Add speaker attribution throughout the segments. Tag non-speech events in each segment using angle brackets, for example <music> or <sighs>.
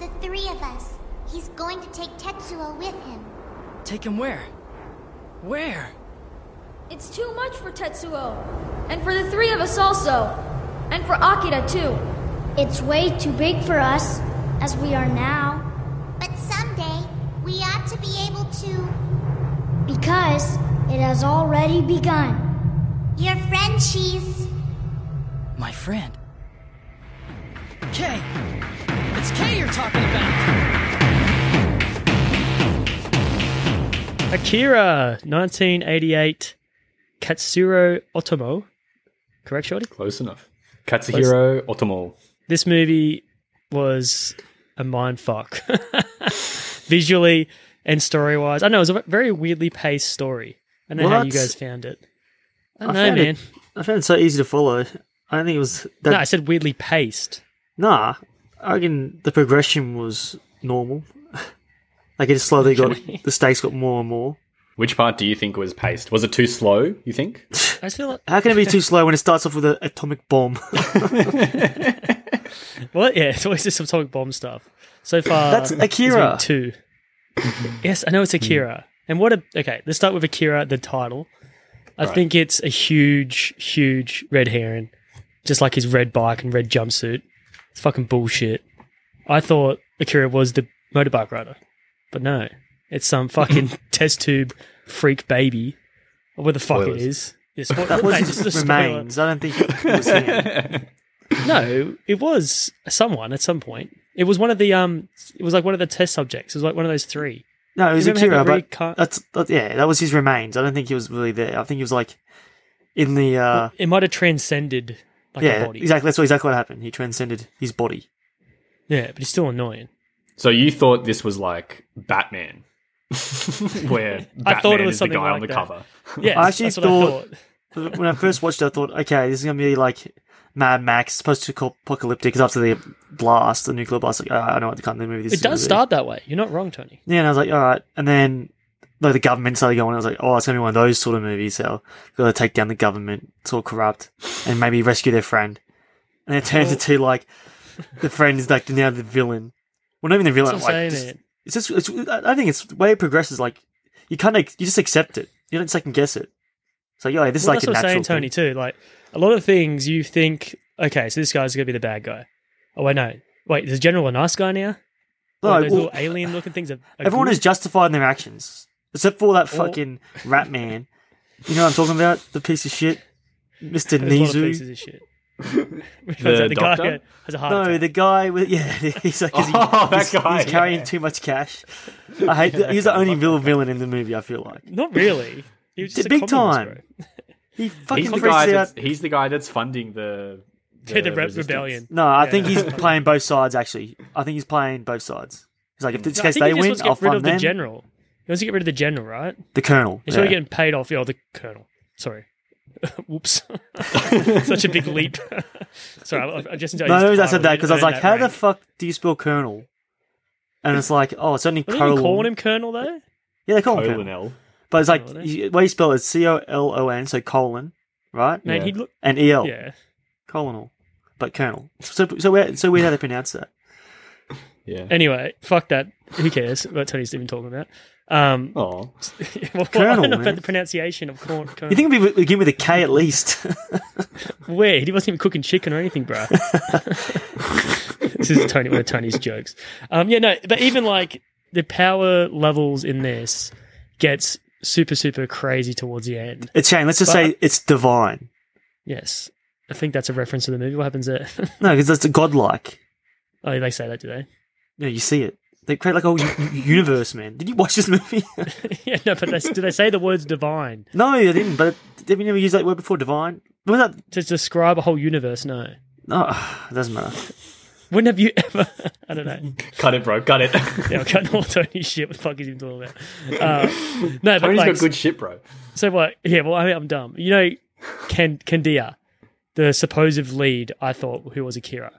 Speaker 1: with us. He's going to take Tetsuo with him.
Speaker 2: Take him where? Where?
Speaker 3: It's too much for Tetsuo. And for the three of us also. And for Akira too.
Speaker 4: It's way too big for us, as we are now.
Speaker 1: But someday, we ought to be able to.
Speaker 4: Because it has already begun.
Speaker 1: Your friend, she's.
Speaker 2: My friend. Kay! It's Kay you're talking about!
Speaker 5: Akira, 1988, Katsuro Otomo. Correct, Shorty?
Speaker 6: Close enough. Katsuhiro Otomo.
Speaker 5: This movie was a mind fuck. <laughs> Visually and story wise. I know, it was a very weirdly paced story. I don't know how
Speaker 7: What?
Speaker 5: you guys found it. I
Speaker 7: I
Speaker 5: don't know,
Speaker 7: found it-
Speaker 5: man.
Speaker 7: I found it so easy to follow. I don't think it was that.
Speaker 5: No, I said weirdly paced.
Speaker 7: Nah, I reckon the progression was normal. <laughs> like it just slowly got the stakes got more and more.
Speaker 6: Which part do you think was paced? Was it too slow, you think?
Speaker 5: I just feel like,
Speaker 7: How can it be too slow when it starts off with an atomic bomb?
Speaker 5: well, yeah, <laughs> it's always just some atomic bomb stuff. So far,
Speaker 7: <laughs> That's
Speaker 5: it's been
Speaker 7: Akira.
Speaker 5: <laughs>
Speaker 7: Mm-hmm. Mm.
Speaker 5: two. yes, I know it's Akira. And what a okay. Let's start with Akira, the title. I think it's a huge, huge red herring, just like his red bike and red jumpsuit. It's fucking bullshit. I thought Akira was the motorbike rider, but no, it's some
Speaker 7: <clears throat>
Speaker 5: fucking test tube freak baby, or what the fuck
Speaker 6: Spoilers.
Speaker 5: it is. Yeah,
Speaker 7: <laughs>
Speaker 5: spo-
Speaker 7: That was
Speaker 5: mate,
Speaker 7: his
Speaker 5: this is a spoiler.
Speaker 7: remains. I don't think <laughs> it was him.
Speaker 5: No, it was someone at some point. It was one of the um. It was like one of the test subjects. It was like one of those three.
Speaker 7: No, it was
Speaker 5: You remember how
Speaker 7: Akira,
Speaker 5: they
Speaker 7: but
Speaker 5: recut-
Speaker 7: that's that, yeah, that was his remains. I don't think he was really there. I think he was like in the uh,
Speaker 5: It might have transcended like
Speaker 7: yeah,
Speaker 5: a body.
Speaker 7: exactly. That's exactly what happened. He transcended his body.
Speaker 5: Yeah, but he's still
Speaker 7: <laughs>
Speaker 5: annoying.
Speaker 6: So you thought this was like <laughs> Batman. Where Batman
Speaker 5: I thought it was
Speaker 6: is the
Speaker 5: something
Speaker 6: guy
Speaker 5: like
Speaker 6: on the
Speaker 5: that.
Speaker 6: cover.
Speaker 5: Yeah,
Speaker 7: I actually
Speaker 5: that's what I
Speaker 7: thought-
Speaker 5: thought.
Speaker 7: when I first watched it, I thought, okay, this is gonna be like Mad Max, supposed to call apocalyptic. Because after the blast, the nuclear blast, like, oh, I know what the kind of movie this
Speaker 5: It
Speaker 7: is
Speaker 5: does
Speaker 7: gonna
Speaker 5: start that way. You're not wrong, Tony.
Speaker 7: be. Yeah, and I was like, all right, and then like the government started going. I was like, oh, it's gonna be one of those sort of movies. So got to take down the government, it's all corrupt, and maybe rescue their friend. And it turns into like the friend is like now the villain. Well, not even the villain.
Speaker 5: That's what
Speaker 7: like,
Speaker 5: I'm
Speaker 7: just-
Speaker 5: saying, man.
Speaker 7: it's just it's, I I think it's the way it progresses. Like you kind of you just accept it. You don't second guess it. So yeah, this
Speaker 5: Well,
Speaker 7: is
Speaker 5: that's
Speaker 7: like a
Speaker 5: what I'm saying,
Speaker 7: natural thing.
Speaker 5: Tony. Too like a lot of things you think. Okay, so this guy's gonna be the bad guy. Oh wait, no. Wait, is General a nice guy now?
Speaker 7: No,
Speaker 5: Like, those
Speaker 7: well-
Speaker 5: little alien-looking things. Are, are
Speaker 7: Everyone
Speaker 5: good?
Speaker 7: is justified in their actions, except for that
Speaker 5: Or-
Speaker 7: fucking rat man. You know what I'm talking about? The piece of shit, Mister
Speaker 5: There's a lot of pieces
Speaker 7: Nizu.
Speaker 5: of
Speaker 7: <laughs>
Speaker 5: shit. the guy
Speaker 6: doctor?
Speaker 5: who has a heart
Speaker 7: No,
Speaker 5: attack.
Speaker 7: the guy with <laughs> yeah, he's
Speaker 5: <laughs>
Speaker 6: <laughs>
Speaker 7: like 'cause he-
Speaker 6: Oh, that
Speaker 7: he's,
Speaker 6: guy,
Speaker 7: he's carrying
Speaker 6: yeah.
Speaker 7: too much cash. I hate. That. He's the only real villain in the movie. I feel like
Speaker 5: Not really. He was just a
Speaker 7: Big
Speaker 5: communist,
Speaker 7: time.
Speaker 5: bro.
Speaker 7: he fucking
Speaker 6: He's the,
Speaker 7: freaks
Speaker 6: guy
Speaker 7: out.
Speaker 6: that's, he's the guy that's funding the
Speaker 5: Yeah, the re-
Speaker 6: resistance.
Speaker 5: rebellion.
Speaker 7: No, I
Speaker 5: Yeah,
Speaker 7: think
Speaker 5: no,
Speaker 7: he's
Speaker 5: <laughs> that's fine.
Speaker 7: playing both sides. Actually, I think he's playing both sides. He's like, if this
Speaker 5: No, I
Speaker 7: case
Speaker 5: think he
Speaker 7: they
Speaker 5: just
Speaker 7: win,
Speaker 5: wants to get
Speaker 7: I'll
Speaker 5: rid
Speaker 7: fund
Speaker 5: of the
Speaker 7: them.
Speaker 5: general. He wants to get rid of the general, right?
Speaker 7: The colonel.
Speaker 5: He's already
Speaker 7: yeah.
Speaker 5: getting paid off. Oh, the colonel. Sorry. <laughs>
Speaker 7: <laughs>
Speaker 5: Whoops. Such a big leap. <laughs> Sorry, I, I just enjoyed
Speaker 7: No,
Speaker 5: his
Speaker 7: no, I
Speaker 5: title.
Speaker 7: said that because I was
Speaker 5: Earned
Speaker 7: like, how the
Speaker 5: rank.
Speaker 7: fuck do you spell colonel? And it's like, oh, it's only
Speaker 5: Wasn't he
Speaker 7: colonel.
Speaker 5: calling him colonel though?
Speaker 6: Oh,
Speaker 7: Yeah, they call him colonel.
Speaker 6: Colonel.
Speaker 7: But it's like
Speaker 5: Oh, really?
Speaker 7: you, way you spell it C O L O N, so colon, right?
Speaker 5: Man,
Speaker 6: Yeah.
Speaker 5: he'd look.
Speaker 7: And E L,
Speaker 5: Yeah.
Speaker 7: colonal, but colonel. So so weird, so weird how they pronounce that.
Speaker 6: Yeah.
Speaker 5: Anyway, fuck that. Who cares what Tony's even talking about? <laughs> Um,
Speaker 6: Oh,
Speaker 5: well, I
Speaker 7: Colonel,
Speaker 5: don't know
Speaker 7: man.
Speaker 5: about the pronunciation of corn. colonel. <laughs>
Speaker 7: You think it'd be begin with a K at least? <laughs>
Speaker 5: Weird. He wasn't even cooking chicken or anything, bro. this is Tony. One of Tony's jokes. Um, yeah, no, but even like the power levels in this gets super, super crazy towards the end.
Speaker 7: it's Shane. Let's just say it's divine.
Speaker 5: Yes, I think that's a reference to <laughs> the movie. What happens there?
Speaker 7: No, because it's godlike.
Speaker 5: oh, they say that, do they? <laughs>
Speaker 7: You know, you see it. They create like a whole u- u- universe, man. Did you watch this movie? <laughs>
Speaker 5: yeah, no, but they, do they say the words divine
Speaker 7: no, they didn't. But did we never use that word before? Divine. Was that?
Speaker 5: to describe a whole universe? No.
Speaker 7: No, <sighs> it doesn't matter.
Speaker 5: When have you <laughs> ever? I don't know.
Speaker 6: cut it, bro.
Speaker 5: <laughs>
Speaker 6: Cut it. <laughs>
Speaker 5: Yeah, I'm cutting all Tony's shit. What the fuck is he talking about? Uh, no, but
Speaker 6: Tony's
Speaker 5: like,
Speaker 6: got good shit, bro.
Speaker 5: So what? Yeah, well, I mean, I'm dumb. You know, Ken Kendia, the supposed lead, I thought who was Akira,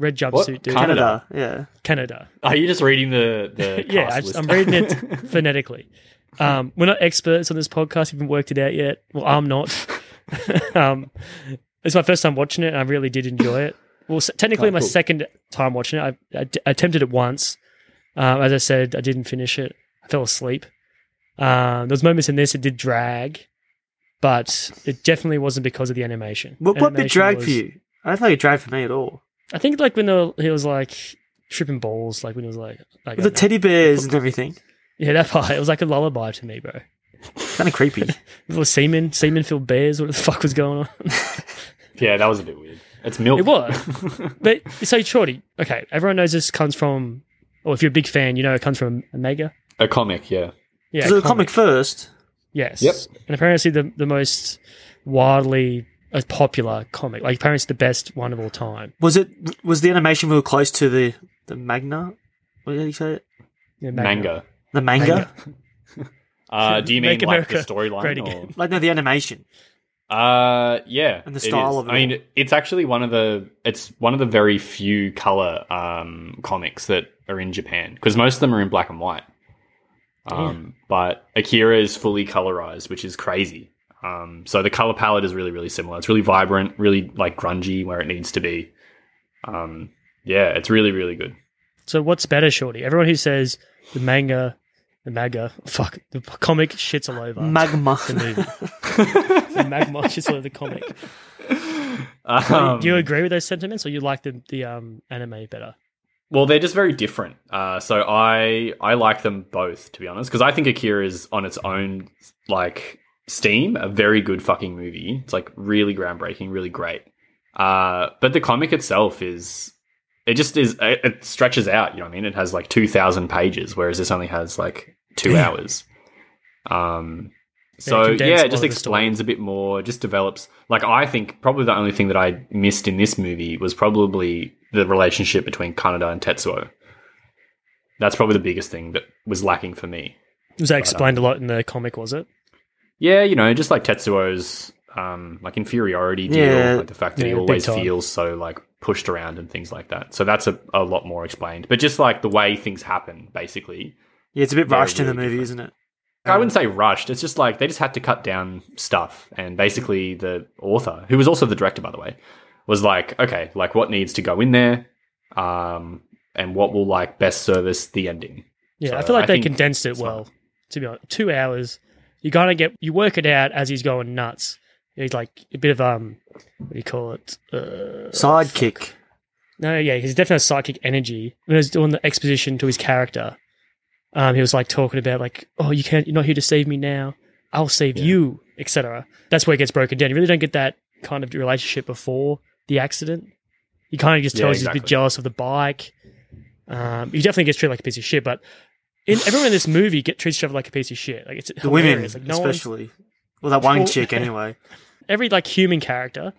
Speaker 5: red jumpsuit dude,
Speaker 6: Canada.
Speaker 7: Canada. Yeah.
Speaker 5: Canada.
Speaker 6: Are you just reading the the
Speaker 5: <laughs> yeah,
Speaker 6: cast
Speaker 5: I just,
Speaker 6: list?
Speaker 5: I'm reading
Speaker 7: <laughs>
Speaker 5: it phonetically. Um, we're not experts on this podcast. We haven't worked it out yet. Well, I'm not. <laughs> um, it's my first time watching it, and I really did enjoy it. Well, s- technically,
Speaker 6: Oh,
Speaker 5: my
Speaker 6: cool.
Speaker 5: second time watching it. I, I d- attempted it once, Um, as I said, I didn't finish it. I fell asleep. Um, there was moments in this it did drag, but it definitely wasn't because of the animation.
Speaker 7: What, what bit
Speaker 5: Animation
Speaker 7: dragged for
Speaker 5: was-
Speaker 7: you? I don't think it dragged for me at all.
Speaker 5: I think like when the, he was like tripping balls, like when he was like, like I
Speaker 7: With the
Speaker 5: don't know.
Speaker 7: teddy bears and everything.
Speaker 5: yeah, that part. It was like a lullaby to me, bro.
Speaker 7: Kind of creepy.
Speaker 5: Little semen, semen filled bears. What the fuck was going on?
Speaker 6: <laughs>
Speaker 5: <laughs>
Speaker 6: Yeah, that was a bit weird. It's milk.
Speaker 5: It was. but so Shorty, okay, everyone knows this comes from, or if you're a big fan, you know it comes from Omega.
Speaker 6: a comic, yeah.
Speaker 5: Yeah,
Speaker 7: so the comic first.
Speaker 5: Yes.
Speaker 6: Yep.
Speaker 5: And apparently the the most wildly uh, popular comic, like apparently it's the best one of all time.
Speaker 7: Was it? Was the animation real close to the the magna? What did you say? it?
Speaker 5: Yeah,
Speaker 6: Manga.
Speaker 7: The manga?
Speaker 6: Uh, do you mean
Speaker 5: Make
Speaker 6: like the
Speaker 5: America great
Speaker 6: storyline?
Speaker 5: again.
Speaker 7: <laughs> Like no, the animation.
Speaker 6: Or... Uh, yeah.
Speaker 7: And the style
Speaker 6: is.
Speaker 7: of it.
Speaker 6: I mean, it's actually one of the it's one of the very few color um comics that are in Japan because most of them are in black and white. Um, but Akira is fully colorized, which is crazy. Um, so the color palette is really really similar. It's really vibrant, really like grungy where it needs to be. Um, yeah, it's really really good.
Speaker 5: So what's better, Shorty? Everyone who says the manga, the manga, fuck, the p- comic shits all over.
Speaker 7: Magma.
Speaker 5: the movie. the magma shits all over the comic.
Speaker 6: Um,
Speaker 5: Do you agree with those sentiments, or you like the the um, anime better?
Speaker 6: Well, they're just very different. Uh, so I I like them both to be honest because I think Akira is on its own like steam a very good fucking movie. It's like really groundbreaking, really great. Uh, but the comic itself is it just is it, it stretches out. You know what I mean? It has like two thousand pages, whereas this only has like two hours. Um, so
Speaker 5: condense
Speaker 6: yeah,
Speaker 5: all
Speaker 6: it just
Speaker 5: of the story.
Speaker 6: explains a bit more. It just develops. Like I think probably the only thing that I missed in this movie was probably the relationship between Kaneda and Tetsuo. That's probably the biggest thing that was lacking for me.
Speaker 5: Was that explained a lot in the comic? Was it?
Speaker 6: Yeah, you know, just like Tetsuo's um, like inferiority deal,
Speaker 7: Yeah.
Speaker 6: like the fact that
Speaker 5: Yeah,
Speaker 6: he
Speaker 5: big
Speaker 6: always
Speaker 5: time.
Speaker 6: feels so like pushed around and things like that. So that's a, a lot more explained. But just like the way things happen, basically.
Speaker 7: <laughs> Yeah, it's a bit
Speaker 6: They're
Speaker 7: rushed in the
Speaker 6: really
Speaker 7: movie, isn't it?
Speaker 6: I wouldn't
Speaker 5: Um,
Speaker 6: say rushed. It's just like they just had to cut down stuff, and basically the author, who was also the director, by the way, was like, okay, like what needs to go in there, um, and what will like best service the ending.
Speaker 5: Yeah,
Speaker 6: So
Speaker 5: I feel like
Speaker 6: I
Speaker 5: they
Speaker 6: think
Speaker 5: condensed it
Speaker 6: it's
Speaker 5: well.
Speaker 6: fine.
Speaker 5: To be honest, two hours. You kind of get you work it out as he's going nuts. He's like a bit of um, what do you call it? Uh,
Speaker 7: Sidekick.
Speaker 5: no, yeah, he's definitely a psychic energy. When he was doing the exposition to his character, um, he was like talking about like, oh, you can't, you're not here to save me now. I'll save you, etc. That's where it gets broken down. You really don't get that kind of relationship before the accident. He kind of just
Speaker 6: Yeah,
Speaker 5: tells he's a bit
Speaker 6: exactly.
Speaker 5: jealous of the bike. Um, he definitely gets treated like a piece of shit, but in, everyone in this movie get treats each other like a piece of shit. Like it's
Speaker 7: The women,
Speaker 5: hilarious. like no one,
Speaker 7: especially. Well, that
Speaker 5: <laughs>
Speaker 7: one
Speaker 5: Well-
Speaker 7: chick, anyway.
Speaker 5: every like human character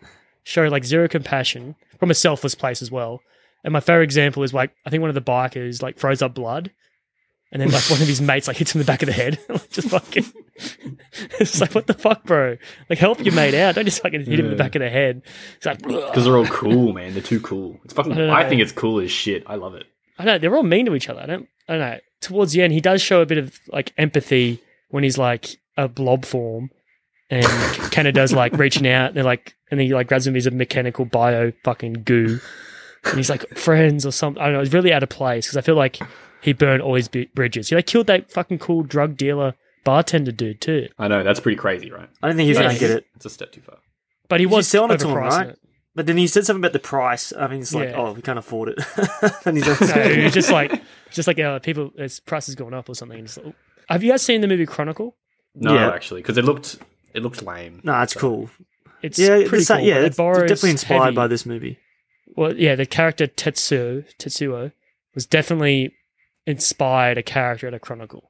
Speaker 5: show like zero compassion from a selfless place as well. And my favorite example is like I think one of the bikers like throws up blood, and then like one of his mates like hits him in the back of the head, <laughs> like just fucking. it's like what the fuck, bro? Like help your mate out. Don't just fucking hit him in the
Speaker 6: Yeah.
Speaker 5: back of the head. It's like
Speaker 6: Because they're all cool, man. They're too cool. It's fucking.
Speaker 5: I don't know.
Speaker 6: I think it's cool as shit. I love it.
Speaker 5: I don't know, they're all mean to each other. I don't I don't know. Towards the end he does show a bit of like empathy when he's like a blob form and <laughs> Canada's like reaching out, they're like and then he like grabs him he's a mechanical bio fucking goo. And he's like friends or something. I don't know, it's really out of place because I feel like he burned all his bi- bridges. He like killed that fucking cool drug dealer bartender dude too.
Speaker 6: I know that's pretty crazy, right?
Speaker 7: I don't think he's
Speaker 5: Yeah,
Speaker 7: going to
Speaker 5: he-
Speaker 7: get it.
Speaker 6: It's a step too far.
Speaker 5: But he
Speaker 7: He's
Speaker 5: was
Speaker 7: selling it to him,
Speaker 5: overpricing
Speaker 7: right? But then he said something about the price. I mean, it's like,
Speaker 5: Yeah.
Speaker 7: oh, we can't afford it. <laughs> and he's like,
Speaker 5: No, <laughs> it's just like just like uh, people its price is going up or something. It's like, oh. have you guys seen the movie Chronicle?
Speaker 6: No,
Speaker 7: Yeah.
Speaker 6: actually, because it looked it looked lame.
Speaker 7: <laughs> no, it's cool.
Speaker 5: It's
Speaker 7: Yeah,
Speaker 5: pretty
Speaker 7: it's,
Speaker 5: cool.
Speaker 7: yeah,
Speaker 5: but it
Speaker 7: it's
Speaker 5: borrows
Speaker 7: definitely inspired
Speaker 5: heavy-
Speaker 7: by this movie.
Speaker 5: Well, yeah, the character Tetsuo Tetsuo was definitely inspired a character at a Chronicle.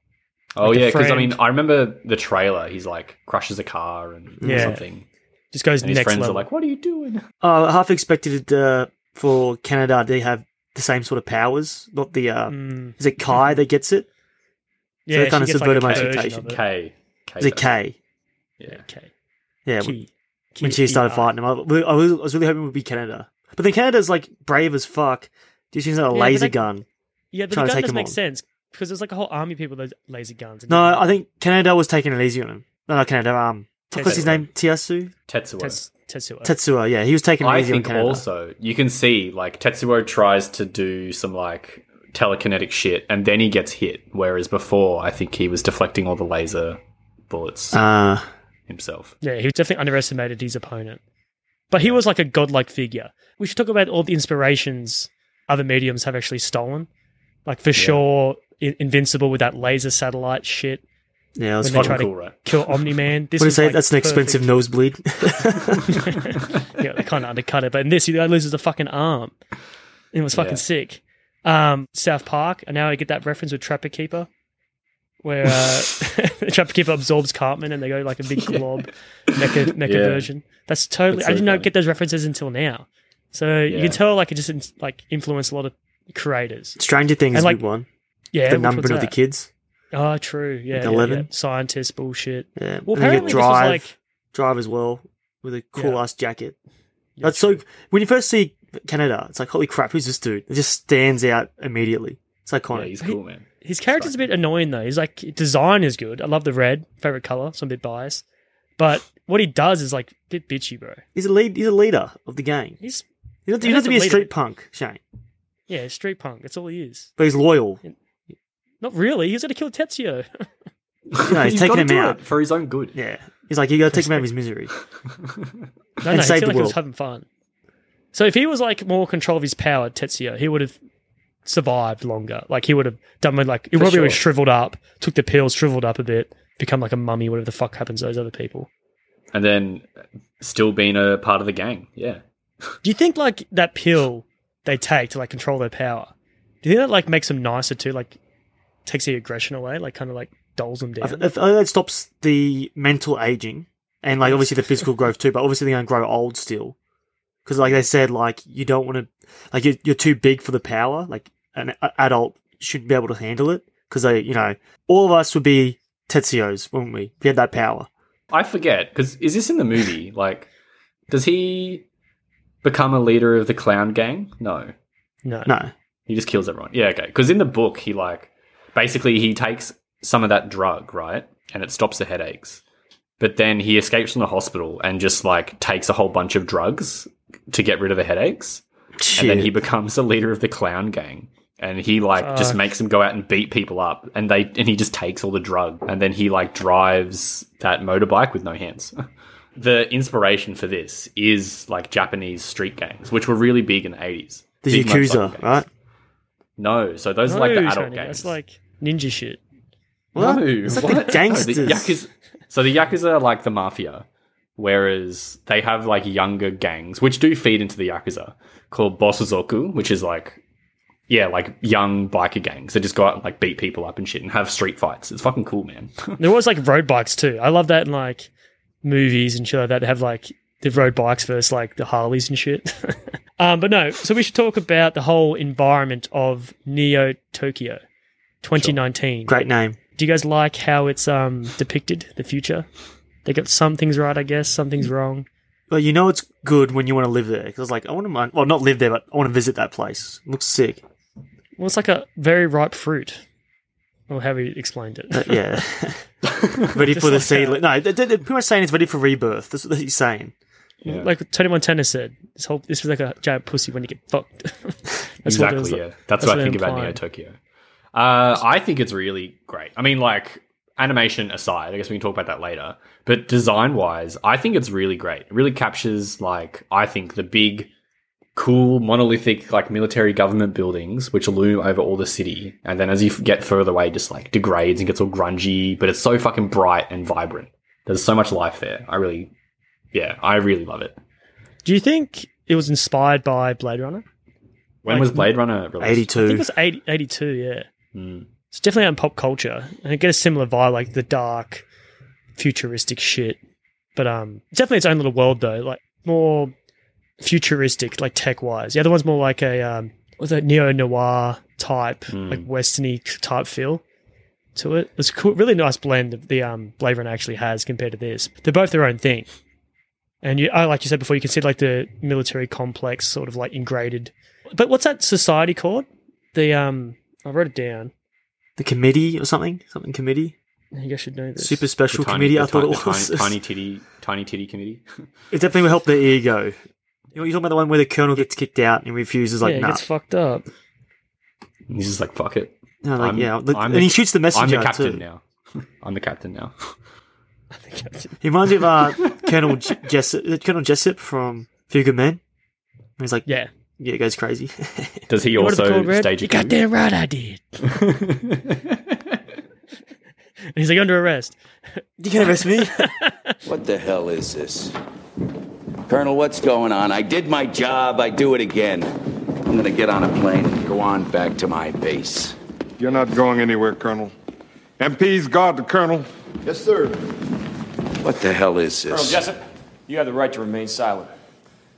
Speaker 6: Oh
Speaker 5: Like a
Speaker 6: yeah, because I
Speaker 5: friend.
Speaker 6: mean, I remember the trailer. He's like crushes a car and
Speaker 5: Yeah.
Speaker 6: something,
Speaker 5: Just goes
Speaker 6: and his
Speaker 5: next
Speaker 6: friends
Speaker 5: level.
Speaker 6: are like, "What are you doing?"
Speaker 7: Uh, I half expected uh, for Canada to have the same sort of powers. Not the uh,
Speaker 5: Mm,
Speaker 7: is
Speaker 5: <laughs>
Speaker 7: it Kai that gets it?
Speaker 5: yeah,
Speaker 7: it
Speaker 5: she
Speaker 7: kinda
Speaker 5: gets, like,
Speaker 7: subverted
Speaker 5: a
Speaker 7: my
Speaker 5: version
Speaker 7: expectation.
Speaker 5: of it.
Speaker 6: K. K.
Speaker 7: Is it K?
Speaker 6: Yeah.
Speaker 5: Okay.
Speaker 7: Yeah,
Speaker 5: Key.
Speaker 7: when
Speaker 5: Key-
Speaker 7: she started
Speaker 5: ER.
Speaker 7: fighting him, I, I was, I was really hoping it would be Canada. But then Canada's like brave as fuck. Just using a
Speaker 5: but
Speaker 7: laser
Speaker 5: that-
Speaker 7: gun.
Speaker 5: Yeah, but the
Speaker 7: trying
Speaker 5: gun
Speaker 7: to take
Speaker 5: doesn't
Speaker 7: him
Speaker 5: make
Speaker 7: on.
Speaker 5: sense because there's like a whole army of people with laser guns. and-
Speaker 7: No, I think Canada was taking it easy on him. No, no, Canada. Um, what's his
Speaker 5: Tetsuo.
Speaker 7: name? Tiasu
Speaker 6: Tetsuo.
Speaker 5: Tets- Tetsuo.
Speaker 7: Tetsuo. Yeah, he was taking it
Speaker 6: I
Speaker 7: easy on
Speaker 6: think
Speaker 7: Canada.
Speaker 6: also you can see like Tetsuo tries to do some like telekinetic shit, and then he gets hit. Whereas before, I think he was deflecting all the laser bullets
Speaker 7: Uh,
Speaker 6: himself.
Speaker 5: Yeah, he definitely underestimated his opponent. But he was like a godlike figure. We should talk about all the inspirations other mediums have actually stolen. Like for sure, I- Invincible with that laser satellite shit.
Speaker 7: yeah, that's
Speaker 5: When they
Speaker 7: fucking
Speaker 5: try to
Speaker 7: cool.
Speaker 6: cool, right?
Speaker 5: kill Omni Man.
Speaker 7: <laughs>
Speaker 5: This
Speaker 7: What do you
Speaker 5: was,
Speaker 7: say?
Speaker 5: like,
Speaker 7: that's an expensive
Speaker 5: perfect.
Speaker 7: nosebleed. <laughs>
Speaker 5: yeah, they kind of undercut it. But in this, he loses a fucking arm. It was fucking
Speaker 6: Yeah.
Speaker 5: sick. Um, South Park, and now I get that reference with Trapper Keeper, where uh, <laughs> Trapper Keeper absorbs Cartman and they go like a big glob mecha, mecha
Speaker 6: Yeah.
Speaker 5: version. That's totally.
Speaker 6: That's
Speaker 5: I
Speaker 6: so
Speaker 5: did not
Speaker 6: funny.
Speaker 5: get those references until now. So you
Speaker 6: Yeah.
Speaker 5: can tell, like, it just in- like influenced a lot of creators.
Speaker 7: Stranger Things
Speaker 5: And,
Speaker 7: is a
Speaker 5: like,
Speaker 7: big one.
Speaker 5: Yeah,
Speaker 7: the
Speaker 5: which
Speaker 7: numbering
Speaker 5: one's
Speaker 7: of the
Speaker 5: that?
Speaker 7: kids.
Speaker 5: Oh, true. Yeah,
Speaker 7: Like
Speaker 5: yeah,
Speaker 7: 11?
Speaker 5: yeah. scientist bullshit.
Speaker 7: Yeah.
Speaker 5: Well,
Speaker 7: and then
Speaker 5: apparently
Speaker 7: you get
Speaker 5: this was
Speaker 7: Drive,
Speaker 5: like
Speaker 7: Drive as well with a cool ass jacket.
Speaker 5: Yeah,
Speaker 7: that's so. When you first see Canada, it's like holy crap, who's this dude? It just stands out immediately. It's
Speaker 6: Yeah,
Speaker 7: iconic.
Speaker 6: he's cool, man.
Speaker 5: His character's a bit annoying though. He's like design is good. I love the red, favorite color. So I'm a bit biased, but what he does is like a bit bitchy, bro.
Speaker 7: he's a lead. He's a leader of the gang.
Speaker 5: He's
Speaker 7: You don't,
Speaker 5: Yeah,
Speaker 7: you don't have to be a
Speaker 5: that's a leader.
Speaker 7: street punk, Shane,
Speaker 5: yeah, street punk. That's all he is.
Speaker 7: but he's loyal.
Speaker 5: Not really. He's gonna kill <laughs> Tetsuo.
Speaker 7: No, he's taking
Speaker 6: gotta
Speaker 7: him
Speaker 6: do
Speaker 7: out.
Speaker 6: it for his own good.
Speaker 7: Yeah, he's like you got to take him out of his misery.
Speaker 5: no, no,
Speaker 7: And
Speaker 5: he
Speaker 7: save
Speaker 5: seemed like
Speaker 7: the
Speaker 5: he was
Speaker 7: world.
Speaker 5: having fun. So if he was like more control of his power, Tetsuo, he would have survived longer. Like he would have done with like he probably would have
Speaker 6: sure.
Speaker 5: shriveled up, took the pills, shriveled up a bit, become like a mummy, whatever the fuck happens to those other people.
Speaker 6: And then still being a part of the gang. Yeah.
Speaker 5: Do you think like that pill they take to like control their power? Do you think that like makes them nicer too? Like takes the aggression away, like kind of like dulls them
Speaker 7: I,
Speaker 5: down.
Speaker 7: th- I th- I think that stops the mental aging and like obviously the physical growth too. But obviously they're gonna grow old still because like they said, like you don't want to, like you're, you're too big for the power. Like an a- adult shouldn't be able to handle it because they, you know, all of us would be Tetsuo's, wouldn't we? If we had that power.
Speaker 6: I forget because is this in the movie? Like, does he become a leader of the clown gang? No,
Speaker 5: no.
Speaker 7: No,
Speaker 6: he just kills everyone. Yeah, okay. Because in the book, he like basically he takes some of that drug, right, and it stops the headaches. But then he escapes from the hospital and just like takes a whole bunch of drugs to get rid of the headaches,
Speaker 7: shit.
Speaker 6: and then he becomes a leader of the clown gang. And he like just
Speaker 5: Fuck.
Speaker 6: makes them go out and beat people up, and they and he just takes all the drug, and then he like drives that motorbike with no hands. <laughs> the inspiration for this is like Japanese street gangs, which were really big in the eighties.
Speaker 7: the Yakuza, right?
Speaker 6: No, so those
Speaker 5: No,
Speaker 6: are like the adult
Speaker 5: Tony,
Speaker 6: gangs.
Speaker 5: That's like ninja shit.
Speaker 7: What?
Speaker 6: no,
Speaker 7: It's like
Speaker 6: what?
Speaker 7: the gangsters.
Speaker 6: No, the Yakuza- so the yakuza are like the mafia, whereas they have like younger gangs which do feed into the yakuza called Bosuzoku, which is like yeah, like young biker gangs that just go out and like beat people up and shit and have street fights. It's fucking cool, man.
Speaker 5: There was like road bikes too. I love that in like movies and shit like that. They have like the road bikes versus like the Harleys and shit. <laughs> um, but no, so we should talk about the whole environment of Neo Tokyo, 2019.
Speaker 7: Great name.
Speaker 5: Do you guys like how it's um, depicted the future? They got some things right, I guess. Some things wrong.
Speaker 7: But you know it's good when you want to live there because like I want to, well, not live there, but I want to visit that place. looks sick.
Speaker 5: Well, it's like a very ripe fruit, or have you explained it?
Speaker 7: But yeah. <laughs> ready for the
Speaker 5: like
Speaker 7: seed.
Speaker 5: that.
Speaker 7: No, they're, they're pretty much saying it's ready for rebirth. That's what he's saying.
Speaker 6: Yeah.
Speaker 5: Like Tony Montana said, this whole this was like a giant pussy when you get fucked. <laughs> That's what it
Speaker 6: exactly,
Speaker 5: was like.
Speaker 6: yeah. That's,
Speaker 5: that's
Speaker 6: what
Speaker 5: what
Speaker 6: I think about
Speaker 5: implying.
Speaker 6: Neo Tokyo. Uh, I think it's really great. I mean, like, animation aside, I guess we can talk about that later. But design wise, I think it's really great. It really captures, like, I think the big, cool, monolithic, like, military government buildings which loom over all the city. And then as you f- get further away, just, like, degrades and gets all grungy. But it's so fucking bright and vibrant. There's so much life there. I really, yeah, I really love it.
Speaker 5: Do you think it was inspired by Blade Runner?
Speaker 6: When
Speaker 5: Like,
Speaker 6: was Blade Runner released?
Speaker 5: I think it
Speaker 7: 82.
Speaker 5: was 80, 82, Yeah,
Speaker 6: Mm.
Speaker 5: it's definitely on pop culture, and it gets a similar vibe, like the dark, futuristic shit. But um, definitely its own little world though, like more futuristic, like tech wise. The other one's more like a um, was that neo noir type,
Speaker 6: Hmm.
Speaker 5: like westerny type feel to it. It's a cool, really nice blend that the um, Blade Runner actually has compared to this. They're both their own thing, and you, I like you said before, you can see like the military complex sort of like ingrained. But what's that society called? The um, I wrote it down.
Speaker 7: The committee or something? Something committee?
Speaker 5: You guys should know this.
Speaker 7: Super
Speaker 6: The
Speaker 7: special
Speaker 6: tiny-
Speaker 7: committee?
Speaker 6: the
Speaker 7: I thought
Speaker 6: ti-
Speaker 7: it
Speaker 6: the
Speaker 7: was.
Speaker 6: tiny, tiny titty, tiny titty committee.
Speaker 7: it definitely will help their ego. You know, you're talking about the one where the colonel gets kicked out and he refuses,
Speaker 5: yeah,
Speaker 7: like,
Speaker 5: it
Speaker 7: nah.
Speaker 5: gets fucked up.
Speaker 6: And <laughs> he's just like, fuck it.
Speaker 7: No, like,
Speaker 6: I'm-
Speaker 7: yeah, the-
Speaker 6: I'm
Speaker 7: and
Speaker 6: the-
Speaker 7: he shoots the
Speaker 6: I'm
Speaker 7: messenger
Speaker 6: the captain
Speaker 7: too.
Speaker 6: now. I'm the captain now. <laughs>
Speaker 7: He reminds me of uh, Colonel J- Jessup, uh, Colonel Jessup from Few Good Men. And he's like, yeah,
Speaker 5: Yeah.
Speaker 7: it goes crazy. <laughs>
Speaker 6: Does he
Speaker 5: What are they
Speaker 6: also
Speaker 5: called, Red?
Speaker 6: stage a
Speaker 5: You
Speaker 6: coup?
Speaker 5: goddamn right I did. <laughs> and he's like under arrest.
Speaker 7: you can arrest me.
Speaker 8: What the hell is this? Colonel, what's going on? I did my job. I do it again. I'm going to get on a plane and go on back to my base.
Speaker 9: You're not going anywhere, Colonel. MPs guard the Colonel.
Speaker 10: Yes, sir.
Speaker 8: What the hell is
Speaker 10: Colonel
Speaker 8: this?
Speaker 10: Jessup, you have the right to remain silent.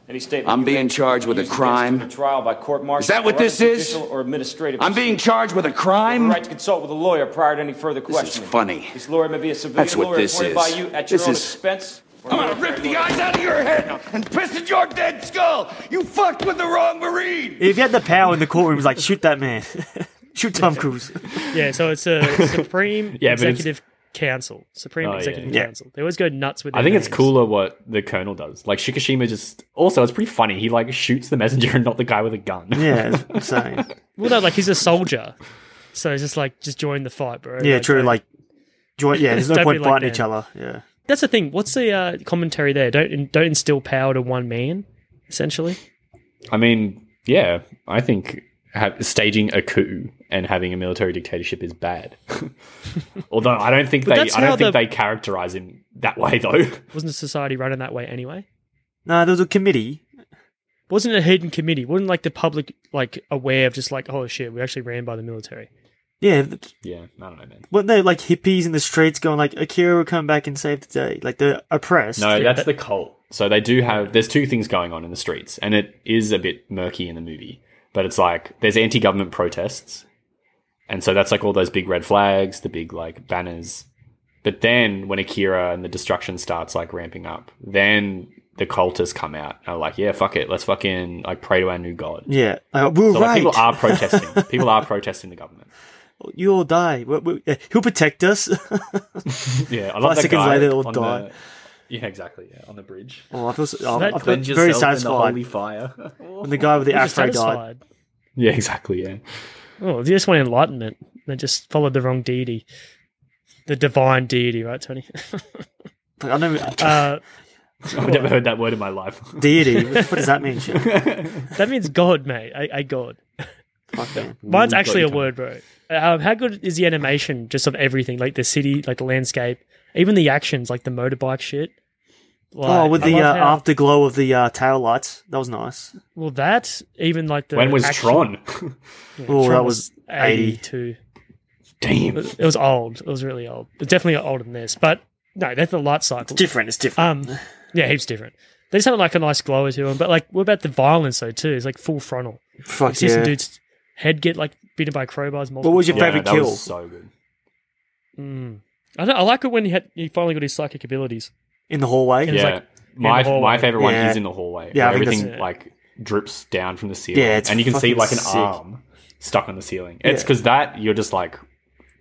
Speaker 10: Any statement
Speaker 8: I'm
Speaker 10: you
Speaker 8: being
Speaker 10: make
Speaker 8: charged with a
Speaker 10: used against
Speaker 8: crime.
Speaker 10: you in a trial by court martial.
Speaker 8: Is that what this is?
Speaker 10: Or administrative.
Speaker 8: I'm being charged with a
Speaker 10: You have
Speaker 8: crime?
Speaker 10: the right to consult with a lawyer prior to any further
Speaker 8: is
Speaker 10: questioning.
Speaker 8: funny.
Speaker 10: This lawyer may be a civilian
Speaker 8: That's what
Speaker 10: lawyer
Speaker 8: this
Speaker 10: appointed
Speaker 8: is.
Speaker 10: by you at
Speaker 8: This
Speaker 10: your own
Speaker 8: is-
Speaker 10: expense. or
Speaker 8: I'm
Speaker 10: a
Speaker 8: going to
Speaker 10: military
Speaker 8: rip the
Speaker 10: lawyer.
Speaker 8: eyes out of your head and piss at your dead skull. You fucked with the wrong Marine.
Speaker 7: if you had the power in the courtroom, it's like, shoot that man. shoot Tom Cruise.
Speaker 5: Yeah, so it's
Speaker 6: <laughs>
Speaker 5: a Supreme
Speaker 6: Yeah, but it's-
Speaker 5: Executive Council. Supreme
Speaker 6: Oh, yeah,
Speaker 5: Executive
Speaker 7: yeah.
Speaker 5: Council. They always go nuts with
Speaker 6: I think it's
Speaker 5: names.
Speaker 6: cooler what the colonel does. Like Shikishima just also it's pretty funny. He like shoots the messenger <laughs> and not the guy with a gun.
Speaker 7: Yeah, it's insane.
Speaker 5: Well, no, like he's a soldier. So it's just like, just join the fight, bro.
Speaker 7: Yeah, true. Like,
Speaker 5: <laughs>
Speaker 7: join, yeah, there's no
Speaker 5: Don't be
Speaker 7: point
Speaker 5: like
Speaker 7: fighting
Speaker 5: that.
Speaker 7: each other. Yeah.
Speaker 5: That's the thing. What's the uh, commentary there? Don't don't instill power to one man, essentially.
Speaker 6: I mean, yeah, I think ha- staging a coup and having a military dictatorship is bad. <laughs> Although I don't think
Speaker 5: But
Speaker 6: they
Speaker 5: that's
Speaker 6: I don't
Speaker 5: how
Speaker 6: think
Speaker 5: the-
Speaker 6: they characterize him that way though. <laughs>
Speaker 5: Wasn't society running that way anyway?
Speaker 7: No, there was a committee.
Speaker 5: Wasn't it a hidden committee? Wasn't like the public like aware of just like, oh shit, we actually ran by the military.
Speaker 7: Yeah, th-
Speaker 6: Yeah, I don't know, man.
Speaker 7: weren't there like hippies in the streets going like, Akira will come back and save the day? Like, they're oppressed.
Speaker 6: No, that's
Speaker 5: that-
Speaker 6: the cult. So they do have. There's two things going on in the streets, and it is a bit murky in the movie. But it's like there's anti-government protests, and so that's like all those big red flags, the big like banners. But then when Akira and the destruction starts like ramping up, then the cultists come out and are like, "Yeah, fuck it, let's fucking like pray to our new god."
Speaker 7: Yeah. Like, we're
Speaker 6: So like,
Speaker 7: right.
Speaker 6: people
Speaker 7: <laughs>
Speaker 6: are protesting. people are protesting the government.
Speaker 7: You'll die. we we yeah, he'll protect us. <laughs>
Speaker 6: Yeah, I love
Speaker 7: Five
Speaker 6: that
Speaker 7: seconds
Speaker 6: guy
Speaker 7: later, they'll
Speaker 6: on
Speaker 7: die.
Speaker 6: the- yeah, exactly. Yeah, on the bridge.
Speaker 7: oh, I feel, so, oh,
Speaker 5: that
Speaker 7: I feel very satisfied
Speaker 6: fire.
Speaker 7: when the guy with the
Speaker 5: We're
Speaker 7: afro died.
Speaker 5: satisfied.
Speaker 6: <laughs> yeah, exactly. Yeah.
Speaker 5: Oh, they just want enlightenment. They just followed the wrong deity, the divine deity, right, Tony? <laughs>
Speaker 7: Like, I don't know
Speaker 5: Uh,
Speaker 6: I've never heard that word in my
Speaker 7: <laughs>
Speaker 6: life.
Speaker 7: deity. What does that mean? Shit?
Speaker 6: <laughs>
Speaker 5: that means God, mate. A, a God.
Speaker 7: Fuck man.
Speaker 5: Mine's
Speaker 6: Ooh,
Speaker 5: actually a
Speaker 6: got you
Speaker 5: word, bro. Um, how good is the animation just of everything, like the city, like the landscape, even the actions, like the motorbike shit?
Speaker 7: Oh, with
Speaker 5: I
Speaker 7: the uh,
Speaker 5: love how-
Speaker 7: afterglow of the uh, tail lights. That was nice.
Speaker 5: well, that even like the
Speaker 6: When was
Speaker 5: action-
Speaker 6: Tron? <laughs>
Speaker 5: Yeah,
Speaker 7: Oh,
Speaker 5: Tron
Speaker 7: that was 80.
Speaker 5: eighty-two.
Speaker 6: Damn.
Speaker 5: It was old. It was really old. It's definitely older than this, but no, that's the light cycle.
Speaker 7: Different. It's different.
Speaker 5: Um, yeah, heaps different. They just have like a nice glow to them, but like, what about the violence though? Too, it's like full frontal. You
Speaker 7: Fuck
Speaker 5: see some
Speaker 7: yeah.
Speaker 5: dude's head get like beaten by crowbars.
Speaker 7: What
Speaker 5: multiple
Speaker 7: was your
Speaker 5: times.
Speaker 7: favorite
Speaker 6: that
Speaker 7: kill?
Speaker 6: was so good.
Speaker 5: I, don't, I like it when he had he finally got his psychic abilities.
Speaker 7: In the hallway.
Speaker 5: It's
Speaker 6: yeah.
Speaker 5: like
Speaker 6: my
Speaker 5: in the hallway.
Speaker 6: my favorite one
Speaker 7: Yeah.
Speaker 6: is in the hallway. Yeah,
Speaker 7: Yeah, I think
Speaker 6: everything
Speaker 5: that's-
Speaker 6: like drips down from the ceiling.
Speaker 7: Yeah, it's
Speaker 6: and you can see
Speaker 7: fucking
Speaker 6: like an
Speaker 7: sick.
Speaker 6: arm stuck on the ceiling. It's
Speaker 7: Yeah.
Speaker 6: because that you're just like,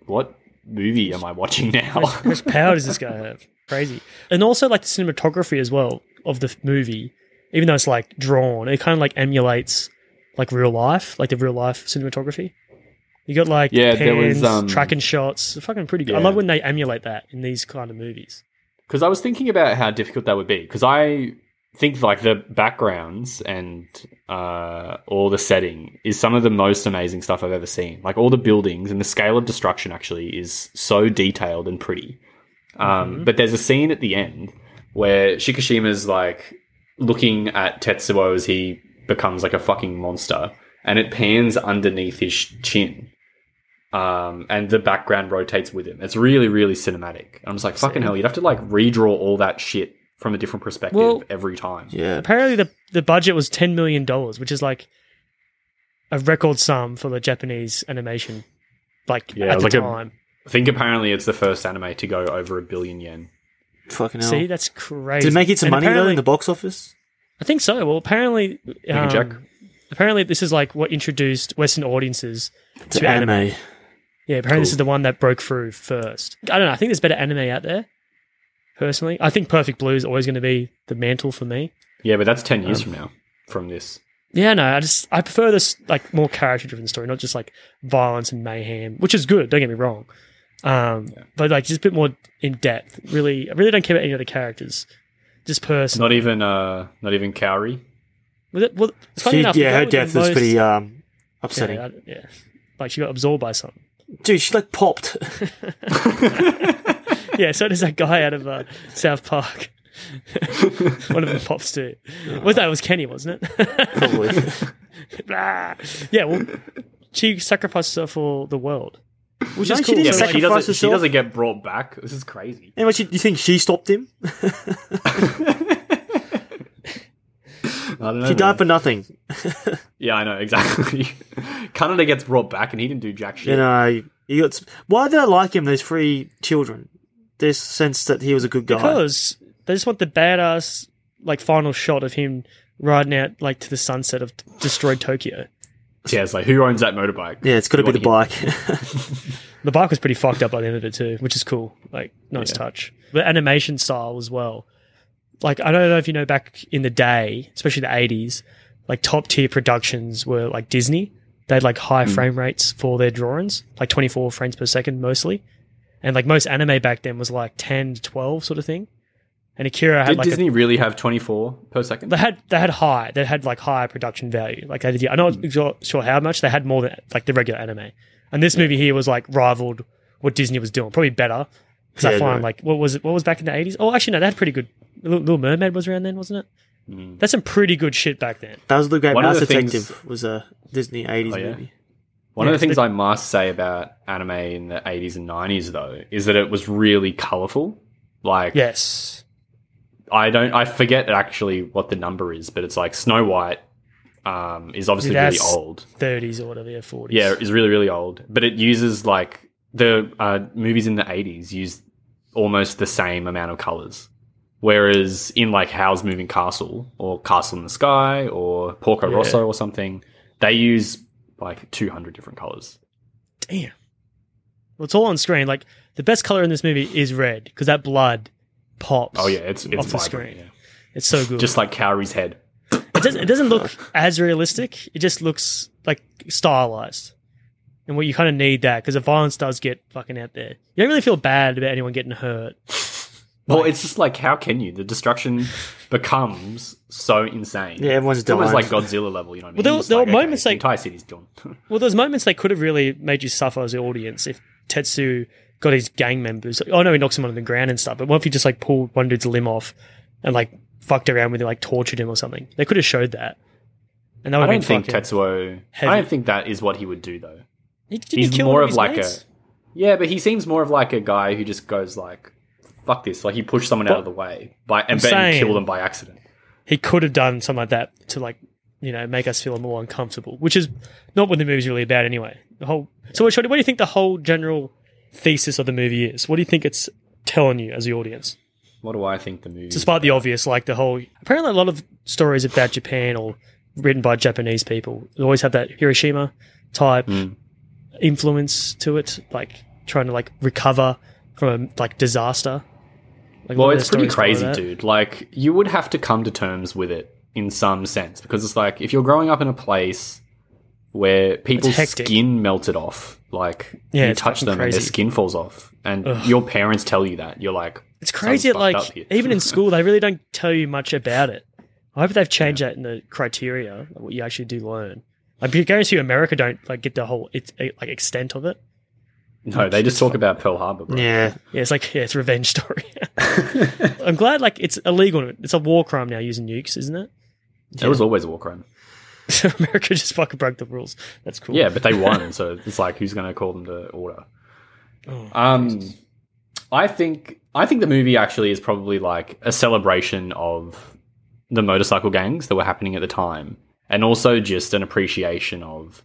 Speaker 6: what movie am I watching
Speaker 7: <laughs>
Speaker 6: now? <laughs>
Speaker 5: How much power does this guy have? Crazy. And also like the cinematography as well of the f- movie, even though it's like drawn, it kind of like emulates like real life, like the real life cinematography. You got like
Speaker 6: Yeah,
Speaker 5: yeah,
Speaker 6: there was,
Speaker 5: pans,
Speaker 6: um,
Speaker 5: tracking shots. They're fucking pretty good. I
Speaker 6: Yeah.
Speaker 5: love when they emulate that in these kind of movies.
Speaker 6: Because I was thinking about how difficult that would be. Because I think like the backgrounds and uh, all the setting is some of the most amazing stuff I've ever seen. Like all the buildings and the scale of destruction actually is so detailed and pretty. Um, But there's a scene at the end where Shikishima's like looking at Tetsuo as he becomes like a fucking monster, and it pans underneath his chin. Um, and the background rotates with him. It's really, really cinematic. I'm just like, fucking hell, you'd have to like redraw all that shit from a different perspective
Speaker 5: Well-
Speaker 6: every time.
Speaker 7: Yeah.
Speaker 5: Apparently the the budget was ten million dollars, which is like a record sum for the Japanese animation. Like
Speaker 6: Yeah,
Speaker 5: at the
Speaker 6: like a-
Speaker 5: time.
Speaker 6: I think apparently it's the first anime to go over a billion yen.
Speaker 7: Fucking hell.
Speaker 5: See, that's crazy.
Speaker 7: Did it make it some
Speaker 5: And
Speaker 7: money though
Speaker 5: apparently-
Speaker 7: in the box office?
Speaker 5: I think so. Well, apparently,
Speaker 6: can
Speaker 5: um,
Speaker 6: check.
Speaker 5: apparently this is like what introduced Western audiences to,
Speaker 7: To
Speaker 5: anime.
Speaker 7: anime.
Speaker 5: Yeah, apparently this is the one that broke through first. I don't know. I think there's better anime out there. Personally, I think Perfect Blue is always going to be the mantle for me.
Speaker 6: Um, Yeah, but that's 10 years from now from this.
Speaker 5: Yeah, no, I just I prefer this like more character driven story, not just like violence and mayhem, which is good. Don't get me wrong, um, but like just a bit more in depth. Really, I really don't care about any other characters. Just person.
Speaker 6: Not even uh, not even Cowrie.
Speaker 5: Was it, well, funny
Speaker 7: She-
Speaker 5: enough,
Speaker 7: yeah,
Speaker 5: that
Speaker 7: her
Speaker 5: was the
Speaker 7: death was
Speaker 5: most-
Speaker 7: pretty um,
Speaker 5: Yeah,
Speaker 7: upsetting.
Speaker 5: I- yeah, like she got absorbed by something.
Speaker 7: Dude, she like popped.
Speaker 5: Yeah, so does that guy out of uh, South Park. <laughs> One of them pops too. Was that it was Kenny, wasn't it? <laughs>
Speaker 7: <laughs> Probably.
Speaker 5: Blah. yeah, well, she sacrificed herself for the world, which
Speaker 7: No,
Speaker 5: is
Speaker 7: she
Speaker 5: cool.
Speaker 7: didn't
Speaker 5: So, like,
Speaker 6: Yeah, but she
Speaker 7: sacrifice
Speaker 6: doesn't. She
Speaker 7: herself.
Speaker 6: doesn't get brought back. This is crazy.
Speaker 7: anyway, she, you think she stopped him? <laughs>
Speaker 6: I don't know.
Speaker 7: She
Speaker 6: man.
Speaker 7: died for nothing.
Speaker 6: Yeah, I know <laughs> exactly. Canada gets brought back, and he didn't do jack shit.
Speaker 7: You know, you got. Why did I like him? Those three children. This sense that he was a good guy.
Speaker 5: because they just want the badass like final shot of him riding out like to the sunset of destroyed Tokyo.
Speaker 6: yeah, it's like who owns that motorbike?
Speaker 7: yeah, it's got to
Speaker 6: You
Speaker 7: be the
Speaker 6: wanna
Speaker 7: bike. <laughs>
Speaker 5: The bike was pretty fucked up by the end of it too, which is cool. Like nice touch. The animation style as well. Like I don't know if you know back in the day, especially the eighties, like top tier productions were like Disney. They had like high
Speaker 6: Mm.
Speaker 5: frame rates for their drawings, like twenty four frames per second mostly. And like most anime back then was like ten to twelve sort of thing. And Akira had
Speaker 6: Did
Speaker 5: like a
Speaker 6: Disney really have twenty four per second?
Speaker 5: they had they had high they had like higher production value. Like they did, I'm
Speaker 6: Hmm.
Speaker 5: not sure, sure how much they had more than like the regular anime. And this movie here was like rivaled what Disney was doing, probably better. Because I
Speaker 7: Yeah,
Speaker 5: find
Speaker 7: right.
Speaker 5: like what was it? What was back in the eighties? Oh, actually no, they had pretty good. Little, Little Mermaid was around then, wasn't it?
Speaker 6: Hmm.
Speaker 5: That's some pretty good shit back then.
Speaker 7: that was the great
Speaker 6: One of
Speaker 7: Mouse
Speaker 6: the things-
Speaker 7: Detective. Was a Disney eighties
Speaker 6: Oh, yeah.
Speaker 7: movie.
Speaker 6: One of
Speaker 5: Yeah,
Speaker 6: the things
Speaker 5: they-
Speaker 6: I must say about anime in the eighties and nineties, though, is that it was really colorful. Like,
Speaker 5: Yes,
Speaker 6: I don't, I forget actually what the number is, but it's like Snow White um, is obviously really
Speaker 5: That's-
Speaker 6: old.
Speaker 5: thirties or whatever, yeah, forties.
Speaker 6: Yeah, is really really old, but it uses like the uh, movies in the eighties used almost the same amount of colors. Whereas in like Howl's Moving Castle or Castle in the Sky or Porco
Speaker 5: Yeah.
Speaker 6: Rosso or something, they use like two hundred different colors.
Speaker 5: damn. Well, it's all on screen. Like the best color in this movie is red because that blood pops.
Speaker 6: Oh yeah, it's it's
Speaker 5: off the
Speaker 6: vibrant,
Speaker 5: screen.
Speaker 6: yeah.
Speaker 5: It's so good.
Speaker 6: Just like Cowrie's head.
Speaker 5: it doesn't it doesn't look as realistic. It just looks like stylized, and what you kind of need that because the violence does get fucking out there. You don't really feel bad about anyone getting hurt.
Speaker 6: Well, it's just like how can you?
Speaker 5: <laughs>
Speaker 6: The destruction becomes so insane.
Speaker 7: Yeah, everyone's
Speaker 6: it's almost like
Speaker 7: dying.
Speaker 6: Godzilla level. You know what I mean?
Speaker 5: Well, there-
Speaker 6: It's
Speaker 5: there
Speaker 6: like,
Speaker 5: were
Speaker 6: okay,
Speaker 5: moments
Speaker 6: the
Speaker 5: like-
Speaker 6: entire city's done.
Speaker 5: Well, there's moments they could have really made you suffer as the audience if Tetsu got his gang members. I know he knocks him on the ground and stuff, but what if he just like pulled one dude's limb off and like fucked around with him, like tortured him or something? They could have showed that, and that would
Speaker 6: I
Speaker 5: have been
Speaker 6: don't think
Speaker 5: fucking-
Speaker 6: Tetsuo. I
Speaker 5: heavy.
Speaker 6: don't think that is what he would do though.
Speaker 5: He- didn't he
Speaker 6: he's
Speaker 5: kill
Speaker 6: more
Speaker 5: one
Speaker 6: of
Speaker 5: his
Speaker 6: like a-
Speaker 5: mates?
Speaker 6: Yeah, but he seems more of like a guy who just goes like, "Fuck this!" Like he pushed someone out of the way by and then
Speaker 5: saying-
Speaker 6: killed them by accident.
Speaker 5: he could have done something like that to like you know make us feel more uncomfortable, which is not what the movie's really about anyway. The whole so what, Shorty, what do you think the whole general thesis of the movie is? What do you think it's telling you as the audience?
Speaker 6: What do I think the movie?
Speaker 5: Despite the obvious, like the whole apparently a lot of stories about Japan or written by Japanese people always have that Hiroshima type
Speaker 6: Hmm.
Speaker 5: influence to it, like trying to like recover from like disaster. Like, a
Speaker 6: well,
Speaker 5: lot of
Speaker 6: it's
Speaker 5: their
Speaker 6: pretty
Speaker 5: stories follow
Speaker 6: crazy,
Speaker 5: that.
Speaker 6: dude. Like you would have to come to terms with it in some sense because it's like if you're growing up in a place where people's
Speaker 5: hectic.
Speaker 6: skin melted off, like
Speaker 5: Yeah,
Speaker 6: you
Speaker 5: it's
Speaker 6: touch
Speaker 5: fucking
Speaker 6: them and their
Speaker 5: crazy.
Speaker 6: skin falls off, and your parents tell you that, you're like,
Speaker 5: It's crazy.
Speaker 6: Sounds
Speaker 5: That,
Speaker 6: fucked up
Speaker 5: like
Speaker 6: here.
Speaker 5: even in school, they really
Speaker 6: <laughs>
Speaker 5: don't tell you much about it. I hope they've changed that in the criteria, like, what you actually do learn. Like, I guarantee you, America don't like get the whole it's, eh, like extent of it.
Speaker 6: no, they just
Speaker 5: <laughs>
Speaker 6: talk about Pearl Harbor, bro.
Speaker 7: Yeah,
Speaker 5: Yeah, it's like yeah, it's a revenge
Speaker 6: <laughs>
Speaker 5: story. I'm glad like it's illegal. It's a war crime now using nukes, isn't it? <laughs>
Speaker 6: It was always a war crime.
Speaker 5: So America just fucking broke the rules. That's cool.
Speaker 6: Yeah, but
Speaker 5: <laughs>
Speaker 6: they won, so it's like who's going to call them to order?
Speaker 5: Oh,
Speaker 6: um, I think I think the movie actually is probably like a celebration of the motorcycle gangs that were happening at the time, and also just an appreciation of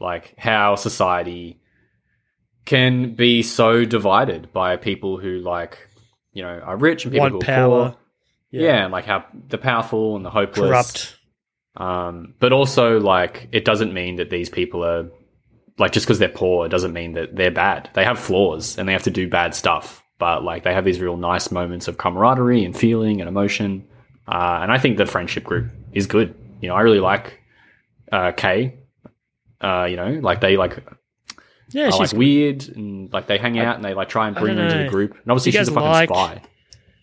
Speaker 6: like how society can be so divided by people who like you know are rich and people
Speaker 5: Want
Speaker 6: who are
Speaker 5: power.
Speaker 6: poor. Yeah. and like how the powerful and the hopeless
Speaker 5: corrupt.
Speaker 6: um, but also, like, it doesn't mean that these people are, like, just because they're poor, it doesn't mean that they're bad. They have flaws and they have to do bad stuff. But, like, they have these real nice moments of camaraderie and feeling and emotion. Uh, and I think the friendship group is good. You know, I really like uh, Kay. Uh, you know, like they like
Speaker 5: Yeah,
Speaker 6: are
Speaker 5: she's
Speaker 6: like
Speaker 5: weird.
Speaker 6: weird and like they hang out and they like try and bring her
Speaker 5: don't
Speaker 6: into
Speaker 5: know.
Speaker 6: the group. And obviously
Speaker 5: You
Speaker 6: she's a
Speaker 5: guys
Speaker 6: fucking
Speaker 5: like-
Speaker 6: spy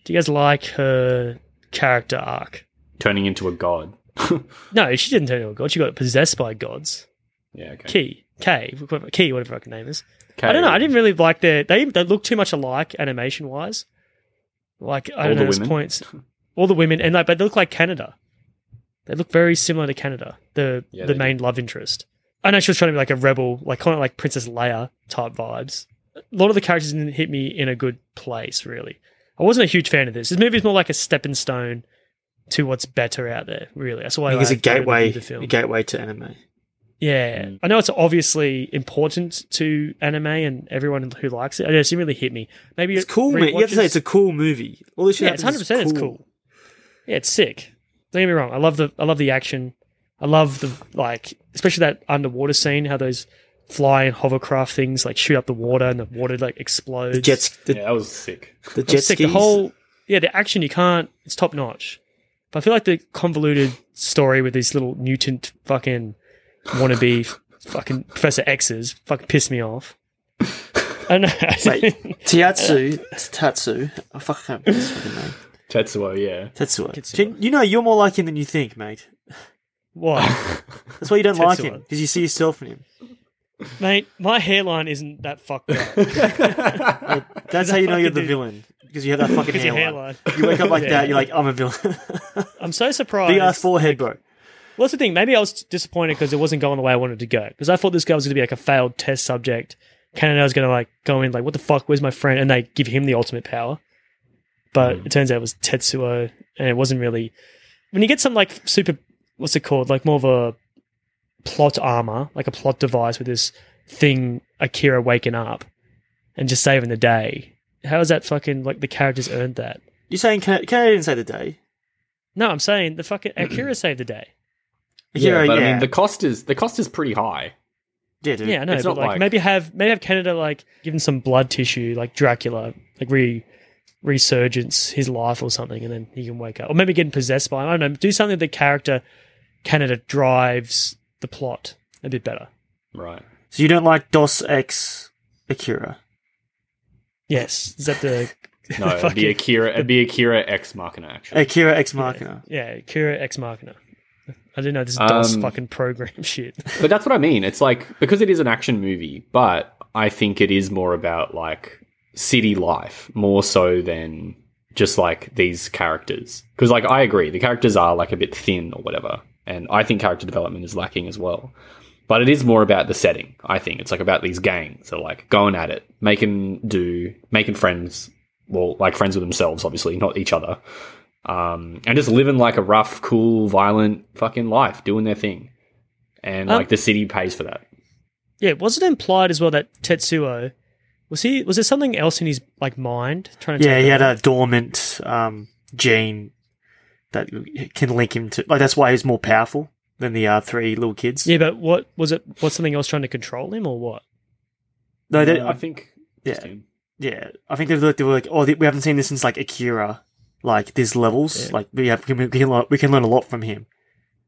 Speaker 5: Do you guys like her character arc?
Speaker 6: turning into a god. <laughs>
Speaker 5: No, she didn't turn into a god. She got possessed by gods.
Speaker 6: yeah, okay.
Speaker 5: Key, K, whatever- Key, whatever her name is.
Speaker 6: Kay.
Speaker 5: I don't know. I didn't really like their. They they look too much alike animation wise. Like I
Speaker 6: All
Speaker 5: don't
Speaker 6: the
Speaker 5: know. There's
Speaker 6: women?
Speaker 5: points. All the women and like, but they look like Canada. They look very similar to Canada. The
Speaker 6: Yeah,
Speaker 5: the
Speaker 6: they
Speaker 5: main love interest. I know she was trying to be like a rebel, like kind of like Princess Leia type vibes. A lot of the characters didn't hit me in a good place. Really, I wasn't a huge fan of this. This movie is more like a stepping stone to what's better out there. Really, that's why
Speaker 7: I think it's a
Speaker 5: like, I
Speaker 7: gateway,
Speaker 5: reviewed the film.
Speaker 7: a gateway to anime.
Speaker 5: Yeah,
Speaker 7: Mm.
Speaker 5: I know it's obviously important to anime and everyone who likes it. I just it really hit me. Maybe
Speaker 7: It's
Speaker 5: it
Speaker 7: cool, man. You have to say
Speaker 5: rewatches-
Speaker 7: it's a cool movie. All this shit
Speaker 5: yeah, it's hundred
Speaker 7: happens
Speaker 5: percent.
Speaker 7: is
Speaker 5: It's cool. Yeah, it's sick. Don't get me wrong. I love the I love the action. I love the like, especially that underwater scene. How those flying hovercraft things like shoot up the water and the water like explodes.
Speaker 7: The jets, the,
Speaker 6: Yeah, that was sick.
Speaker 7: the
Speaker 5: It was
Speaker 7: jet
Speaker 5: sick. The
Speaker 7: skis.
Speaker 5: whole yeah, the action you can't. It's top notch. But I feel like the convoluted story with these little mutant fucking
Speaker 7: <laughs>
Speaker 5: wannabe fucking Professor X's fucking pissed me off. I know.
Speaker 7: <laughs>
Speaker 5: <laughs>
Speaker 7: Wait, Tiatsu, Tatsu. I fucking can't remember his fucking name.
Speaker 6: Tetsuo, yeah.
Speaker 7: Tatsu. Jin, You know, you're more like him than you think, mate. <laughs>
Speaker 5: what,
Speaker 7: That's why you don't like
Speaker 5: Tetsuo.
Speaker 7: him because you see yourself in him.
Speaker 5: mate? My hairline isn't that fucked
Speaker 7: <laughs>
Speaker 5: up.
Speaker 7: That's how you know you're
Speaker 5: fucking <laughs>
Speaker 7: the
Speaker 5: do-
Speaker 7: villain because
Speaker 5: <laughs>
Speaker 7: you have that fucking
Speaker 5: Because your
Speaker 7: hairline.
Speaker 5: hairline.
Speaker 7: You wake up
Speaker 5: <laughs>
Speaker 7: like
Speaker 5: Yeah.
Speaker 7: that, you're like, I'm a villain. <laughs>
Speaker 5: I'm so surprised.
Speaker 7: Big ass forehead, bro.
Speaker 5: Well, that's the thing. Maybe I was disappointed because it wasn't going the way I wanted it to go. Because I thought this guy was going to be like a failed test subject. Canada was going to like go in like, what the fuck? Where's my friend? And they give him the ultimate power. But it turns out it was Tetsuo, and it wasn't really. When you get some like super, what's it called? Like more of a plot armor, like a plot device with this thing Akira waking up and just saving the day. How is that fucking like the characters earned that?
Speaker 7: You're saying Can- Canadian say the day?
Speaker 5: No, I'm saying the fucking Akira saved the day.
Speaker 7: Yeah, yeah,
Speaker 6: but
Speaker 7: yeah.
Speaker 6: I mean the cost is the cost is pretty high.
Speaker 7: dude.
Speaker 5: Yeah, I know,
Speaker 6: It's
Speaker 5: but
Speaker 6: not
Speaker 5: like,
Speaker 6: like-
Speaker 5: maybe have maybe have Canada like given some blood tissue, like Dracula, like re resurgence his life or something, and then he can wake up, or maybe getting possessed by him. I don't know. Do something that character Canada drives the plot a bit better.
Speaker 7: <laughs>
Speaker 6: Right.
Speaker 7: So you don't like Dos X Akira?
Speaker 5: Yes, is that the <laughs>
Speaker 6: No, it'd
Speaker 5: Fucking-
Speaker 6: be Akira it'd be Akira X Machina actually.
Speaker 7: Akira X Machina.
Speaker 5: yeah Cura Ex Machina? I didn't know this DOS
Speaker 6: Um,
Speaker 5: fucking program <laughs> shit.
Speaker 6: But that's what I mean. It's like because it is an action movie, but I think it is more about like city life more so than just like these characters. Because like I agree, the characters are like a bit thin or whatever, and I think character development is lacking as well. But it is more about the setting. I think it's like about these gangs that are like going at it, making do, making friends. Well, like friends with themselves, obviously, not each other. Um, and just living like a rough, cool, violent fucking life, doing their thing and
Speaker 5: Um,
Speaker 6: like the city pays for that.
Speaker 5: Yeah, was it implied as well that Tetsuo was he? Was there something else in his like mind trying to?
Speaker 7: Yeah,
Speaker 5: take
Speaker 7: he had
Speaker 5: over?
Speaker 7: a dormant um, gene that can link him to. Like that's why he's more powerful than the uh, three little kids.
Speaker 5: Yeah, but what was it? Was something else trying to control him or what?
Speaker 7: No, they,
Speaker 6: Uh,
Speaker 7: I,
Speaker 6: I think.
Speaker 7: yeah.
Speaker 6: just him.
Speaker 7: yeah. I think they were, they were like, oh, we haven't seen this since like Akira. Like there's levels. Like we have, we can, learn, we can learn a lot from him.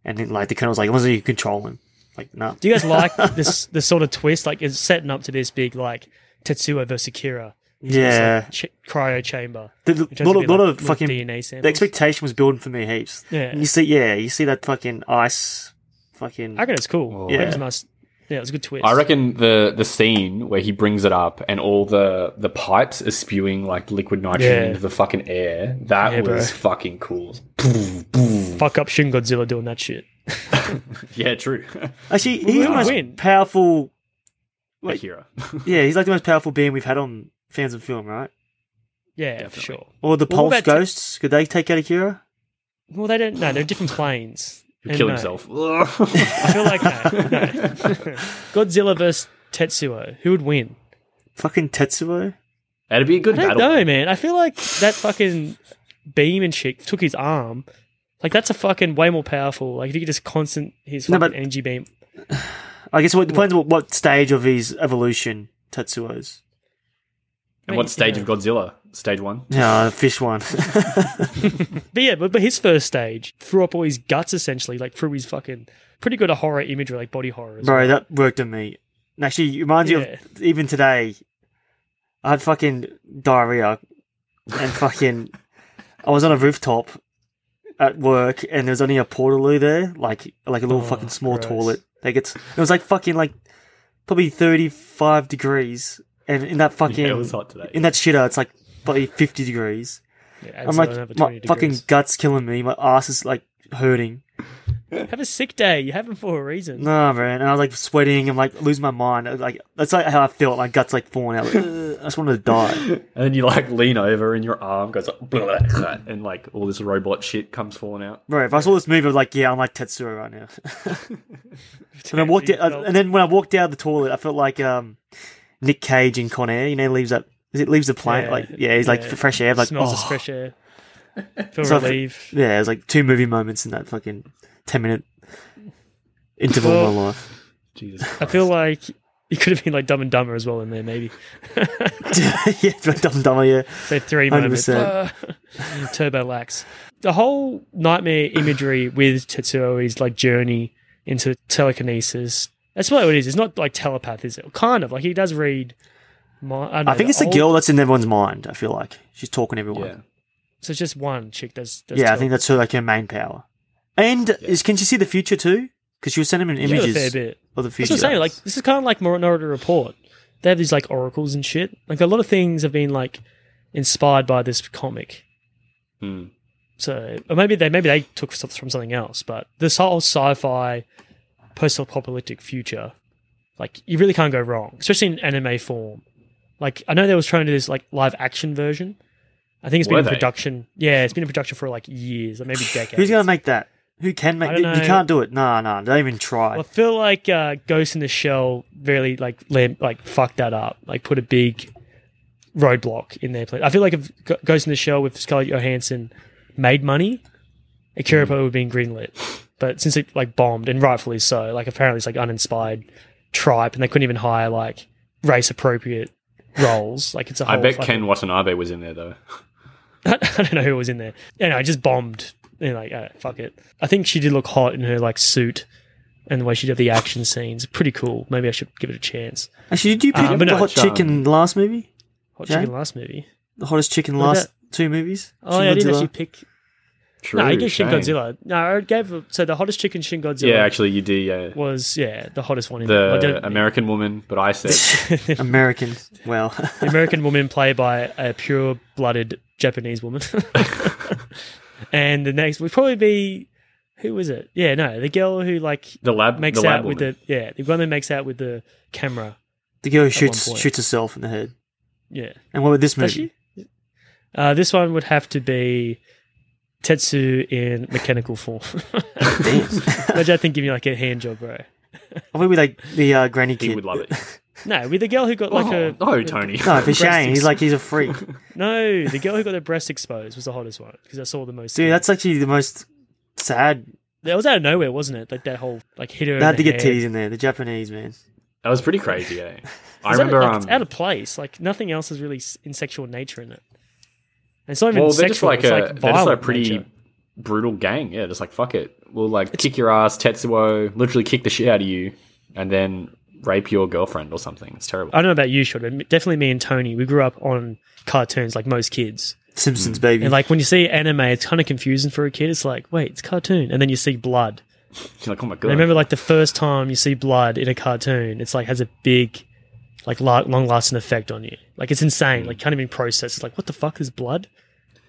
Speaker 7: And then, like the colonel's like, as long as you control him, like no.
Speaker 5: Do you guys like <laughs> this this sort of twist? Like it's setting up to this big like Tetsuo versus Akira. It's
Speaker 7: yeah,
Speaker 5: like ch- cryo chamber.
Speaker 7: The- the-
Speaker 5: It turns
Speaker 7: lot
Speaker 5: to
Speaker 7: of,
Speaker 5: be
Speaker 7: lot
Speaker 5: like
Speaker 7: of
Speaker 5: little
Speaker 7: fucking
Speaker 5: DNA samples.
Speaker 7: The expectation was building for me heaps.
Speaker 5: Yeah.
Speaker 7: And you see, yeah, you see that fucking ice, fucking.
Speaker 5: I reckon it's cool.
Speaker 7: Yeah.
Speaker 5: Yeah, it's nice. Yeah, it was a good twist.
Speaker 6: I reckon the the scene where he brings it up and all the the pipes are spewing like liquid nitrogen
Speaker 5: Yeah.
Speaker 6: into the fucking air. That
Speaker 5: Yeah, bro.
Speaker 6: was fucking cool.
Speaker 5: fuck up Shin Godzilla doing that shit. <laughs>
Speaker 6: Yeah, true.
Speaker 7: Actually, he's the
Speaker 5: would
Speaker 7: most
Speaker 5: win.
Speaker 7: powerful. Wait.
Speaker 6: <laughs> Akira.
Speaker 7: Yeah, he's like the most powerful being we've had on fans and film, right?
Speaker 5: Yeah, for sure.
Speaker 7: Or the
Speaker 5: Well, what
Speaker 7: Pulse
Speaker 5: about-
Speaker 7: Ghosts? Could they take out Akira?
Speaker 5: Well, they don't. No, they're different planes. And
Speaker 6: <laughs> Kill
Speaker 5: no,
Speaker 6: himself. <laughs>
Speaker 5: I feel like no, no. <laughs> Godzilla versus Tetsuo. Who would win?
Speaker 7: Fucking Tetsuo.
Speaker 6: That'd be a good
Speaker 5: I don't
Speaker 6: battle.
Speaker 5: know, man. I feel like that fucking beam and shit took his arm. Like that's a fucking way more powerful. Like if you could just constant his
Speaker 7: No,
Speaker 5: fucking
Speaker 7: but-
Speaker 5: energy beam.
Speaker 7: I guess it depends what, what stage of his evolution Tetsuo's.
Speaker 6: And what stage of Godzilla? Stage one.
Speaker 7: No, the fish one. <laughs>
Speaker 5: But yeah, but, but his first stage threw up all his guts essentially, like through his fucking pretty good at horror imagery, like body horror. as well.
Speaker 7: Bro, that worked on me. And actually, it reminds you
Speaker 5: Yeah.
Speaker 7: of even today, I had fucking diarrhea and fucking. I was on a rooftop at work and there was only a portaloo there, like like a little
Speaker 5: Oh,
Speaker 7: fucking small
Speaker 5: gross.
Speaker 7: toilet. Like it's, it was like fucking like probably 35 degrees. And in that fucking.
Speaker 6: it was hot today.
Speaker 7: In that shitter, it's like probably 50 degrees.
Speaker 5: Yeah,
Speaker 7: I'm like, my fucking gut's killing me. My ass is like hurting.
Speaker 5: have a sick day. You have it for a reason.
Speaker 7: No, man. And I was like sweating and like losing my mind. I was, Like that's like how I felt. My guts like falling out. Like, "Ugh," I just wanted
Speaker 5: <laughs>
Speaker 7: to die.
Speaker 6: And then you like lean over and your arm goes like, blah, blah, blah, <laughs> and like all this robot shit comes falling out.
Speaker 7: Bro, if I saw this movie, I was like, yeah, I'm like Tetsuo
Speaker 5: <laughs>
Speaker 7: right now. and I walked
Speaker 5: You
Speaker 7: out,
Speaker 5: felt-
Speaker 7: and then when I walked out of the toilet, I felt like um, Nick Cage in Con Air. You know, he leaves that. Is it leaves the plane?
Speaker 5: Yeah,
Speaker 7: like yeah, he's like
Speaker 5: yeah.
Speaker 7: f- fresh air. Like
Speaker 5: smells
Speaker 7: oh.
Speaker 5: as fresh air. Feel
Speaker 7: So I f-
Speaker 5: relief.
Speaker 7: Yeah, it's like two movie moments in that fucking ten minute interval of my life.
Speaker 5: <laughs>
Speaker 6: Jesus.
Speaker 5: I feel like it could have been like Dumb and Dumber as well in there. Maybe
Speaker 7: <laughs> yeah, but dumb dumber. Yeah,
Speaker 5: say three moments.
Speaker 7: 100%.
Speaker 5: Oh. Uh, Turbo Lax. The whole nightmare imagery with Tetsuo's like journey into telekinesis. That's what it is. It's not like telepath, is it? Kind of like he does read. My, I, don't know,
Speaker 7: I think it's the
Speaker 5: old-
Speaker 7: girl that's in everyone's mind. I feel like she's talking to everyone.
Speaker 6: Yeah.
Speaker 5: So it's just one chick. Does, does
Speaker 7: yeah, I
Speaker 5: tele-
Speaker 7: think that's her like her main power. And is can she see the future too? Because she was sending him
Speaker 5: Yeah,
Speaker 7: images
Speaker 5: a fair bit.
Speaker 7: of the
Speaker 5: That's
Speaker 7: future.
Speaker 5: what I'm saying. Like this is kind of like Minority Report. They have these like oracles and shit. Like a lot of things have been like inspired by this comic.
Speaker 6: Hmm.
Speaker 5: So or maybe they maybe they took stuff from something else. But this whole sci-fi post-apocalyptic future, like you really can't go wrong, especially in anime form. Like I know they was trying to do this like live action version. I think it's been
Speaker 6: Were
Speaker 5: in
Speaker 6: they?
Speaker 5: production. Yeah, it's been in production for like years, or maybe decades.
Speaker 7: Who's gonna make that? Who can make?
Speaker 5: I
Speaker 7: You
Speaker 5: don't know.
Speaker 7: can't do it. No, no, don't even try.
Speaker 5: Well, I feel like uh, Ghost in the Shell really like lam- like fucked that up. Like put a big roadblock in their place. I feel like if G- Ghost in the Shell with Scarlett Johansson made money,
Speaker 6: Mm.
Speaker 5: Akira probably would have been greenlit. But since it like bombed and rightfully so, like apparently it's like uninspired tripe, and they couldn't even hire like race appropriate roles. Like it's a
Speaker 6: I
Speaker 5: whole
Speaker 6: bet
Speaker 5: fucking-
Speaker 6: Ken Watanabe was in there though.
Speaker 5: <laughs> I don't know who was in there. You know, it just bombed. You know, like, uh, fuck it. I think she did look hot in her like suit and the way she did the action scenes. Pretty cool. Maybe I should give it a chance.
Speaker 7: Actually, did you pick
Speaker 5: Uh,
Speaker 7: up
Speaker 5: but
Speaker 7: the
Speaker 5: no,
Speaker 7: hot chick in the last movie?
Speaker 5: Hot
Speaker 7: Yeah?
Speaker 5: chicken last movie.
Speaker 7: The hottest chick in the
Speaker 5: What
Speaker 7: last two movies?
Speaker 5: Oh,
Speaker 7: Shin
Speaker 5: yeah, I didn't
Speaker 7: Godzilla?
Speaker 5: actually pick.
Speaker 6: True.
Speaker 5: no, I gave Shin
Speaker 6: shame.
Speaker 5: Godzilla. No, I gave so the hottest chicken Shin Godzilla.
Speaker 6: Yeah, actually, you do. Yeah,
Speaker 5: was yeah the hottest one in I
Speaker 6: the
Speaker 5: don't-
Speaker 6: American woman, but I
Speaker 5: <laughs>
Speaker 6: said
Speaker 7: American. Well, <laughs>
Speaker 5: the American woman played by a pure-blooded Japanese
Speaker 6: <laughs>
Speaker 5: woman. <laughs> and the next would probably be who was it? Yeah, no, the girl who like
Speaker 6: the lab
Speaker 5: makes
Speaker 6: the lab
Speaker 5: out with
Speaker 6: woman.
Speaker 5: the yeah the one that makes out with the camera
Speaker 7: the girl who
Speaker 5: one
Speaker 7: shoots
Speaker 5: point.
Speaker 7: shoots herself in the head.
Speaker 5: yeah
Speaker 7: And what with this movie?
Speaker 5: does she uh, this one would have to be Tetsu in mechanical form <laughs>
Speaker 7: <laughs>
Speaker 5: imagine I think giving you like a hand job bro
Speaker 7: I think with like the uh, granny kid.
Speaker 6: He would love it.
Speaker 5: no with the girl who got like
Speaker 6: oh,
Speaker 5: a
Speaker 6: no, Tony.
Speaker 7: <laughs> No, for Shane,
Speaker 5: ex-
Speaker 7: he's like he's
Speaker 6: <laughs>
Speaker 7: a freak,
Speaker 5: no the girl who got her breast exposed was the hottest one because I saw the most
Speaker 7: dude. That's actually the most sad.
Speaker 5: that was out of nowhere wasn't it like that whole like hit her in
Speaker 7: They had
Speaker 5: the
Speaker 7: to get
Speaker 5: head.
Speaker 7: titties in there. The Japanese man.
Speaker 6: That was pretty
Speaker 5: <laughs>
Speaker 6: crazy. Yeah, I
Speaker 5: It's out of-
Speaker 6: remember.
Speaker 5: like,
Speaker 6: um,
Speaker 5: it's out of place like nothing else is really s- in sexual nature in it and it's not even
Speaker 6: well, they're just
Speaker 5: sexual
Speaker 6: like
Speaker 5: it's
Speaker 6: a
Speaker 5: like
Speaker 6: they're just
Speaker 5: violent
Speaker 6: like a pretty
Speaker 5: nature.
Speaker 6: brutal gang. Yeah, just like fuck it, we'll like kick your ass, Tetsuo, literally kick the shit out of you, and then rape your girlfriend or something. It's terrible.
Speaker 5: I don't know about you, Sean, but definitely me and Tony, we grew up on cartoons like most kids.
Speaker 7: Simpsons
Speaker 6: Mm.
Speaker 7: baby.
Speaker 5: And like when you see anime, it's kind of confusing for a kid. It's like, wait, it's cartoon. And then you see blood.
Speaker 6: You're like, oh my god.
Speaker 5: And I remember like the first time you see blood in a cartoon, it's like has a big, like long lasting effect on you. Like it's insane. Like you can't even process. It's like, what the fuck is blood?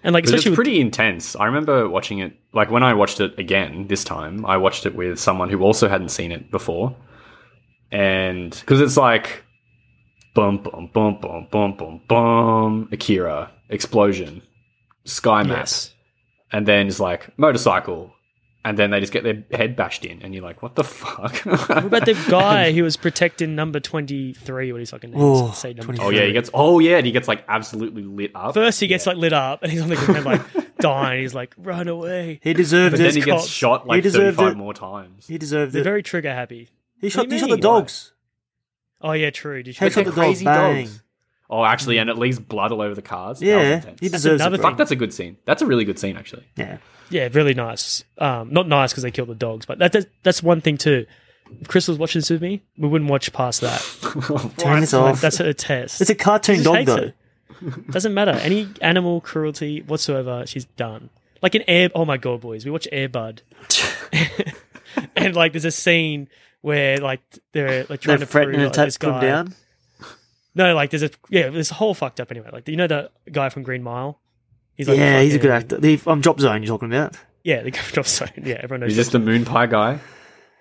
Speaker 5: And like,
Speaker 6: Because
Speaker 5: especially
Speaker 6: it's
Speaker 5: with,
Speaker 6: pretty intense. I remember watching it, like when I watched it again this time, I watched it with someone who also hadn't seen it before. And because it's like bum, bum, bum, bum, bum, bum, bum, Akira, explosion, sky map,
Speaker 5: yes.
Speaker 6: and then it's like motorcycle. And then they just get their head bashed in, and you're like, what the fuck?
Speaker 5: What about the guy who was protecting number 23? What he's fucking name
Speaker 7: Oh,
Speaker 5: is? Say number
Speaker 6: <laughs>
Speaker 7: 23.
Speaker 6: oh, yeah, he gets, oh, yeah, and he gets like absolutely lit up.
Speaker 5: First, he gets like lit up and he's on the ground, like dying. He's like, run away.
Speaker 7: he deserved
Speaker 6: but then
Speaker 7: it.
Speaker 6: he
Speaker 5: cops.
Speaker 6: gets shot like
Speaker 7: deserved
Speaker 6: 35
Speaker 7: it.
Speaker 6: more times.
Speaker 7: He deserved
Speaker 5: They're
Speaker 7: it.
Speaker 5: very trigger happy.
Speaker 7: He shot.
Speaker 5: do
Speaker 7: He
Speaker 5: you
Speaker 7: shot the
Speaker 5: mean?
Speaker 7: dogs.
Speaker 5: Oh yeah, true. Did you
Speaker 7: He shot the
Speaker 6: they're
Speaker 7: dogs.
Speaker 6: crazy
Speaker 7: Bang.
Speaker 6: dogs. Oh,
Speaker 5: Mm.
Speaker 6: actually, and it leaves blood all over the cars. That was
Speaker 7: Yeah,
Speaker 6: intense.
Speaker 7: he deserves
Speaker 5: another
Speaker 7: it.
Speaker 5: thing.
Speaker 7: Bro.
Speaker 6: Fuck, that's a good scene. That's a really good scene, actually.
Speaker 7: Yeah,
Speaker 5: Yeah, really nice. Um, not nice because they kill the dogs, but that, that that's one thing too. If Chris was watching this with me, we wouldn't watch past that.
Speaker 7: turn this off.
Speaker 5: That's her test.
Speaker 7: Oh. it's a cartoon
Speaker 5: She
Speaker 7: dog
Speaker 5: hates
Speaker 7: though.
Speaker 5: it. Doesn't matter. Any animal cruelty whatsoever, she's done. Like in Air. Oh my god, boys, we watch Air
Speaker 7: <laughs>
Speaker 5: Bud, and like there's a scene where like they're like
Speaker 7: They're
Speaker 5: trying to prove
Speaker 7: threatening to
Speaker 5: like,
Speaker 7: ta-
Speaker 5: this
Speaker 7: put him
Speaker 5: guy.
Speaker 7: down.
Speaker 5: No, like there's a yeah, there's a whole fucked up anyway. Like you know the guy from Green Mile. He's
Speaker 7: yeah, he's a good
Speaker 5: fucking-
Speaker 7: actor. The, um, Drop Zone, you're talking about?
Speaker 5: Yeah, the guy from Drop Zone. Yeah, everyone knows.
Speaker 6: Is this the moon pie guy?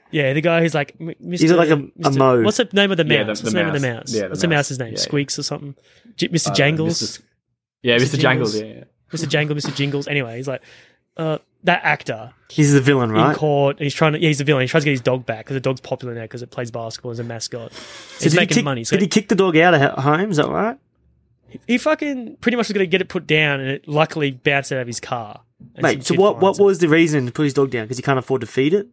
Speaker 5: Yeah, the guy who's like, M- Mr.
Speaker 7: He's like a- a
Speaker 5: Mr.
Speaker 7: mode.
Speaker 5: What's the name of the mouse?
Speaker 6: Yeah, the-
Speaker 5: What's
Speaker 6: the
Speaker 5: the, name of the
Speaker 6: mouse.
Speaker 5: mouse?
Speaker 6: Yeah, the
Speaker 5: What's the
Speaker 6: mouse.
Speaker 5: mouse's name?
Speaker 6: Yeah, yeah.
Speaker 5: Squeaks or something? J- Mr.
Speaker 6: Uh,
Speaker 5: Jangles.
Speaker 6: Mr. S- Yeah, Mr.
Speaker 5: Mr.
Speaker 6: Jangles.
Speaker 5: Jangles.
Speaker 6: Yeah, yeah.
Speaker 5: Mr. Jangle, Mr. Jingles. Anyway, he's like, uh, that actor
Speaker 7: He's the villain,
Speaker 5: in
Speaker 7: right?
Speaker 5: court, and he's trying to, yeah, he's a villain. He tries to get his dog back because the dog's popular now because it plays basketball as a mascot.
Speaker 7: So
Speaker 5: he's
Speaker 7: did he
Speaker 5: making
Speaker 7: kick-
Speaker 5: money. So
Speaker 7: Did he
Speaker 5: he,
Speaker 7: kick the dog out of ho- home? Is that right?
Speaker 5: fucking pretty much was going to get it put down, and it luckily bounced out of his car. And some
Speaker 7: Mate, so
Speaker 5: kid
Speaker 7: what, what
Speaker 5: finds it.
Speaker 7: was the reason to put his dog down? Because he can't afford to feed it?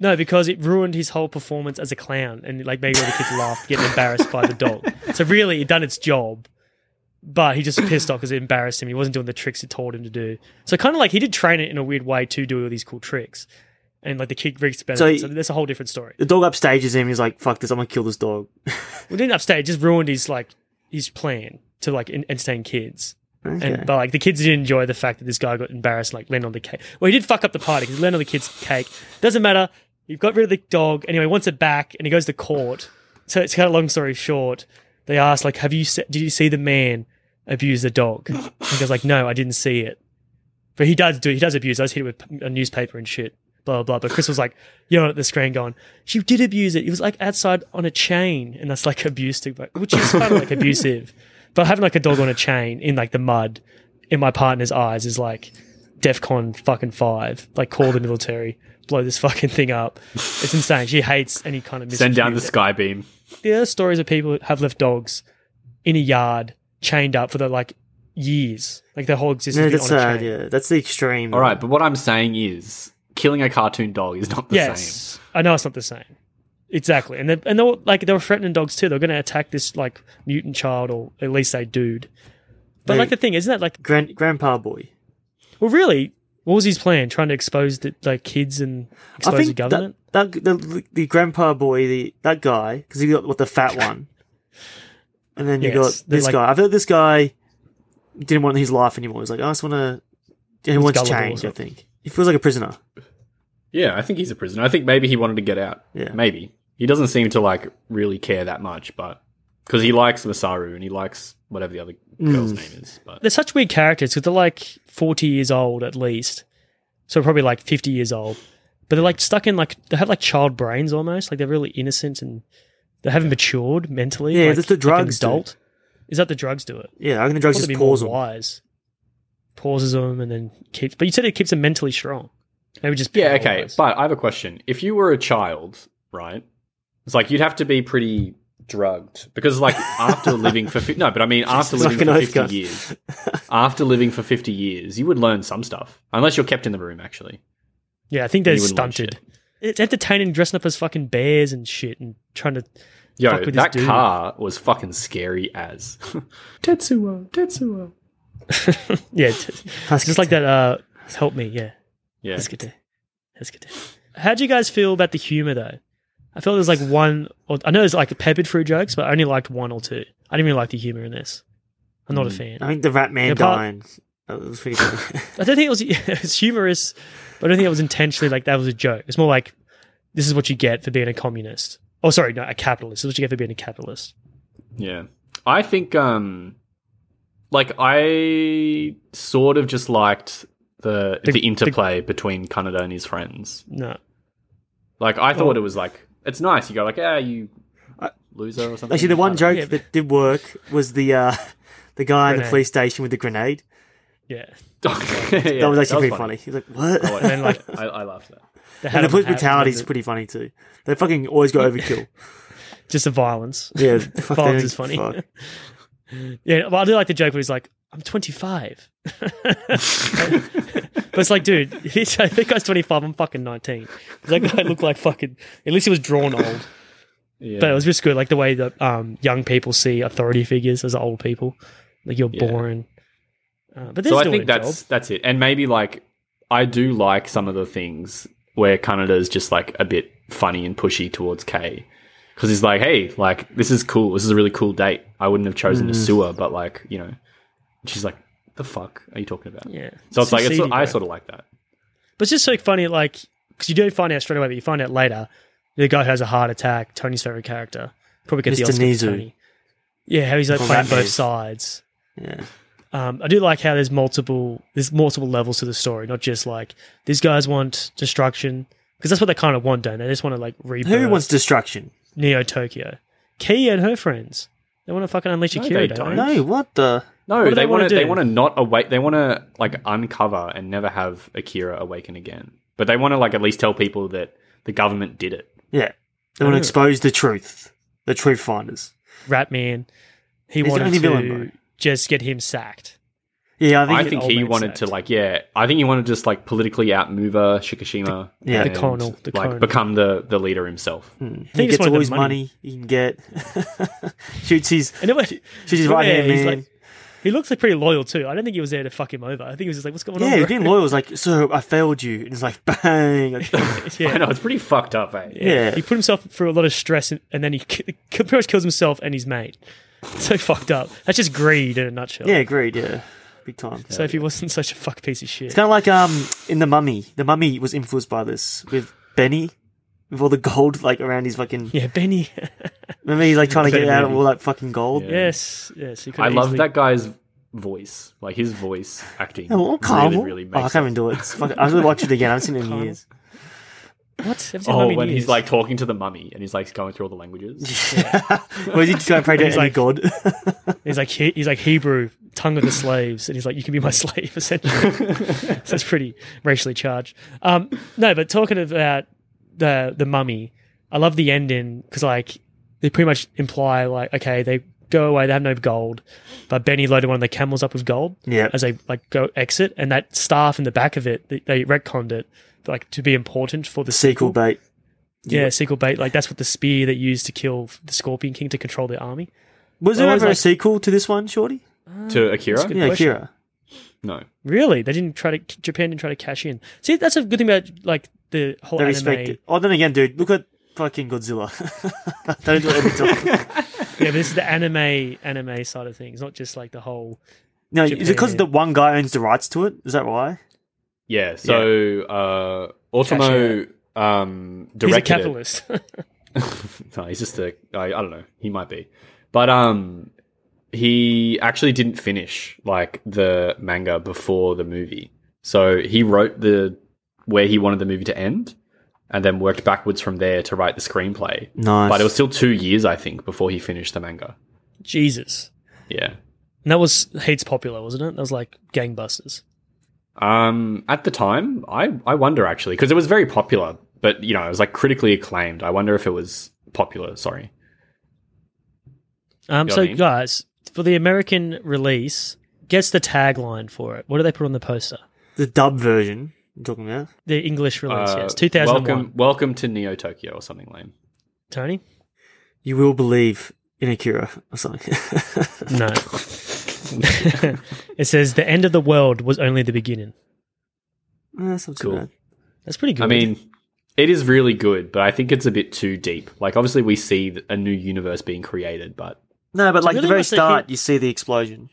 Speaker 5: No, because it ruined his whole performance as a clown, and like maybe all the kids laughed, getting embarrassed by the dog. So really, it done its job, but he just pissed off because it embarrassed him. He wasn't doing the tricks it told him to do. So kind of like he did train it in a weird way to do all these cool tricks, and like the kid reaps the benefits.
Speaker 7: So
Speaker 5: So,
Speaker 7: he-
Speaker 5: that's a whole different story.
Speaker 7: The dog upstages him. He's like, fuck this, I'm going to kill this dog.
Speaker 5: We didn't upstage; just ruined his like his plan to like en- entertain kids.
Speaker 7: Okay.
Speaker 5: And but like the kids did enjoy the fact that this guy got embarrassed, like landed on the cake. Well, he did fuck up the party because he landed on the kid's cake. Doesn't matter. You've got rid of the dog anyway. He wants it back, and he goes to court. So it's kind of long story short. They asked like, "Have you se- did you see the man abuse the dog?" And he goes like, "No, I didn't see it." But he does do. He does abuse. I just hit it with p- a newspaper and shit. Blah blah. blah. But Chris was like yelling at the screen, going, "She did abuse it. It was like outside on a chain, and that's like abuse to, which is kind of like abusive." <laughs> But having like a dog on a chain in like the mud in my partner's eyes is like DEFCON fucking five. Like call the military, blow this fucking thing up. It's insane. She hates any kind of
Speaker 6: Send down the
Speaker 5: misuse.
Speaker 6: sky beam.
Speaker 5: There are stories of people who have left dogs in a yard chained up for the like years, like their whole existence.
Speaker 7: No,
Speaker 5: been
Speaker 7: <laughs> that's
Speaker 5: on a
Speaker 7: sad.
Speaker 5: chain.
Speaker 7: Yeah, that's the extreme.
Speaker 6: All right, but what I'm saying is, killing a cartoon dog is not the same.
Speaker 5: yes, I know it's not the same. Exactly, and they, and they were, like they were threatening dogs too. They're going to attack this like mutant child, or at least they dude. But
Speaker 7: They-
Speaker 5: like the thing isn't that like
Speaker 7: Grand, grandpa boy.
Speaker 5: well, really, what was his plan? Trying to expose the like kids and expose the government?
Speaker 7: That, that the, the grandpa boy, the that guy, because you got what the fat one, and then you
Speaker 5: Yes,
Speaker 7: got
Speaker 5: they're
Speaker 7: this
Speaker 5: like-
Speaker 7: guy. I feel like this guy didn't want his life anymore. He's like, I just want to. He
Speaker 5: He's
Speaker 7: wants
Speaker 5: gullible or
Speaker 7: change. I
Speaker 5: something.
Speaker 7: think he feels like a prisoner.
Speaker 6: Yeah, I think he's a prisoner. I think maybe he wanted to get out.
Speaker 7: Yeah.
Speaker 6: Maybe. He doesn't seem to like really care that much, but because he likes Masaru and he likes whatever the other
Speaker 5: Mm.
Speaker 6: girl's name is. But
Speaker 5: They're such weird characters because they're like forty years old at least, so probably like fifty years old. But they're like stuck in like they have like child brains almost. Like they're really innocent and they haven't matured mentally.
Speaker 7: Yeah,
Speaker 5: like,
Speaker 7: that's the
Speaker 5: like an
Speaker 7: drugs do it.
Speaker 5: adult. Is that the drugs do it?
Speaker 7: Yeah, I think the drugs
Speaker 5: Probably
Speaker 7: just
Speaker 5: be more
Speaker 7: pause him.
Speaker 5: wise. Pauses them and then keeps. But you said it keeps them mentally strong. Maybe just
Speaker 6: yeah, okay.
Speaker 5: paralyzed.
Speaker 6: But I have a question. If you were a child, right? It's like you'd have to be pretty drugged because, like, after living for fi- no, but
Speaker 5: <laughs>
Speaker 6: I mean, after
Speaker 7: Jesus,
Speaker 6: living
Speaker 7: fucking
Speaker 6: for
Speaker 7: oath
Speaker 6: fifty
Speaker 7: gun.
Speaker 6: years, after living for fifty years, you would learn some stuff unless you're kept in the room. Actually,
Speaker 5: yeah, I think they're
Speaker 6: you wouldn't like
Speaker 5: stunted. It's entertaining dressing up as fucking bears and shit and trying to
Speaker 6: yo,
Speaker 5: Fuck with this
Speaker 6: that
Speaker 5: dude.
Speaker 6: car was fucking scary as <laughs> Tetsuo, Tetsuo.
Speaker 5: Yeah, t-
Speaker 6: <laughs>
Speaker 7: That's
Speaker 5: just like that. Uh, help me, yeah.
Speaker 6: Yeah,
Speaker 5: Let's get there. Let's get there. How do you guys feel about the humor though? I felt there's like one. Or, I know there's like peppered through jokes, but I only liked one or two. I didn't really like the humor in this. I'm not a fan.
Speaker 7: I think the rat man
Speaker 5: Yeah, part-
Speaker 7: dying. That was pretty
Speaker 5: <laughs>
Speaker 7: good.
Speaker 5: I don't think it was, it was humorous, but I don't think it was intentionally like that was a joke. It's more like this is what you get for being a communist. Oh, sorry, no, a capitalist. This is what you get for being a capitalist.
Speaker 6: Yeah. I think um like I sort of just liked the the,
Speaker 5: The-
Speaker 6: interplay between Kanada and his friends.
Speaker 5: No,
Speaker 6: Like I thought it was like it's nice. You go like, "Ah, you loser" or something.
Speaker 7: Actually, the
Speaker 6: I <laughs>
Speaker 7: one
Speaker 6: don't know.
Speaker 7: joke that did work was the uh, <laughs> the guy in the
Speaker 5: Grenade.
Speaker 7: police station with the grenade.
Speaker 5: yeah.
Speaker 6: Yeah,
Speaker 7: that was actually pretty funny. He's like, what? <laughs>
Speaker 6: I liked
Speaker 5: And then, like,
Speaker 6: it. <laughs> I, I laughed at that.
Speaker 5: they Oh, had
Speaker 7: and the
Speaker 5: him
Speaker 7: police
Speaker 5: have-
Speaker 7: brutality is pretty funny too. They fucking
Speaker 5: <laughs>
Speaker 7: always go overkill.
Speaker 5: just the violence.
Speaker 7: Yeah, fuck, they
Speaker 5: Violence
Speaker 7: don't
Speaker 5: is funny.
Speaker 7: fuck.
Speaker 5: Yeah, well, I do like the joke where he's like, "I'm <laughs> 25," but it's like, dude, <laughs> he's, that guy's 25. I'm fucking 19. Does that guy look like fucking? At least he was drawn old.
Speaker 6: Yeah.
Speaker 5: But it was just good, like the way that um, young people see authority figures as old people. Like you're
Speaker 6: Yeah.
Speaker 5: boring. Uh, but they're
Speaker 6: so I
Speaker 5: doing
Speaker 6: think
Speaker 5: a
Speaker 6: that's
Speaker 5: job.
Speaker 6: that's it. And maybe like I do like some of the things where Canada is just like a bit funny and pushy towards Kay. Because he's like, hey, like this is cool. This is a really cool date. I wouldn't have chosen
Speaker 7: Mm.
Speaker 6: a sewer, but like you know, she's like, the fuck are you talking about?
Speaker 5: Yeah.
Speaker 6: So it's like it's,
Speaker 5: Succeeding, bro.
Speaker 6: I sort of like that.
Speaker 5: But it's just so funny, like, because you don't find out straight away, but you find out later. The guy who has a heart attack, Tony's favorite character, probably gets the
Speaker 7: Mr.
Speaker 5: Oscar for
Speaker 7: Nizu.
Speaker 5: Tony. Yeah, how he's like
Speaker 7: Well,
Speaker 5: playing
Speaker 7: that
Speaker 5: both
Speaker 7: is-
Speaker 5: sides.
Speaker 7: Yeah.
Speaker 5: Um, I do like how there's multiple there's multiple levels to the story, not just like these guys want destruction because that's what they kind of want, don't they? They just want to like rebirth
Speaker 7: Who wants destruction?
Speaker 5: Neo Tokyo, Key and her friends. They want to fucking unleash
Speaker 6: No,
Speaker 5: Akira.
Speaker 6: they
Speaker 5: don't
Speaker 6: don't.
Speaker 5: they?
Speaker 7: No, what the?
Speaker 6: No,
Speaker 5: What do
Speaker 6: they,
Speaker 5: they wanna
Speaker 6: want to. They
Speaker 5: do?
Speaker 6: want to not awake. They want to like uncover and never have Akira awaken again. But they want to like at least tell people that the government did it.
Speaker 7: Yeah. They want
Speaker 5: Oh.
Speaker 7: to expose the truth. The truth finders.
Speaker 5: Ratman. He
Speaker 7: He's the
Speaker 5: wanted
Speaker 7: only
Speaker 5: to
Speaker 7: villain, bro.
Speaker 5: just get him sacked.
Speaker 7: Yeah, I
Speaker 6: I
Speaker 7: think.
Speaker 6: think
Speaker 5: old
Speaker 6: he
Speaker 5: man
Speaker 6: wanted
Speaker 5: sacked.
Speaker 6: to like yeah. I think he wanted to just like politically outmove her, Shikishima.
Speaker 7: yeah. The Hmm.
Speaker 6: and,
Speaker 5: colonel, the
Speaker 6: like
Speaker 5: colonel.
Speaker 6: become the the leader himself.
Speaker 7: he
Speaker 5: just
Speaker 7: gets all
Speaker 5: wanted
Speaker 7: his
Speaker 5: the
Speaker 7: money. he can get. <laughs> shoots his.
Speaker 5: And it was,
Speaker 7: Shoots his right hand
Speaker 5: he's
Speaker 7: man.
Speaker 5: like, he looks like pretty loyal too. I don't think he was there to fuck him over. I think he was just like, "What's going on?"
Speaker 7: yeah,
Speaker 5: bro?
Speaker 7: he being loyal is like, so I failed you. And it's like, <laughs> bang.
Speaker 5: <laughs>
Speaker 7: Like,
Speaker 5: Yeah.
Speaker 6: <laughs> I know it's pretty fucked up, eh?
Speaker 7: yeah.
Speaker 5: He put himself through a lot of stress, and, and then he ki- pretty much kills himself and his mate. <laughs> So fucked up. That's just greed in a nutshell.
Speaker 7: Yeah, agreed. Yeah. Big time.
Speaker 5: So if he wasn't such a fuck piece of shit,
Speaker 7: It's kind of like um in the Mummy. The Mummy was influenced by this with Benny, with all the gold like around his fucking.
Speaker 5: yeah, Benny. <laughs>
Speaker 7: Remember he's like trying to get
Speaker 5: Incredible
Speaker 7: out of
Speaker 5: movie.
Speaker 7: all that fucking gold.
Speaker 6: Yeah.
Speaker 5: yes, yes. He could
Speaker 6: I love
Speaker 5: easily-
Speaker 6: that guy's voice, like his voice acting.
Speaker 7: Yeah, well,
Speaker 6: really,
Speaker 7: Carmel.
Speaker 6: really
Speaker 7: oh, I
Speaker 6: makes.
Speaker 7: can't even do it. It's fucking, I should watch it again. I haven't seen it in
Speaker 5: Carmel.
Speaker 7: years.
Speaker 5: What? I've seen
Speaker 6: Oh,
Speaker 5: Mummy
Speaker 6: when he's
Speaker 5: Years.
Speaker 6: like talking to the mummy and he's like going through all the languages.
Speaker 7: <laughs> Or is he just going to pray to
Speaker 5: He's
Speaker 7: any
Speaker 5: like-
Speaker 7: god?
Speaker 5: he's like he, he's like Hebrew tongue of the slaves, and he's like, "You can be my <laughs> slave," essentially. so it's pretty racially charged. Um, no, but talking about the the mummy, I love the ending because like they pretty much imply like, okay, they go away, they have no gold, but Benny loaded one of the camels up with gold.
Speaker 7: Yeah.
Speaker 5: as they like go exit, and that staff in the back of it, they, they retconned it like to be important for the
Speaker 7: <laughs> the sequel bait.
Speaker 5: yeah sequel bait. Like that's what the spear they used to kill the Scorpion King to control the army.
Speaker 7: Was there
Speaker 5: I was
Speaker 7: ever a
Speaker 5: like-
Speaker 7: sequel to this one, Shorty?
Speaker 6: to Akira?
Speaker 5: good.
Speaker 7: Yeah,
Speaker 5: question.
Speaker 7: Akira.
Speaker 6: No.
Speaker 5: Really, they didn't try to. Japan didn't try to cash in. See, that's a good thing about like the whole
Speaker 7: They
Speaker 5: anime.
Speaker 7: respect it. Oh, then again, dude, look at fucking Godzilla. <laughs> they don't do it every time.
Speaker 5: <laughs> <laughs> Yeah, but this is the anime anime side of things, not just like the whole.
Speaker 7: No, is it because
Speaker 5: Japan.
Speaker 7: the one guy owns the rights to it? Is that why?
Speaker 6: Yeah. So Uh, Ultimo um, directed.
Speaker 5: He's a
Speaker 6: it.
Speaker 5: capitalist. <laughs>
Speaker 6: No, he's just a. I, I don't know. He might be, but um, he actually didn't finish like the manga before the movie. So he wrote the where he wanted the movie to end, and then worked backwards from there to write the screenplay.
Speaker 7: Nice.
Speaker 6: But it was still two years, I think, before he finished the manga.
Speaker 5: Jesus,
Speaker 6: Yeah.
Speaker 5: and that was hates popular, wasn't it? That was like gangbusters.
Speaker 6: Um, at the time, I I wonder actually because it was very popular, but you know it was like critically acclaimed. I wonder if it was popular. Sorry.
Speaker 5: Um,
Speaker 6: You know
Speaker 5: so
Speaker 6: what I mean?
Speaker 5: guys, for the American release, guess the tagline for it. What do they put on the poster?
Speaker 7: the dub version I'm talking about.
Speaker 5: The English release,
Speaker 6: Uh,
Speaker 5: yes, two thousand
Speaker 6: Welcome,
Speaker 5: one.
Speaker 6: welcome to Neo Tokyo or something lame. <laughs>
Speaker 5: Tony,
Speaker 7: You will believe in Akira or something. <laughs>
Speaker 5: no. <laughs> it says the end of the world was only the beginning.
Speaker 7: That's not too
Speaker 6: Cool.
Speaker 7: bad.
Speaker 5: That's pretty good.
Speaker 6: I mean, it is really good, but I think it's a bit too deep. Like, obviously, we see th- a new universe being created, but
Speaker 7: No, but like
Speaker 5: really
Speaker 7: the very
Speaker 5: must have
Speaker 7: start,
Speaker 5: hit-
Speaker 7: you see the explosion.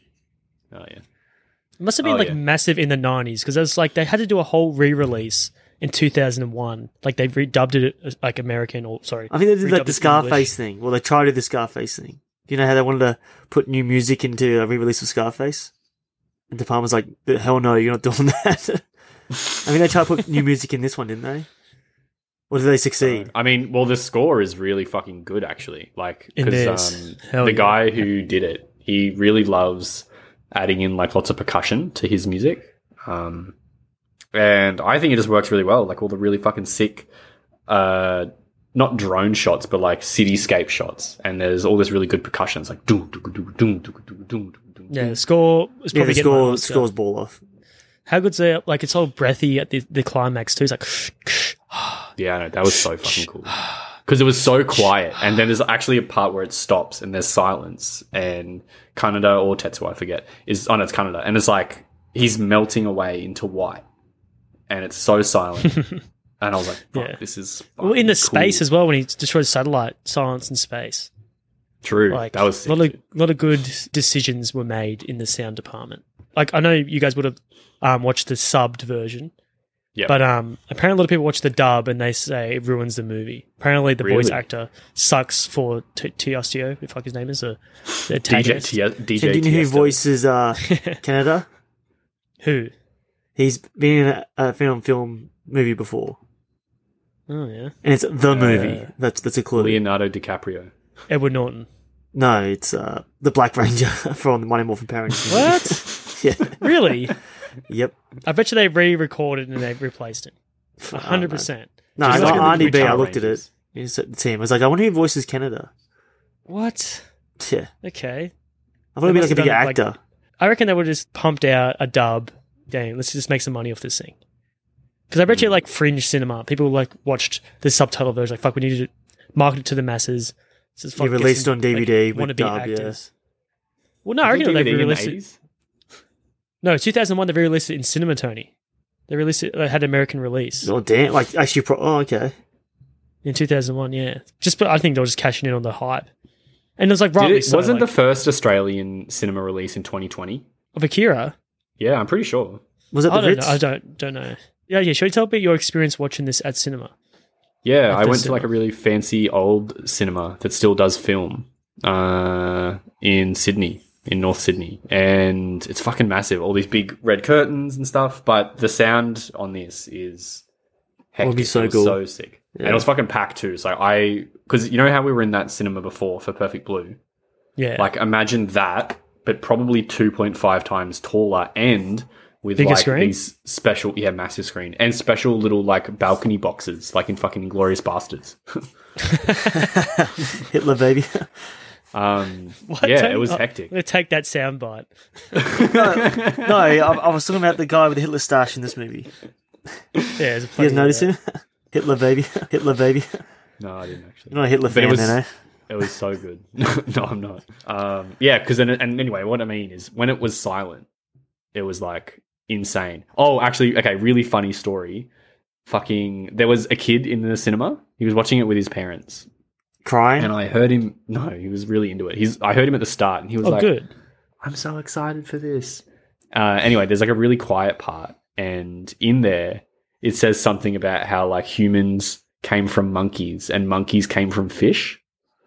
Speaker 6: oh yeah,
Speaker 5: It must have been
Speaker 6: Oh,
Speaker 5: like
Speaker 6: yeah.
Speaker 5: massive in the 90s because it was like they had to do a whole re-release in 2001 like they redubbed it as, like american or sorry
Speaker 7: I think they did
Speaker 5: redubbed
Speaker 7: like
Speaker 5: it
Speaker 7: the
Speaker 5: to
Speaker 7: Scarface
Speaker 5: English.
Speaker 7: thing. Well, they tried to do the Scarface thing. You know how they wanted to put new music into a re-release of Scarface, and De Palma's like, "Hell no, you're not <laughs> doing that." I mean, they tried to put new music in this one, didn't they? Or did they succeed?
Speaker 6: I mean, well, the score is really fucking good, actually. Like,
Speaker 5: It
Speaker 6: because
Speaker 5: is.
Speaker 6: um,
Speaker 5: Hell
Speaker 6: the
Speaker 5: yeah.
Speaker 6: guy who did it, he really loves adding in like lots of percussion to his music, um, and I think it just works really well. Like all the really fucking sick, uh, not drone shots, but like cityscape shots, and there's all this really good percussion. It's like doom, doom, doom, doom, doom, doom, doom, doom.
Speaker 5: yeah the score is
Speaker 7: yeah,
Speaker 5: probably
Speaker 7: the
Speaker 5: getting my
Speaker 7: score
Speaker 5: Oscar.
Speaker 7: scores ball off.
Speaker 5: how good's it like it's all breathy at the, the climax too it's like <sniffs> <sighs>
Speaker 6: Yeah, I know, that was so fucking cool. because it was so quiet. And then there's actually a part where it stops and there's silence. And Kanada or Tetsuo, I forget, is on oh, no, it's Kanada, and it's like he's melting away into white, and it's
Speaker 5: <laughs>
Speaker 6: so silent. and I was like, fuck,
Speaker 5: Yeah.
Speaker 6: this is
Speaker 5: Well, in the space
Speaker 6: spaces.
Speaker 5: as well, when he destroys satellite, silence in space.
Speaker 6: True,
Speaker 5: Like
Speaker 6: that was sick.
Speaker 5: a lot of, lot of good decisions were made in the sound department. Like I know you guys would have um, watched the subbed version,
Speaker 6: yeah,
Speaker 5: but um, apparently a lot of people watch the dub and they say it ruins the movie. Apparently the voice
Speaker 6: Really?
Speaker 5: actor sucks for T- Tiostio, if fuck his name is, a the
Speaker 6: DJ,
Speaker 5: antagonist.
Speaker 6: T- DJ,
Speaker 7: So do you know who
Speaker 6: Tiesto.
Speaker 5: <laughs>
Speaker 7: voices uh, Canada?
Speaker 5: Who?
Speaker 7: He's been in a, a film film movie before,
Speaker 5: Oh yeah,
Speaker 7: and it's the movie. That's that's a clue.
Speaker 6: Leonardo DiCaprio.
Speaker 5: Edward Norton.
Speaker 7: No, it's uh, the Black Ranger <laughs> from the Mighty Morphin Power Rangers.
Speaker 5: What?
Speaker 7: yeah.
Speaker 5: really?
Speaker 7: Yep.
Speaker 5: I bet you they re-recorded and they replaced him. A hundred percent.
Speaker 7: No,
Speaker 6: Just
Speaker 7: it's
Speaker 6: like
Speaker 7: on
Speaker 6: in the
Speaker 7: Andy B.
Speaker 6: Power
Speaker 7: I looked at it.
Speaker 6: Rangers.
Speaker 7: It's the team. I was like, I wonder who voices Canada.
Speaker 5: What?
Speaker 7: Yeah.
Speaker 5: Okay.
Speaker 7: I
Speaker 5: They
Speaker 7: thought it'd be like a
Speaker 5: must have
Speaker 7: bigger
Speaker 5: done it, like-
Speaker 7: actor.
Speaker 5: I reckon they would have just pumped out a dub. Dang, let's just make some money off this thing. Because I bet you like fringe cinema, people like watched the subtitle version. Like, fuck, we need to market it to the masses. So it's
Speaker 7: Be released on DVD with dub,
Speaker 5: Well, no, I reckon
Speaker 6: DVD
Speaker 5: they
Speaker 6: in the
Speaker 5: released it.
Speaker 6: 80s?
Speaker 5: No, 2001, they released it in cinema, Tony. They released it. They had an American release
Speaker 7: Oh, damn. Like, actually, pro- oh, okay.
Speaker 5: in 2001. Yeah, just but I think they were just cashing in on the hype. And it was like
Speaker 6: Did
Speaker 5: right.
Speaker 6: it, wasn't the first Australian cinema release in 2020?
Speaker 5: of Akira?
Speaker 6: Yeah, I'm pretty sure.
Speaker 7: Was it the
Speaker 5: I don't,
Speaker 7: Ritz?
Speaker 5: know, I don't don't know. Yeah, yeah. Should we tell me your experience watching this at cinema?
Speaker 6: Yeah,
Speaker 5: At
Speaker 6: I
Speaker 5: the
Speaker 6: went to
Speaker 5: cinema.
Speaker 6: like a really fancy old cinema that still does film uh, in Sydney, in North Sydney, and it's fucking massive. All these big red curtains and stuff, but the sound on this is hectic.
Speaker 7: It'll be so
Speaker 6: It was
Speaker 7: cool.
Speaker 6: so sick, and it was fucking packed too. So I, because you know how we were in that cinema before for Perfect Blue.
Speaker 5: Yeah,
Speaker 6: Like imagine that, but probably 2.5 times taller and with
Speaker 5: Bigger
Speaker 6: like
Speaker 5: screen?
Speaker 6: these special, yeah, massive screen and special little like balcony boxes, like in fucking Inglorious Bastards.
Speaker 5: <laughs>
Speaker 7: Hitler, baby.
Speaker 6: Um, yeah, it was
Speaker 5: I'm
Speaker 6: hectic.
Speaker 5: gonna take that sound bite.
Speaker 7: no, I, I was talking about the guy with the Hitler stash in this movie.
Speaker 5: Oh, Yeah, there's
Speaker 7: You
Speaker 5: plenty
Speaker 7: guys
Speaker 5: of
Speaker 7: notice
Speaker 5: that.
Speaker 7: him? <laughs> Hitler, baby. Hitler, baby. <laughs>
Speaker 6: No, I didn't actually.
Speaker 7: You're not a Hitler
Speaker 6: But it
Speaker 7: fan,
Speaker 6: was-
Speaker 7: then, eh?
Speaker 6: It was so good. <laughs> no, I'm not. Um, yeah, because then, and anyway, what I mean is when it was silent, it was like insane. Oh, actually, okay, really funny story. Fucking, there was a kid in the cinema. He was watching it with his parents,
Speaker 7: Crying?
Speaker 6: and I heard him. No, he was really into it. He's. I heard him at the start, and he was
Speaker 5: Oh,
Speaker 6: like,
Speaker 5: good.
Speaker 6: "I'm so excited for this." Uh, anyway, there's like a really quiet part, and in there, it says something about how like humans came from monkeys and monkeys came from fish,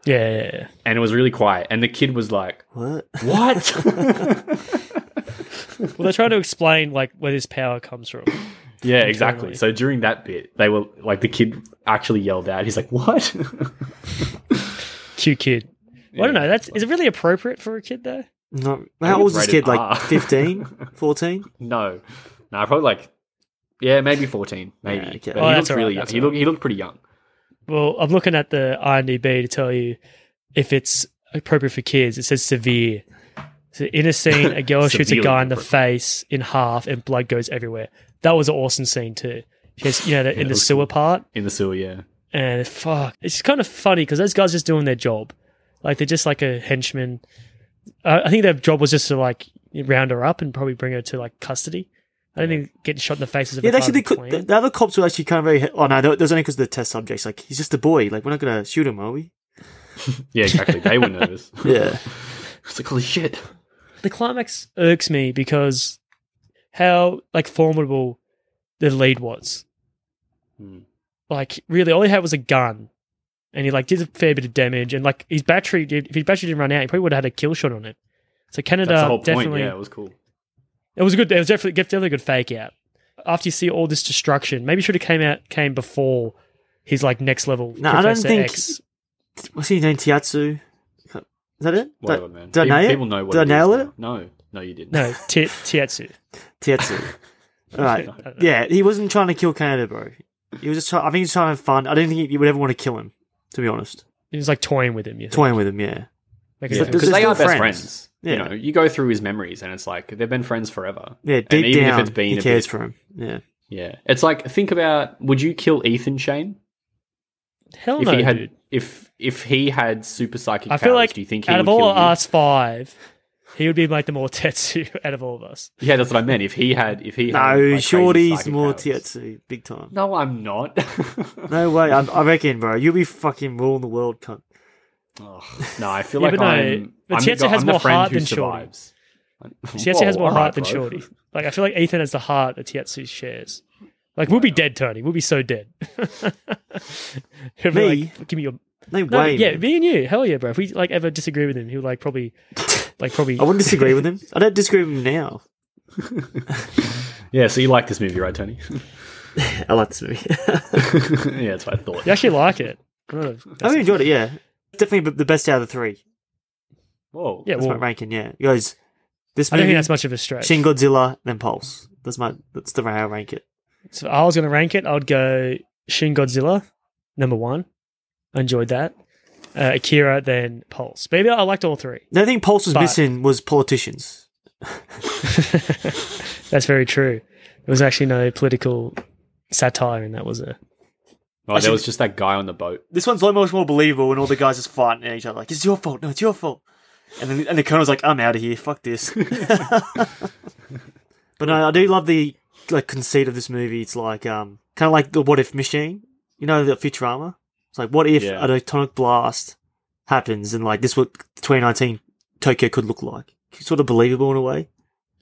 Speaker 5: Yeah, yeah, yeah.
Speaker 6: and it was really quiet. And the kid was like,
Speaker 7: what? <laughs>
Speaker 5: <laughs>
Speaker 6: "What?"
Speaker 5: Well, they're trying to explain like where this power comes
Speaker 6: <coughs>
Speaker 5: from.
Speaker 6: yeah, exactly.
Speaker 5: Internally.
Speaker 6: So during that bit, they were like, the kid actually yelled out. He's like, "What?" <laughs>
Speaker 5: Cute kid. Well, I don't
Speaker 6: Yeah,
Speaker 5: know. That's is it really appropriate for a kid though?
Speaker 7: Not,
Speaker 6: think
Speaker 7: how old is
Speaker 6: it's
Speaker 7: this kid?
Speaker 6: rated R. <laughs>
Speaker 7: Like 15? 14?
Speaker 6: no, no, probably like, yeah, maybe fourteen, maybe.
Speaker 7: Yeah, okay.
Speaker 6: But
Speaker 5: Oh,
Speaker 6: he
Speaker 5: that's
Speaker 6: looked
Speaker 5: all right,
Speaker 6: really young.
Speaker 5: that's
Speaker 6: He
Speaker 5: all
Speaker 6: looked he looked pretty young.
Speaker 5: Well, I'm looking at the IMDb to tell you if it's appropriate for kids. It says severe. So in a scene, a
Speaker 6: <laughs>
Speaker 5: girl shoots a
Speaker 6: Severely
Speaker 5: guy in the
Speaker 6: inappropriate.
Speaker 5: face in half, and blood goes everywhere. That was an awesome scene too. She has, you know, the, in the sewer part,
Speaker 6: In the sewer, yeah.
Speaker 5: and fuck, it's kind of funny because those guys are just doing their job, like they're just like a henchman. Uh, I think their job was just to like round her up and probably bring her to like custody. I don't think getting shot in the face is a
Speaker 7: Yeah,
Speaker 5: yeah,
Speaker 7: they actually, they
Speaker 5: the
Speaker 7: could,
Speaker 5: plan.
Speaker 7: the, the other cops were actually kind of very. Oh no, that that was only because of the test subjects. Like he's just a boy. Like we're not gonna shoot him, are we?
Speaker 6: Yeah, exactly. They were nervous.
Speaker 7: Yeah.
Speaker 6: <laughs> it's like, holy shit.
Speaker 5: the climax irks me because how like formidable the lead was.
Speaker 6: Hmm.
Speaker 5: Like really, all he had was a gun, and he like did a fair bit of damage. And like his battery, did, if his battery didn't run out, he probably would have had a kill shot on it. So Canada
Speaker 6: That's the whole point.
Speaker 5: uh, definitely
Speaker 6: Yeah, it was cool.
Speaker 5: it was a good. It was definitely definitely a good fake out. After you see all this destruction, maybe should have came out came before his like next level.
Speaker 7: No, I don't
Speaker 5: Professor
Speaker 7: think-
Speaker 5: X.
Speaker 7: What's his name? Tiatsu. Is that it?
Speaker 6: Whatever,
Speaker 7: Did-
Speaker 6: man.
Speaker 7: Did I
Speaker 6: people,
Speaker 7: nail it?
Speaker 6: people know what
Speaker 7: Did I
Speaker 6: it is
Speaker 7: nail
Speaker 6: now.
Speaker 7: it?
Speaker 6: No, no, you didn't.
Speaker 5: No, Ti Tietsu.
Speaker 6: <laughs>
Speaker 7: Tiatsu. All right. Yeah, he wasn't trying to kill Canada, bro. He was just. Try- I think he was trying to have fun. I don't think he would ever want to kill him. To be honest,
Speaker 5: He was like toying with him. You think.
Speaker 7: toying with him. Yeah.
Speaker 5: Making
Speaker 6: Yeah,
Speaker 5: him-
Speaker 6: because
Speaker 7: they're
Speaker 6: they
Speaker 7: still
Speaker 6: are best
Speaker 7: friends.
Speaker 6: friends.
Speaker 7: Yeah.
Speaker 6: You know, you go through his memories, and it's like they've been friends forever.
Speaker 7: Yeah.
Speaker 6: and
Speaker 7: Deep
Speaker 6: even
Speaker 7: down,
Speaker 6: if it's been
Speaker 7: he
Speaker 6: a
Speaker 7: cares
Speaker 6: bit,
Speaker 7: for him. Yeah.
Speaker 6: yeah, it's like think about: would you kill Ethan Shane?
Speaker 5: Hell
Speaker 6: If
Speaker 5: no,
Speaker 6: he had
Speaker 5: dude.
Speaker 6: if if he had super psychic
Speaker 5: I
Speaker 6: powers,
Speaker 5: feel like
Speaker 6: do you think he
Speaker 5: out
Speaker 6: would
Speaker 5: of all
Speaker 6: kill you?
Speaker 5: us five, he would be like the more <laughs> Tetsu out of all of us.
Speaker 6: Yeah, that's what I meant. If he had, if he had, like,
Speaker 7: No,
Speaker 6: crazy
Speaker 7: Shorty's
Speaker 6: psychic
Speaker 7: more
Speaker 6: powers.
Speaker 7: Tietsu, big time.
Speaker 6: No, I'm not. <laughs>
Speaker 7: No way, I, I reckon, bro. You'll be fucking ruling the world, cunt.
Speaker 6: no, I feel
Speaker 5: Yeah,
Speaker 6: like
Speaker 5: but no,
Speaker 6: I'm.
Speaker 5: but
Speaker 6: I'm
Speaker 5: Tietze
Speaker 6: the, guy-
Speaker 5: has
Speaker 6: I'm the
Speaker 5: more
Speaker 6: friend
Speaker 5: heart
Speaker 6: who
Speaker 5: than Shorty.
Speaker 6: survives.
Speaker 5: Tietsu
Speaker 6: Whoa,
Speaker 5: has more
Speaker 6: alright,
Speaker 5: heart than
Speaker 6: bro.
Speaker 5: Shorty. Like I feel like Ethan has the heart that Tietsu shares. Like we'll be dead, Tony. We'll be so dead. <laughs> He'll be
Speaker 7: Me?
Speaker 5: like, give me your
Speaker 7: No,
Speaker 5: no,
Speaker 7: way.
Speaker 5: yeah,
Speaker 7: man.
Speaker 5: me and you. Hell yeah, bro. If we like ever disagree with him, he'll like probably like probably
Speaker 7: <laughs> I wouldn't disagree with him. I don't disagree with
Speaker 6: <laughs>
Speaker 7: him now.
Speaker 6: Yeah, so you like this movie,
Speaker 5: <laughs>
Speaker 6: right, Tony? <laughs>
Speaker 7: I like this movie.
Speaker 6: yeah, that's what I
Speaker 5: <laughs>
Speaker 6: thought.
Speaker 5: You actually like it. I don't know.
Speaker 7: I really enjoyed it. Yeah, definitely the best out of the three.
Speaker 6: Whoa.
Speaker 5: yeah,
Speaker 7: That's
Speaker 5: well,
Speaker 7: my ranking. Yeah, it goes this
Speaker 5: I don't
Speaker 7: movie,
Speaker 5: think that's much of a stretch.
Speaker 7: Shin Godzilla, then Pulse. That's my. That's the way I rank it.
Speaker 5: So if I was going to rank it, I'd go Shin Godzilla, number one. I enjoyed that. Uh, Akira, then Pulse. Maybe I liked all three.
Speaker 7: The only thing Pulse was
Speaker 5: But-
Speaker 7: missing was politicians.
Speaker 5: That's very true. There was actually no political satire in that, was there?
Speaker 6: Oh, there was just that guy on the boat.
Speaker 7: This one's like much more believable when all the guys just fighting at each other, like it's your fault. No, it's your fault. And then and the colonel's like, I'm out of here. Fuck this. <laughs> but no, I do love the like conceit of this movie. It's like um kind of like the what if machine. You know the Futurama. It's like what if
Speaker 6: Yeah.
Speaker 7: an atomic blast happens and like this what 2019 Tokyo could look like. It's sort of believable in a way.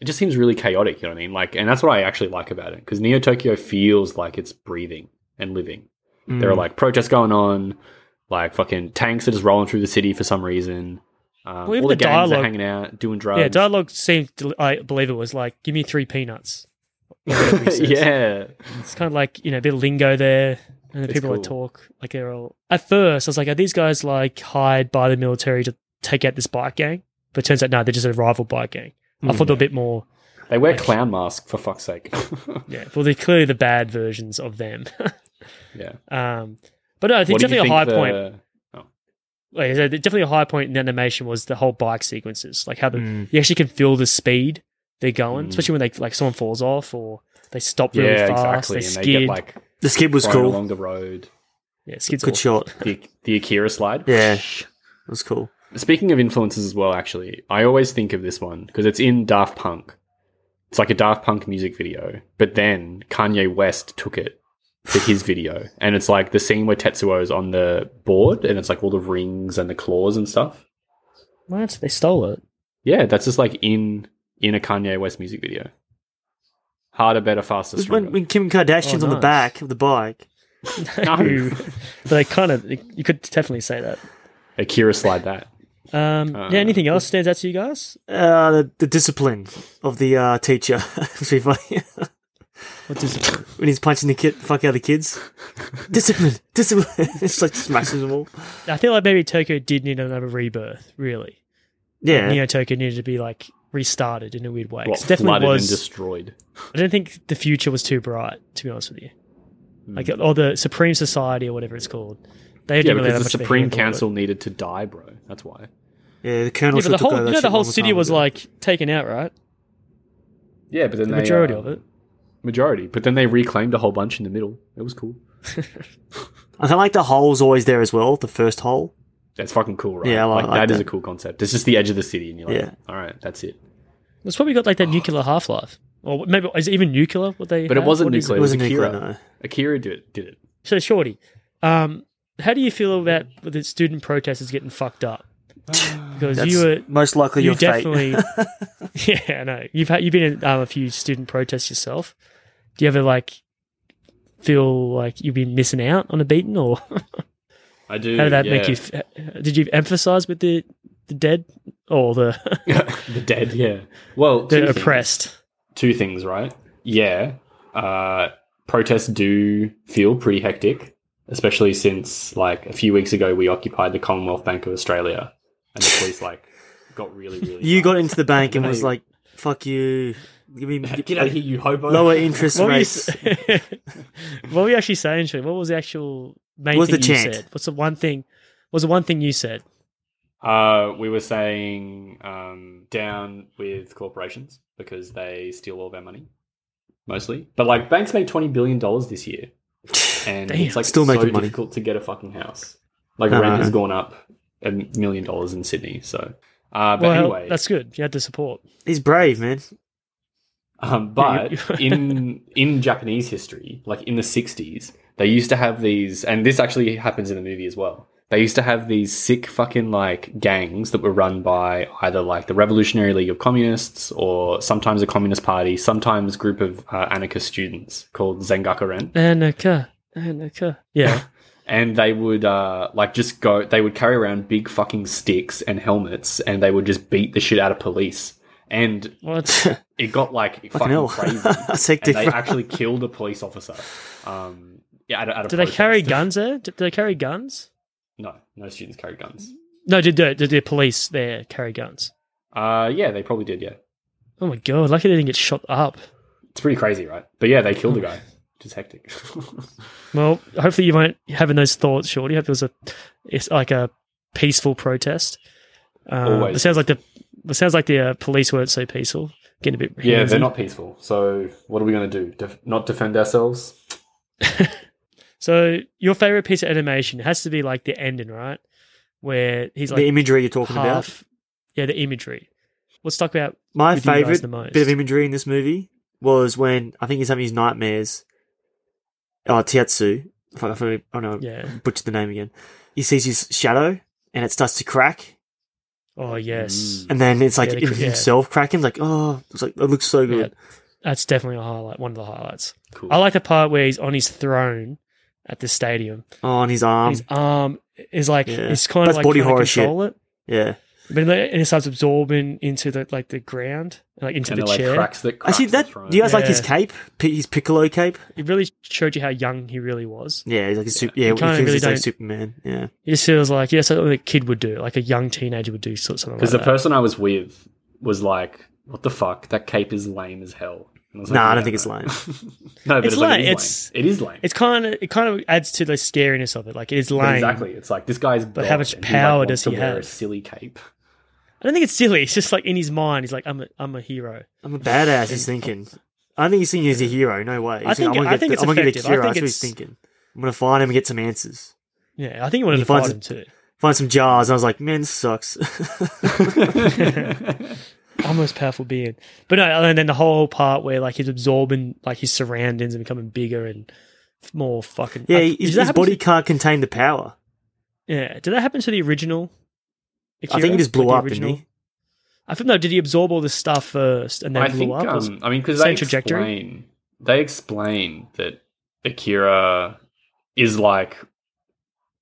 Speaker 6: It just seems really chaotic, you know what I mean? Like, and that's what I actually like about it because Neo Tokyo feels like it's breathing and living. There are
Speaker 7: Mm.
Speaker 5: Hmm.
Speaker 6: like protests going on, like fucking tanks are just rolling through the city for some reason. Um,
Speaker 5: Well, even
Speaker 6: all the,
Speaker 5: the
Speaker 6: gangs are
Speaker 5: dialogue-
Speaker 6: hanging out, doing drugs.
Speaker 7: Um,
Speaker 5: yeah,
Speaker 6: <laughs>
Speaker 5: dialogue seemed, I believe it was like, give me three
Speaker 7: <laughs>
Speaker 5: peanuts.
Speaker 6: yeah,
Speaker 5: It's kind of like, you know, a bit of lingo there. And the
Speaker 6: It's
Speaker 5: people
Speaker 6: cool.
Speaker 5: that talk, like they're all. At first, I was like, are these guys like hired by the military to take out this bike gang? But it turns out, no, they're just a rival bike gang.
Speaker 6: Hmm.
Speaker 5: I thought they were a bit more
Speaker 6: they wear
Speaker 5: Like-
Speaker 6: clown masks for fuck's sake. <laughs>
Speaker 5: Yeah, well, they're clearly the bad versions of them. <laughs>
Speaker 6: yeah,
Speaker 5: um, but no, I think
Speaker 6: What do you
Speaker 5: definitely a high
Speaker 6: think
Speaker 5: point.
Speaker 6: the-
Speaker 5: Like, I said, definitely a high point in the animation was the whole bike sequences, like how the,
Speaker 6: Hmm.
Speaker 5: you actually can feel the speed they're going, especially when they like someone falls off or they stop really
Speaker 6: yeah,
Speaker 5: fast,
Speaker 6: exactly.
Speaker 5: they
Speaker 6: and
Speaker 5: skid.
Speaker 6: they get like
Speaker 7: The skid was
Speaker 6: thrown
Speaker 7: cool.
Speaker 6: along the road.
Speaker 5: yeah, skids.
Speaker 7: Good
Speaker 5: awesome.
Speaker 7: shot.
Speaker 6: The, the Akira slide.
Speaker 7: Yeah, it was cool.
Speaker 6: Speaking of influences as well, actually, I always think of this one because it's in Daft Punk. It's like a Daft Punk music video, but then Kanye West took it to his video, and it's like the scene where Tetsuo is on the board, and it's like all the rings and the claws and stuff.
Speaker 5: What? They stole it.
Speaker 6: Yeah, that's just like in in a Kanye West music video. Harder, better, faster,
Speaker 7: It was when,
Speaker 6: stronger.
Speaker 7: when Kim Kardashian's
Speaker 5: Oh,
Speaker 7: on the
Speaker 5: nice.
Speaker 7: back of the bike.
Speaker 6: <laughs>
Speaker 5: No, but they kind of. You could definitely say that.
Speaker 6: Akira slide that.
Speaker 5: Um,
Speaker 6: Uh,
Speaker 5: yeah. Anything else stands out to you guys?
Speaker 7: Uh, the, the discipline of the uh, teacher. <laughs> it's pretty funny.
Speaker 5: What does it?
Speaker 7: when he's punching the kid, fuck out of
Speaker 5: <laughs>
Speaker 7: the kids. discipline, <laughs> discipline. it's like smashing them all.
Speaker 5: I feel like maybe Tokyo did need another rebirth. Really.
Speaker 7: Yeah,
Speaker 5: Neo Tokyo needed to be like restarted in a weird way. 'Cause
Speaker 6: What
Speaker 5: it definitely
Speaker 6: flooded and
Speaker 5: was.
Speaker 6: destroyed.
Speaker 5: I don't think the future was too bright, to be honest with you. Like, or the Supreme Society or whatever it's called. They
Speaker 6: Hmm. Yeah,
Speaker 5: didn't really have
Speaker 6: because the
Speaker 5: much of a
Speaker 6: Supreme
Speaker 5: handle on it.
Speaker 6: Council needed to die, bro. That's why.
Speaker 7: yeah. The colonel.
Speaker 5: Yeah, but the
Speaker 7: should've took
Speaker 5: whole,
Speaker 7: over
Speaker 5: you
Speaker 7: that
Speaker 5: know, the
Speaker 7: shit
Speaker 5: whole
Speaker 7: long
Speaker 5: city
Speaker 7: time
Speaker 5: was
Speaker 7: ago.
Speaker 5: like taken out, right?
Speaker 6: Yeah, but then
Speaker 5: The
Speaker 6: they,
Speaker 5: majority
Speaker 6: uh,
Speaker 5: of it.
Speaker 6: majority. But then they reclaimed a whole bunch in the middle. It was cool.
Speaker 7: I kind of like the hole's always there as well. The first hole.
Speaker 6: That's fucking cool, right?
Speaker 7: Yeah, I like- I like
Speaker 6: that is a
Speaker 7: that.
Speaker 6: cool concept. It's just the edge of the city, and you're like,
Speaker 7: Yeah.
Speaker 6: all right, that's it.
Speaker 5: It's probably got like that nuclear half life. Or maybe, is it even nuclear? What they
Speaker 6: But it
Speaker 5: have?
Speaker 6: wasn't
Speaker 5: What is
Speaker 6: nuclear. It
Speaker 7: It
Speaker 6: was
Speaker 7: wasn't
Speaker 6: Akira.
Speaker 7: nuclear. No.
Speaker 6: Akira did it. Did it.
Speaker 5: So, Shorty, um, how do you feel about the student protesters getting fucked up? Because
Speaker 7: That's
Speaker 5: you were
Speaker 7: most likely
Speaker 5: you
Speaker 7: your
Speaker 5: <laughs>
Speaker 7: fate.
Speaker 5: definitely
Speaker 7: <laughs>
Speaker 5: yeah i know you've had you've been in um, a few student protests yourself do you ever like feel like you've been missing out on a beating or
Speaker 6: I do.
Speaker 5: how did that
Speaker 6: yeah. <laughs>
Speaker 5: make you f- did you emphasize with the the dead or the
Speaker 6: <laughs> the dead? Yeah. Well, two
Speaker 5: the
Speaker 6: things.
Speaker 5: oppressed
Speaker 6: Two things, right? Yeah. Uh, protests do feel pretty hectic, especially since like a few weeks ago we occupied the Commonwealth Bank of Australia, and the police like got really, really.
Speaker 7: <laughs> You got
Speaker 6: in.
Speaker 7: into the bank and was
Speaker 6: No.
Speaker 7: like, "Fuck you."
Speaker 5: <laughs>
Speaker 6: <laughs>
Speaker 7: Give me
Speaker 6: Get out of here, you hobo.
Speaker 7: lower interest
Speaker 5: what were, you,
Speaker 7: rates.
Speaker 5: s-
Speaker 7: <laughs>
Speaker 5: what were you actually saying Shane? what was the actual main
Speaker 7: What was
Speaker 5: thing
Speaker 7: the
Speaker 5: you
Speaker 7: chant?
Speaker 5: said what's the one thing was the one thing you said
Speaker 6: Uh, we were saying um, down with corporations
Speaker 7: <laughs>
Speaker 6: because they steal all of our money, mostly. But like banks made twenty billion dollars this year. and
Speaker 5: Damn,
Speaker 6: it's like
Speaker 7: still
Speaker 6: so
Speaker 7: making money.
Speaker 6: difficult to get a fucking house. Like
Speaker 7: Uh-huh.
Speaker 6: rent has gone up a million dollars in Sydney. So, uh, but
Speaker 5: well,
Speaker 6: anyway,
Speaker 5: that's good. You had the support.
Speaker 7: He's brave, man.
Speaker 6: Um,
Speaker 5: Yeah,
Speaker 6: but
Speaker 5: you-
Speaker 6: in in Japanese history, like in the '60s, they used to have these, and this actually happens in the movie as well. They used to have these sick fucking like gangs that were run by either like the Revolutionary League of Communists or sometimes a Communist Party, sometimes group of uh, anarchist students called Zengakuren
Speaker 5: Annika, Annika. uh, <laughs> Yeah.
Speaker 6: and they would uh, like just go they would carry around big fucking sticks and helmets and they would just beat the shit out of police and <laughs>
Speaker 5: what?
Speaker 6: it got like fucking
Speaker 7: hell. <laughs>
Speaker 6: crazy
Speaker 7: That's hectic,
Speaker 6: and they
Speaker 7: bro.
Speaker 6: actually killed a police officer um yeah at a, at a
Speaker 5: Do they carry
Speaker 6: protest.
Speaker 5: guns there? Do do they carry guns?
Speaker 6: no no students carry guns
Speaker 5: No, did the, did the police there carry guns?
Speaker 6: uh yeah they probably did yeah
Speaker 5: Oh my god! Lucky they didn't get shot up.
Speaker 6: it's pretty crazy right but yeah they killed a guy
Speaker 5: <laughs>
Speaker 6: which is hectic
Speaker 5: Well, hopefully you won't having those thoughts, Shorty. Hope it was a it's like a peaceful protest. Um,
Speaker 6: Always.
Speaker 5: it sounds like the it sounds like the uh, police weren't so peaceful. Getting a bit
Speaker 6: yeah they're
Speaker 5: handsy.
Speaker 6: not peaceful so what are we going to do Def- not defend ourselves
Speaker 5: So your favorite piece of animation has to be like the ending, right? Where he's like
Speaker 7: the imagery you're talking about.
Speaker 5: half, yeah, the imagery. What stuck out?
Speaker 7: My
Speaker 5: with you guys
Speaker 7: favorite
Speaker 5: the most?
Speaker 7: bit of imagery in this movie was when I think he's having his nightmares. Oh, Tiatsu. Fuck, I forgot- oh no,
Speaker 5: Yeah.
Speaker 7: butchered the name again. He sees his shadow and it starts to crack,
Speaker 5: Oh yes,
Speaker 7: and then it's like
Speaker 5: Yeah, the cr- yeah.
Speaker 7: himself cracking. Like, oh, it's like it looks so
Speaker 5: Yeah,
Speaker 7: good.
Speaker 5: that's definitely a highlight. One of the highlights.
Speaker 6: cool
Speaker 5: I like the part where he's on his throne at the stadium.
Speaker 7: Oh, on his arm.
Speaker 5: his arm is like
Speaker 7: Yeah.
Speaker 5: it's kind of
Speaker 7: That's
Speaker 5: like
Speaker 7: body
Speaker 5: trying to
Speaker 7: horror shit.
Speaker 5: control it.
Speaker 7: yeah,
Speaker 5: But then it starts absorbing into the like the ground, like into
Speaker 6: and
Speaker 5: the
Speaker 6: they're like
Speaker 5: chair.
Speaker 6: cracks that
Speaker 7: I
Speaker 6: cracks
Speaker 7: see that.
Speaker 6: the
Speaker 7: Do you guys like his
Speaker 5: Yeah.
Speaker 7: cape? P- his piccolo cape.
Speaker 5: It really showed you how young he really was.
Speaker 7: Yeah, he's like a super. Yeah,
Speaker 5: You
Speaker 7: he
Speaker 5: kinda
Speaker 7: feels
Speaker 5: really
Speaker 7: he's like
Speaker 5: don't-
Speaker 7: Superman. Yeah,
Speaker 5: It just feels like yeah, something a kid would do, like a young teenager would do, sort of something like
Speaker 6: Because the
Speaker 5: that.
Speaker 6: person I was with was like, "What the fuck? That cape is lame as hell." And I was like,
Speaker 7: Nah, I
Speaker 6: "Yeah,
Speaker 7: don't think it's
Speaker 6: no."
Speaker 7: lame.
Speaker 6: no, but
Speaker 5: It's
Speaker 6: it's, like,
Speaker 5: lame.
Speaker 6: it
Speaker 5: It's-
Speaker 6: is lame. It is lame.
Speaker 5: it's kind of it kind of adds to the scariness of it. Like it is
Speaker 6: But
Speaker 5: lame.
Speaker 6: exactly. It's like this guy's.
Speaker 5: But
Speaker 6: God,
Speaker 5: how much
Speaker 6: and he,
Speaker 5: power
Speaker 6: like,
Speaker 5: does
Speaker 6: wants to
Speaker 5: he
Speaker 6: wear A
Speaker 5: have?
Speaker 6: silly cape.
Speaker 5: I don't think it's silly. It's just like in his mind, he's like, I'm a I'm a hero.
Speaker 7: I'm a badass. He's thinking. I don't think he's thinking he's a hero. No way.
Speaker 5: I
Speaker 7: He's
Speaker 5: think-
Speaker 7: like, I'm gonna
Speaker 5: I
Speaker 7: get
Speaker 5: think
Speaker 7: the-
Speaker 5: it's
Speaker 7: I'm gonna get a
Speaker 5: effective. I
Speaker 7: hero.
Speaker 5: think
Speaker 7: That's what he's
Speaker 5: it's-
Speaker 7: thinking. I'm gonna find him and get some answers.
Speaker 5: Yeah, I think he wanted to fight
Speaker 7: finds
Speaker 5: him
Speaker 7: it-
Speaker 5: too.
Speaker 7: Find some jars. And I was like, man, this sucks. <laughs>
Speaker 5: I'm the most powerful being. But no, and then the whole part where like he's absorbing like his surroundings and becoming bigger and more fucking
Speaker 7: yeah,
Speaker 5: I-
Speaker 7: his,
Speaker 5: does that
Speaker 7: his
Speaker 5: happen to-
Speaker 7: body can't contain the power.
Speaker 5: Yeah. Did that happen to the original?
Speaker 7: I think
Speaker 5: Akira?
Speaker 7: he just blew
Speaker 5: Like the
Speaker 7: up, didn't
Speaker 5: original-
Speaker 7: he?
Speaker 5: I think no. Did he absorb all this stuff first and then
Speaker 6: I
Speaker 5: blew
Speaker 6: think.
Speaker 5: up? Or was-
Speaker 6: Um, I mean, because they
Speaker 5: same
Speaker 6: explain
Speaker 5: trajectory?
Speaker 6: they explain that Akira is like,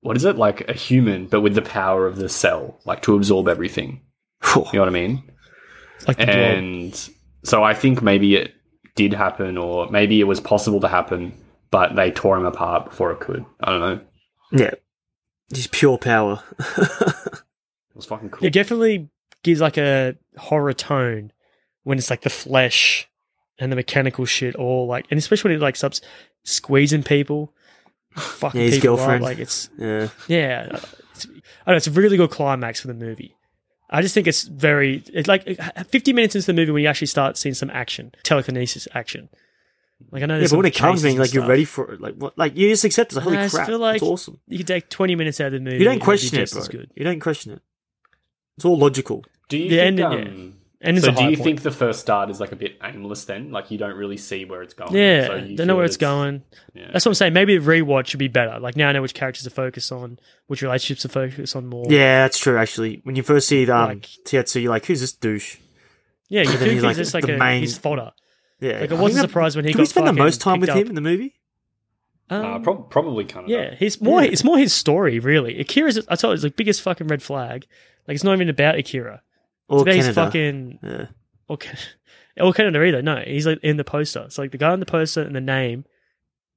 Speaker 6: what is it? Like a human, but with the power of the cell, like to absorb everything.
Speaker 7: Phew.
Speaker 6: You know what I mean?
Speaker 5: like the blob.
Speaker 6: and so I think maybe it did happen, or maybe it was possible to happen, but they tore him apart before it could. I don't know. It
Speaker 7: Yeah, just pure power. <laughs>
Speaker 6: was fucking cool.
Speaker 5: It definitely gives like a horror tone when it's like the flesh and the mechanical shit all like, and especially when it like stops squeezing people, fucking
Speaker 7: Yeah, his
Speaker 5: people
Speaker 7: girlfriend.
Speaker 5: up. Like it's
Speaker 7: yeah,
Speaker 5: yeah, it's, I know it's a really good climax for the movie. I just think it's very it's like fifty minutes into the movie when you actually start seeing some action, telekinesis action. Like I know,
Speaker 7: yeah.
Speaker 5: there's
Speaker 7: But when
Speaker 5: some
Speaker 7: it comes,
Speaker 5: chases
Speaker 7: man,
Speaker 5: and
Speaker 7: like you're
Speaker 5: stuff.
Speaker 7: ready for it. Like what? Like you just accept it. Like, holy
Speaker 5: I just
Speaker 7: crap!
Speaker 5: feel like
Speaker 7: it's awesome.
Speaker 5: You could take twenty minutes out of the movie.
Speaker 7: You
Speaker 5: and
Speaker 7: don't
Speaker 5: it'd be
Speaker 7: question it,
Speaker 5: just
Speaker 7: bro.
Speaker 5: as good.
Speaker 7: You don't question it. It's all logical.
Speaker 6: do you
Speaker 5: the end-
Speaker 6: think? um,
Speaker 5: And it's
Speaker 6: so
Speaker 5: a
Speaker 6: do
Speaker 5: high
Speaker 6: you
Speaker 5: point.
Speaker 6: think the first start is like a bit aimless then? Like you don't really see where it's going.
Speaker 5: Yeah,
Speaker 6: so you
Speaker 5: don't know
Speaker 6: feel
Speaker 5: where it's, going.
Speaker 6: Yeah.
Speaker 5: That's what I'm saying. Maybe the rewatch should be better. Like now I know which characters to focus on, which relationships to focus on more.
Speaker 7: Yeah, that's true. Actually, when you first see um,
Speaker 5: Like-
Speaker 7: Tiatsu, you're like, "Who's this douche?"
Speaker 5: yeah. You
Speaker 7: Then
Speaker 5: do
Speaker 7: he's
Speaker 5: think
Speaker 7: like
Speaker 5: it's like
Speaker 7: the
Speaker 5: a,
Speaker 7: main-
Speaker 5: he's fodder.
Speaker 7: Yeah,
Speaker 5: Like, I
Speaker 7: I think
Speaker 5: wasn't
Speaker 7: that-
Speaker 5: surprised when he
Speaker 7: Did
Speaker 5: got
Speaker 7: we spend the
Speaker 5: fucking
Speaker 7: most time with
Speaker 5: picked
Speaker 7: him
Speaker 5: up.
Speaker 7: in the movie?
Speaker 6: Uh,
Speaker 5: Um,
Speaker 6: prob- probably kind of.
Speaker 5: yeah, he's more. It's more his story, really. Akira's. I told you, it's the biggest fucking red flag. Like it's not even about Akira.
Speaker 7: Or
Speaker 5: it's about
Speaker 7: Canada?
Speaker 5: his fucking
Speaker 7: yeah.
Speaker 5: or, Can- or Canada either. No, he's like in the poster. It's like the guy on the poster and the name.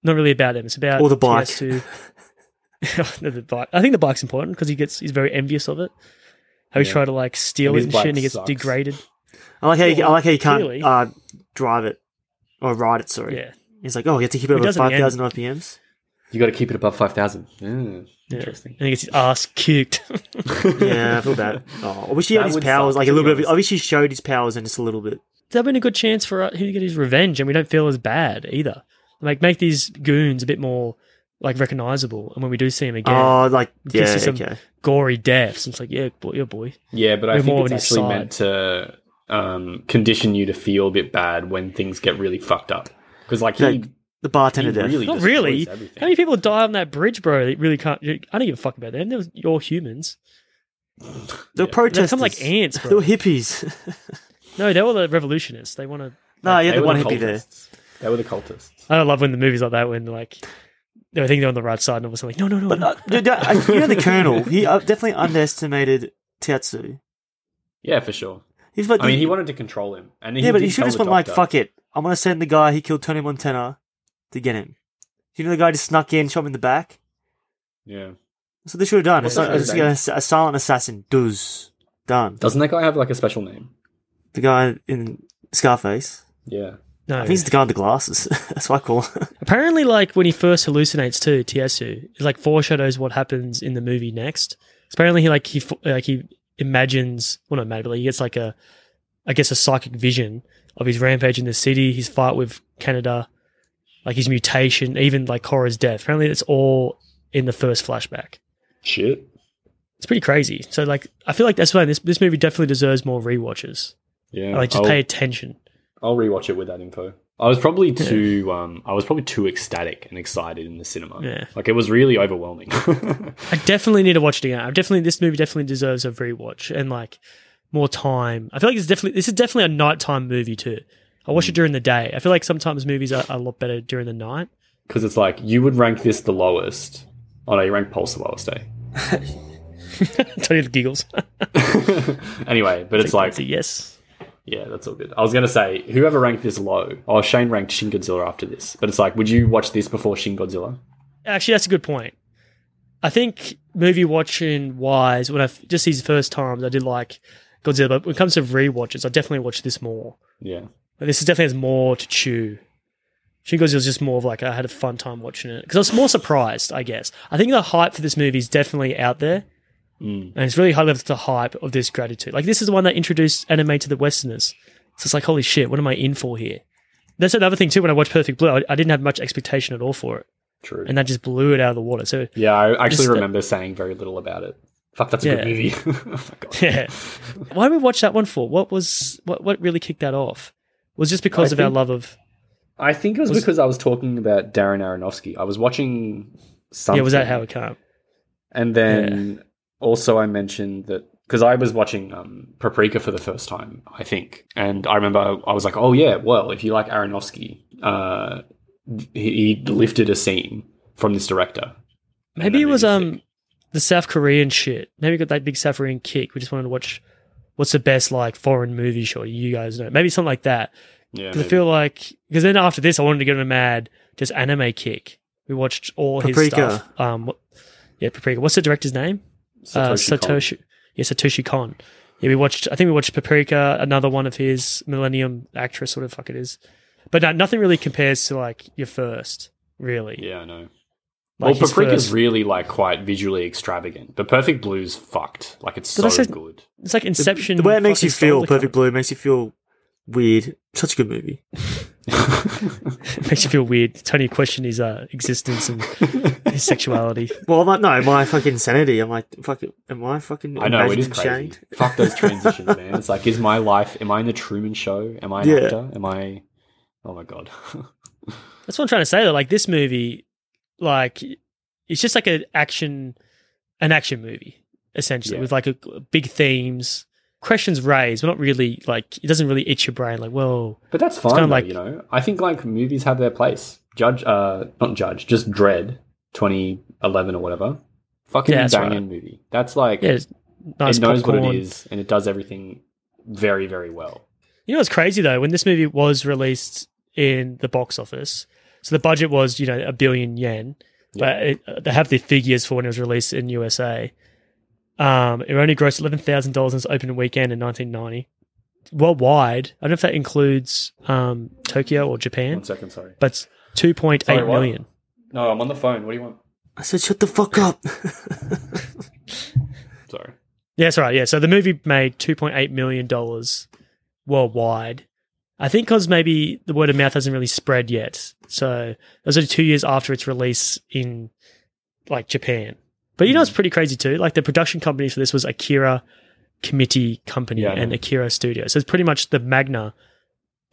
Speaker 5: Not really about him. It's about
Speaker 7: Or the bike.
Speaker 5: TS2. <laughs> No, the bike. I think the bike's important because he gets he's very envious of it. How he's
Speaker 6: Yeah.
Speaker 5: trying to like steal it
Speaker 6: And his
Speaker 5: and shit,
Speaker 6: bike
Speaker 5: and he gets
Speaker 6: sucks.
Speaker 5: degraded.
Speaker 7: I like how you, I like how you
Speaker 5: Clearly.
Speaker 7: can't uh, drive it or ride it. Sorry,
Speaker 5: Yeah,
Speaker 7: he's like, "Oh, you have to keep it
Speaker 5: He
Speaker 7: over
Speaker 5: does in the
Speaker 7: five
Speaker 5: end.
Speaker 7: thousand RPMs."
Speaker 6: You got to keep it above five thousand.
Speaker 5: yeah.
Speaker 6: Interesting.
Speaker 5: And he gets his ass kicked. <laughs>
Speaker 7: Yeah, I feel bad. Oh, I wish he
Speaker 6: That
Speaker 7: had his
Speaker 6: would
Speaker 7: powers
Speaker 6: suck,
Speaker 7: like a
Speaker 6: to
Speaker 7: little
Speaker 6: be
Speaker 7: bit. Of, I
Speaker 6: honest.
Speaker 7: wish he showed his powers and just a little bit.
Speaker 5: That'd been a good chance for uh, him to get his revenge, and we don't feel as bad either. Like make these goons a bit more like recognizable, and when we do see them again,
Speaker 7: Oh, like
Speaker 5: you
Speaker 7: yeah,
Speaker 5: see some
Speaker 7: okay.
Speaker 5: gory deaths. And it's like, yeah, boy, yeah, boy.
Speaker 6: Yeah, but I
Speaker 5: We're more
Speaker 6: think it's
Speaker 5: on his
Speaker 6: actually
Speaker 5: side.
Speaker 6: meant to um, condition you to feel a bit bad when things get really fucked up. Because like he,
Speaker 7: The, the bartender
Speaker 6: he
Speaker 7: death.
Speaker 6: really
Speaker 5: Not
Speaker 6: destroys
Speaker 5: really.
Speaker 6: everything.
Speaker 5: How many people die on that bridge, bro? That really can't. I don't give a fuck about them. They're all humans.
Speaker 7: They were
Speaker 5: They
Speaker 7: protesters.
Speaker 5: become like ants,
Speaker 7: They
Speaker 5: bro.
Speaker 7: were hippies. <laughs>
Speaker 5: No, they were the revolutionists. They want to.
Speaker 7: no, yeah,
Speaker 6: They
Speaker 7: the
Speaker 6: were
Speaker 7: one
Speaker 6: the
Speaker 7: hippie there.
Speaker 6: cultists. They were the cultists.
Speaker 5: I don't love when the movies like that when like they think they're on the right side and all of a sudden like no no no.
Speaker 7: But
Speaker 5: no.
Speaker 7: uh, dude, that- I- you know the colonel. He uh, definitely underestimated Tetsu.
Speaker 6: Yeah, for sure.
Speaker 7: He's like,
Speaker 6: I mean, he wanted to control him, and he
Speaker 7: yeah, but
Speaker 6: did
Speaker 7: he should
Speaker 6: tell
Speaker 7: have just
Speaker 6: the
Speaker 7: went like,
Speaker 6: doctor.
Speaker 7: fuck it. I'm gonna send the guy he killed Tony Montana to get him. You know the guy just snuck in, shot him in the back.
Speaker 6: Yeah.
Speaker 7: So they should have done.
Speaker 6: What's
Speaker 7: It's not,
Speaker 6: that
Speaker 7: it's
Speaker 6: guy's
Speaker 7: like a, a silent assassin. Does done.
Speaker 6: Doesn't that guy have like a special name?
Speaker 7: The guy in Scarface.
Speaker 6: Yeah.
Speaker 5: no.
Speaker 7: I think he's the guy with the glasses. <laughs> That's what I call. him.
Speaker 5: Apparently, like when he first hallucinates too, Tiesu, it like foreshadows what happens in the movie next. So apparently, he like he f- like he imagines, well, not imagine, but he gets like a, I guess, a psychic vision of his rampage in the city, his fight with Canada, like his mutation, even like Korra's death. Apparently, it's all in the first flashback.
Speaker 6: Shit.
Speaker 5: It's pretty crazy. So, like, I feel like that's why this this movie definitely deserves more rewatches.
Speaker 6: Yeah.
Speaker 5: Like, Oh, just
Speaker 6: I'll,
Speaker 5: pay attention.
Speaker 6: I'll rewatch it with that info. I was probably too um I was probably too ecstatic and excited in the cinema.
Speaker 5: Yeah.
Speaker 6: Like it was really overwhelming. <laughs>
Speaker 5: I definitely need to watch it again. I definitely this movie definitely deserves a rewatch and like more time. I feel like it's definitely this is definitely a nighttime movie too. I watch it during the day. I feel like sometimes movies are, are a lot better during the night. <laughs>
Speaker 6: Because it's like you would rank this the lowest. Oh no, you rank Pulse the lowest, eh?
Speaker 5: Tony the giggles.
Speaker 6: Anyway, but it's like
Speaker 5: That's a yes.
Speaker 6: yeah, that's all good. I was gonna say whoever ranked this low. Oh, Shane ranked Shin Godzilla after this, but it's like, would you watch this before Shin Godzilla?
Speaker 5: Actually, that's a good point. I think movie watching wise, when I f- just these first times, I did like Godzilla. But when it comes to rewatches, I definitely watch this more.
Speaker 6: Yeah.
Speaker 5: But this is definitely has more to chew. Shin Godzilla was just more of like I had a fun time watching it because I was more surprised. I guess I think the hype for this movie is definitely out there,
Speaker 6: Mm.
Speaker 5: and it's really high level to hype of this gratitude. Like this is the one that introduced anime to the Westerners, so it's like holy shit, what am I in for here? That's another thing too. When I watched Perfect Blue, I, I didn't have much expectation at all for it,
Speaker 6: True.
Speaker 5: and that just blew it out of the water. So <laughs>
Speaker 6: yeah, I actually
Speaker 5: Just, uh,
Speaker 6: remember saying very little about it. Fuck, that's a
Speaker 5: Yeah. <laughs>
Speaker 6: good movie. <laughs> oh my god.
Speaker 5: yeah,
Speaker 6: <laughs>
Speaker 5: why did we watch that one for? What was what what really kicked that off? Was just because
Speaker 6: I
Speaker 5: of our
Speaker 6: think-
Speaker 5: love of
Speaker 6: I think it was,
Speaker 5: Was-
Speaker 6: because I was talking about Darren Aronofsky. I was watching something.
Speaker 5: yeah. Was that how it came?
Speaker 6: And then also I mentioned that because I was watching um, Paprika for the first time, I think, and I remember I was like, "Oh yeah, well, if you like Aronofsky, uh, he, he lifted a scene from this director." And
Speaker 5: Maybe
Speaker 6: that
Speaker 5: it
Speaker 6: made
Speaker 5: was
Speaker 6: me
Speaker 5: um
Speaker 6: sick.
Speaker 5: the South Korean shit. Maybe it got that big South Korean kick. We just wanted to watch what's the best like foreign movie. Sure, you guys know. Maybe something like that.
Speaker 6: yeah,
Speaker 5: 'Cause I
Speaker 6: maybe.
Speaker 5: feel like because then after this, I wanted to get him a mad just anime kick. We watched all his
Speaker 7: Paprika.
Speaker 5: stuff. Um, what, yeah, Paprika. What's the director's name? uh,
Speaker 6: Satoshi Kon.
Speaker 5: Satoshi. Yeah, Satoshi Kon. Yeah, we watched. I think we watched Paprika, another one of his Millennium actress, sort of fuck it is. But no, nothing really compares to like your first, really.
Speaker 6: Yeah, I know.
Speaker 5: Like
Speaker 6: well,
Speaker 5: his
Speaker 6: Paprika's
Speaker 5: first-
Speaker 6: really like quite visually extravagant, but Perfect Blue's fucked. Like it's
Speaker 5: Did I
Speaker 6: so
Speaker 5: say-
Speaker 6: good.
Speaker 5: It's like Inception.
Speaker 7: the way it makes
Speaker 5: fucking
Speaker 7: you feel,
Speaker 5: stole the
Speaker 7: Perfect Blue, makes you feel weird. Such a good movie.
Speaker 6: <laughs>
Speaker 5: <laughs> makes you feel weird. Tony questioned his uh, existence and his sexuality.
Speaker 7: Well, I'm like, no, my fucking sanity. I'm like, fucking, am I fucking?
Speaker 6: I know it
Speaker 7: imagining
Speaker 6: is crazy.
Speaker 7: Shade?
Speaker 6: <laughs> Fuck
Speaker 7: <laughs>
Speaker 5: <laughs>
Speaker 6: those transitions, man. It's like, is my life? Am I in the Truman Show? Am I an
Speaker 7: Yeah.
Speaker 6: actor? Am I? Oh my god. <laughs>
Speaker 5: That's what I'm trying to say. Though, like this movie, like it's just like an action, an action movie essentially
Speaker 6: Yeah.
Speaker 5: with like a, big themes, questions raised, but not really like it doesn't really itch your brain. Like, whoa,
Speaker 6: But that's
Speaker 5: kinda
Speaker 6: fine, though,
Speaker 5: like-
Speaker 6: you know. I think like movies have their place. Judge, uh, not Judge, just Dread, 2011 or whatever. Fucking
Speaker 5: Yeah, that's
Speaker 6: banging
Speaker 5: right.
Speaker 6: movie. That's like
Speaker 5: yeah, it's nice
Speaker 6: it knows
Speaker 5: popcorn.
Speaker 6: what it is and it does everything very very well.
Speaker 5: You know what's crazy though? When this movie was released in the box office, so the budget was you know a billion yen, but it, uh, they have the figures for when it was released in USA. Um, it only grossed eleven thousand dollars in its opening weekend in 1990 worldwide. I don't know if that includes um, Tokyo or Japan,
Speaker 6: One second, sorry.
Speaker 5: but it's two point eight
Speaker 6: Sorry, what?
Speaker 5: million.
Speaker 6: No, I'm on the phone. What do you want?
Speaker 7: I said, shut the fuck up. <laughs>
Speaker 6: Sorry.
Speaker 5: Yeah, that's right. Yeah, so the movie made two point eight million dollars worldwide, I think because maybe the word of mouth hasn't really spread yet. So those are two years after its release in like Japan. But you know
Speaker 6: Hmm.
Speaker 5: it's pretty crazy too. Like the production company for this was Akira Committee Company
Speaker 6: Yeah, I know.
Speaker 5: and Akira Studio. So it's pretty much the Magna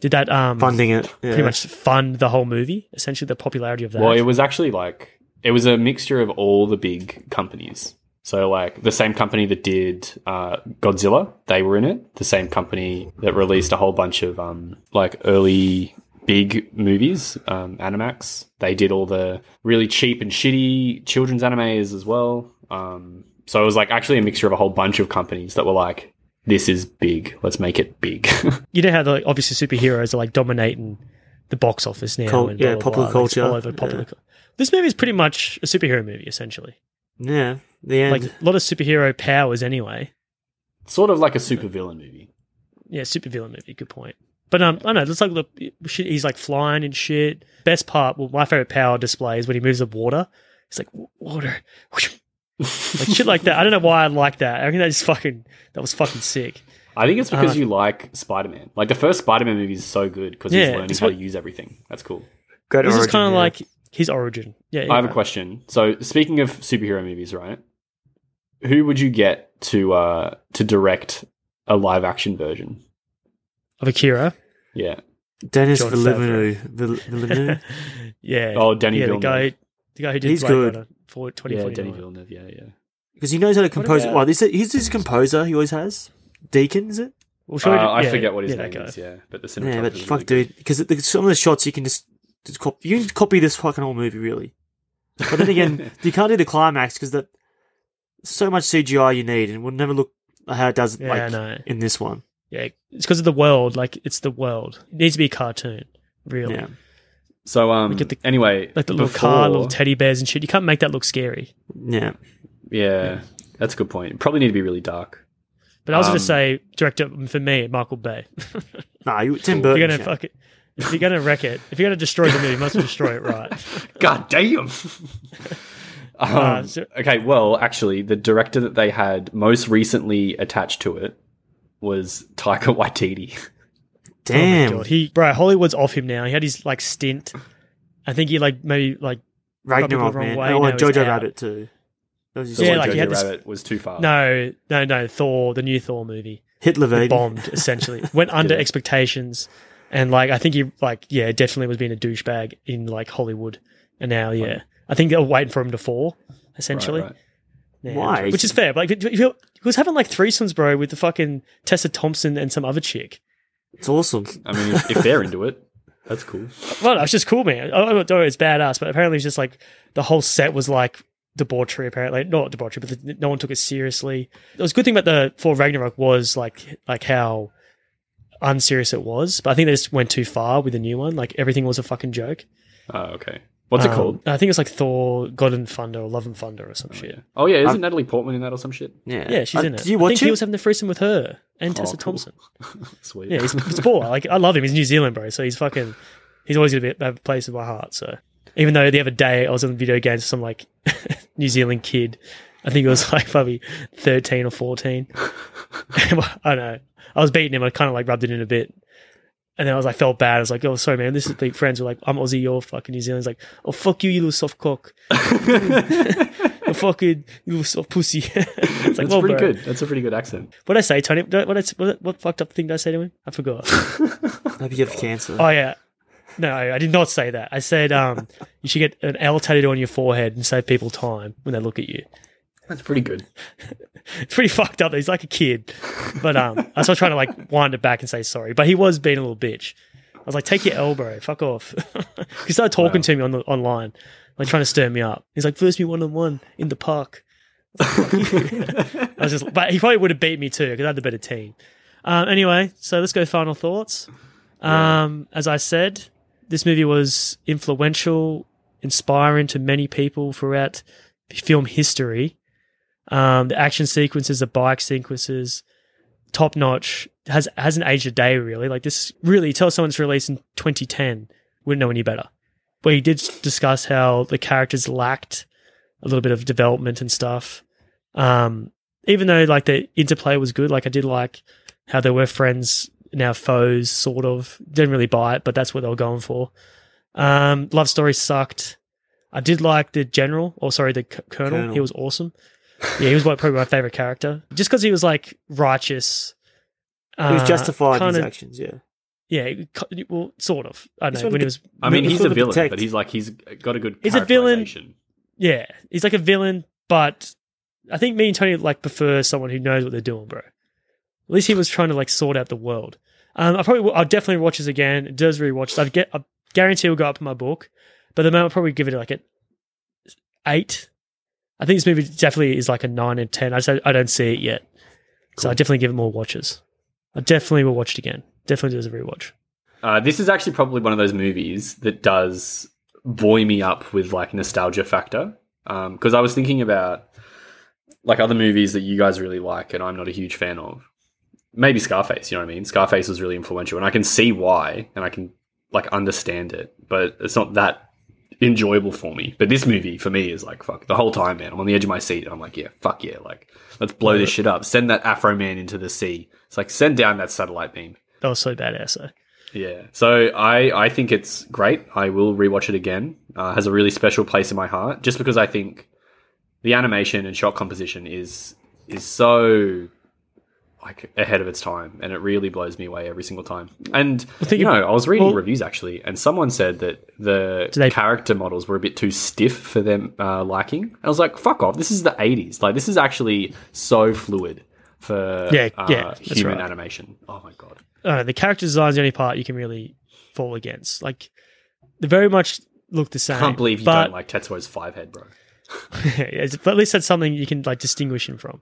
Speaker 5: did that um
Speaker 7: Funding it. Yeah.
Speaker 5: pretty much fund the whole movie. Essentially the popularity of that.
Speaker 6: Well, it was actually like it was a mixture of all the big companies. So like the same company that did uh, Godzilla, they were in it. The same company that released a whole bunch of um, like early big movies, um, Animax. They did all the really cheap and shitty children's animes as well. Um, so it was like actually a mixture of a whole bunch of companies that were like, "This is big. Let's make it big." <laughs>
Speaker 5: you know how the obviously superheroes are like dominating the box office now
Speaker 7: Cul-
Speaker 5: and
Speaker 7: yeah, popular
Speaker 5: like, it's all
Speaker 7: culture,
Speaker 5: over popular
Speaker 7: yeah.
Speaker 5: cul- this movie is pretty much a superhero movie essentially
Speaker 7: Yeah. The end.
Speaker 5: like a lot of superhero powers anyway
Speaker 6: sort of like a supervillain movie.
Speaker 5: yeah supervillain movie good point but um, I don't know. It's like look, shit, he's like flying and shit. Best part, well, my favorite power display is when he moves the water. It's like "W- water, <laughs> like shit like that. I don't know why I like that. I think that is fucking. That was fucking sick.
Speaker 6: I think it's because
Speaker 5: Uh,
Speaker 6: you like Spider Man. Like the first Spider Man movie is so good because
Speaker 5: Yeah,
Speaker 6: he's learning
Speaker 5: it's
Speaker 6: how
Speaker 5: what-
Speaker 6: to use everything. That's cool.
Speaker 7: Great
Speaker 5: This is
Speaker 7: origin,
Speaker 5: kind of
Speaker 7: yeah.
Speaker 5: like his origin. Yeah,
Speaker 6: I have a
Speaker 5: yeah.
Speaker 6: question. So speaking of superhero movies, right? Who would you get to uh to direct a live action version?
Speaker 5: of Akira.
Speaker 6: Yeah.
Speaker 7: Dennis
Speaker 5: John
Speaker 7: Villeneuve. Vill-
Speaker 5: <laughs>
Speaker 7: Villeneuve.
Speaker 5: Yeah.
Speaker 6: Oh, Denny
Speaker 5: yeah,
Speaker 6: Villeneuve.
Speaker 5: The guy, the guy who did
Speaker 7: He's
Speaker 5: Blade
Speaker 7: good.
Speaker 5: Runner for
Speaker 6: yeah,
Speaker 5: 2049.
Speaker 6: Denny Villeneuve. Yeah, yeah.
Speaker 7: Because he knows how to compose.
Speaker 5: about-
Speaker 7: well, this is, he's his composer. He always has. Deacon, is it?
Speaker 5: Well,
Speaker 6: Uh,
Speaker 5: sure,
Speaker 6: I
Speaker 5: yeah,
Speaker 6: forget what his
Speaker 5: yeah, that
Speaker 6: name
Speaker 5: guy.
Speaker 6: is. Yeah, but the cinematography.
Speaker 7: Yeah, but
Speaker 6: is
Speaker 7: fuck,
Speaker 6: really good.
Speaker 7: dude. Because the, some of the shots you can just, just copy. You can copy this fucking whole movie, really. But
Speaker 5: <laughs>
Speaker 7: then again, you can't do the climax because the so much CGI you need, and it will never look how it does
Speaker 5: Yeah, I
Speaker 7: like
Speaker 5: know.
Speaker 7: in this one.
Speaker 5: Yeah, it's because of the world. Like, it's the world. It needs to be a cartoon, really.
Speaker 7: Yeah,
Speaker 6: So um.
Speaker 5: Look at the-
Speaker 6: anyway,
Speaker 5: Like the little car, little teddy bears and shit. You can't make that look scary.
Speaker 7: yeah.
Speaker 6: yeah, that's a good point. Probably need to be really dark.
Speaker 5: But I was going
Speaker 6: Um,
Speaker 5: to say, director for me, Michael Bay. <laughs>
Speaker 7: Nah, you, Tim
Speaker 5: If
Speaker 7: Burton.
Speaker 5: you're going to
Speaker 7: yeah.
Speaker 5: fuck it. If you're going to wreck it, if you're going to destroy the movie, you must destroy it
Speaker 6: <laughs>
Speaker 5: right. Oh
Speaker 6: God <laughs> damn. Um,
Speaker 5: Uh, so-
Speaker 6: okay, well, actually, the director that they had most recently attached to it was Taika Waititi.
Speaker 7: Damn,
Speaker 5: oh God, he, bro, Hollywood's off him now. He had his like stint. I think he like maybe like
Speaker 7: Ragnarok,
Speaker 5: the wrong
Speaker 7: man.
Speaker 5: way,
Speaker 7: oh,
Speaker 5: now
Speaker 7: and
Speaker 5: he's
Speaker 7: Jojo
Speaker 5: out.
Speaker 7: Rabbit too. That was just
Speaker 5: Yeah,
Speaker 6: Or
Speaker 5: like,
Speaker 6: Jojo
Speaker 5: he had this-
Speaker 6: Rabbit was too far.
Speaker 5: no, no, no. Thor, the new Thor movie.
Speaker 7: Hitler baby.
Speaker 5: bombed essentially
Speaker 6: <laughs>
Speaker 5: went under expectations and like i think he like yeah definitely was being a douchebag in like hollywood and now yeah i think they're waiting for him to fall essentially
Speaker 6: right.
Speaker 5: Yeah.
Speaker 7: Why?
Speaker 5: which is fair but, like he was having like threesomes bro with the fucking tessa thompson and some other chick
Speaker 7: It's awesome.
Speaker 6: I mean, if, if they're into it, that's cool.
Speaker 5: well no, it's just cool man i don't know it's badass but apparently it's just like the whole set was like debauchery apparently not debauchery but the, no one took it seriously it was a good thing about the for ragnarok was like like how unserious it was, but I think they just went too far with the new one. Like everything was a fucking joke.
Speaker 6: Oh, okay. What's it
Speaker 5: Um,
Speaker 6: called?
Speaker 5: I think it's like Thor, God and Thunder, or Love and Thunder, or some shit.
Speaker 6: Oh, yeah, isn't
Speaker 5: uh,
Speaker 7: I'm-
Speaker 6: Natalie Portman in that or some shit?
Speaker 7: Yeah,
Speaker 5: Yeah, she's
Speaker 7: Uh,
Speaker 5: in it.
Speaker 7: Did
Speaker 5: I
Speaker 7: you
Speaker 5: think
Speaker 7: watch
Speaker 5: he
Speaker 7: it?
Speaker 5: was having the threesome with her and
Speaker 6: Oh,
Speaker 5: Tessa
Speaker 6: cool.
Speaker 5: Thompson.
Speaker 6: Sweet.
Speaker 5: Yeah, he's, he's baller. Like I love him. He's New Zealand, bro. So he's fucking. He's always gonna be, have a place in my heart. So even though the other day I was on video games with some like <laughs> New Zealand kid, I think it was like probably thirteen or fourteen. <laughs> I don't know. I was beating him. I kind of like rubbed it in a bit. And then I was like, felt bad. I was like, oh, sorry, man. This is big friends. We're like, I'm Aussie, you're fucking New Zealand. He's like, oh, fuck you, you little soft
Speaker 6: <laughs>
Speaker 5: cock. you fucking, you little soft pussy. <laughs> it's like,
Speaker 6: that's
Speaker 5: well,
Speaker 6: pretty
Speaker 5: bro.
Speaker 6: good. That's a pretty good accent.
Speaker 5: What did I say, Tony? What, did I, what, what fucked up thing did I say to him? I forgot.
Speaker 7: Maybe you have cancer.
Speaker 5: Oh yeah. No, I did not say that. I said um, you should get an L tattooed on your forehead and save people time when they look at you.
Speaker 6: That's pretty good.
Speaker 5: It's <laughs> pretty fucked up. Though. He's like a kid, but um, I was trying to like wind it back and say sorry. But he was being a little bitch. I was like, take your L, bro. Fuck off. <laughs> he started talking to me on the, online, like trying to stir me up. He's like, first me one on one in the park. <laughs> I was just, but he probably would have beat me too because I had the better team. Um, anyway, so let's go final thoughts. Um, As I said, this movie was influential, inspiring to many people throughout film history. Um, the action sequences, the bike sequences, top notch. Has hasn't aged a day really. Like this, really, tell someone it's released in 2010, wouldn't know any better. But he did discuss how the characters lacked a little bit of development and stuff. Um, even though like the interplay was good, like I did like how they were friends now foes, sort of. Didn't really buy it, but that's what they were going for. Um, Love Story sucked. I did like the general, or sorry, the c- colonel.
Speaker 7: Colonel.
Speaker 5: He was awesome. Yeah, he was like, probably my favorite character, just because he was like righteous.
Speaker 7: He was
Speaker 5: uh,
Speaker 7: justified in his
Speaker 5: kinda-
Speaker 7: actions, yeah.
Speaker 5: yeah, co- well, sort of. I don't know
Speaker 7: He's trying to
Speaker 5: when he
Speaker 7: get-
Speaker 5: was
Speaker 6: I mean,
Speaker 7: Maybe
Speaker 6: he's
Speaker 7: for
Speaker 6: a
Speaker 7: the
Speaker 6: villain,
Speaker 7: protect.
Speaker 6: but he's like he's got a good.
Speaker 5: He's a villain.
Speaker 6: characterization.
Speaker 5: yeah, he's like a villain, but I think me and Tony like prefer someone who knows what they're doing, bro. At least he was trying to like sort out the world. Um, I probably will, I'll definitely watch this again. It does rewatch. So I get I guarantee it'll go up in my book, but the moment I'll probably give it like an eight. I think this movie definitely is like a nine and ten. I just, I don't see it yet, so I definitely give it more watches. I definitely will watch it again. Definitely does a rewatch.
Speaker 6: Uh, this is actually probably one of those movies that does buoy me up with like nostalgia factor. Because I was thinking about like other movies that you guys really like and I'm not a huge fan of. Maybe Scarface, you know what I mean? Scarface was really influential and I can see why and I can like understand it, but it's not that enjoyable for me. But this movie for me is like, fuck, the whole time, man. I'm on the edge of my seat and I'm like, yeah, fuck yeah. Like, let's blow this shit up. Send that Afro man into the sea. It's like, send down that satellite beam.
Speaker 5: That was so badass. Though.
Speaker 6: Yeah. So I, I think it's great. I will rewatch it again. Uh, has a really special place in my heart just because I think the animation and shot composition is is so like ahead of its time and it really blows me away every single time. And
Speaker 5: think
Speaker 6: you know,
Speaker 5: it-
Speaker 6: I was reading
Speaker 5: well-
Speaker 6: reviews actually and someone said that the
Speaker 5: Do they-
Speaker 6: character models were a bit too stiff for them uh, liking. And I was like, fuck off. This is the 80s. Like this is actually so fluid for
Speaker 5: Yeah,
Speaker 6: uh,
Speaker 5: yeah, that's
Speaker 6: human
Speaker 5: right.
Speaker 6: animation. Oh my god.
Speaker 5: uh, the character design is the only part you can really fall against. Like, they very much look the same.
Speaker 6: Can't believe you
Speaker 5: but,
Speaker 6: don't like Tetsuo's five head, bro. <laughs>
Speaker 5: Yes, but at least that's something you can like distinguish him from.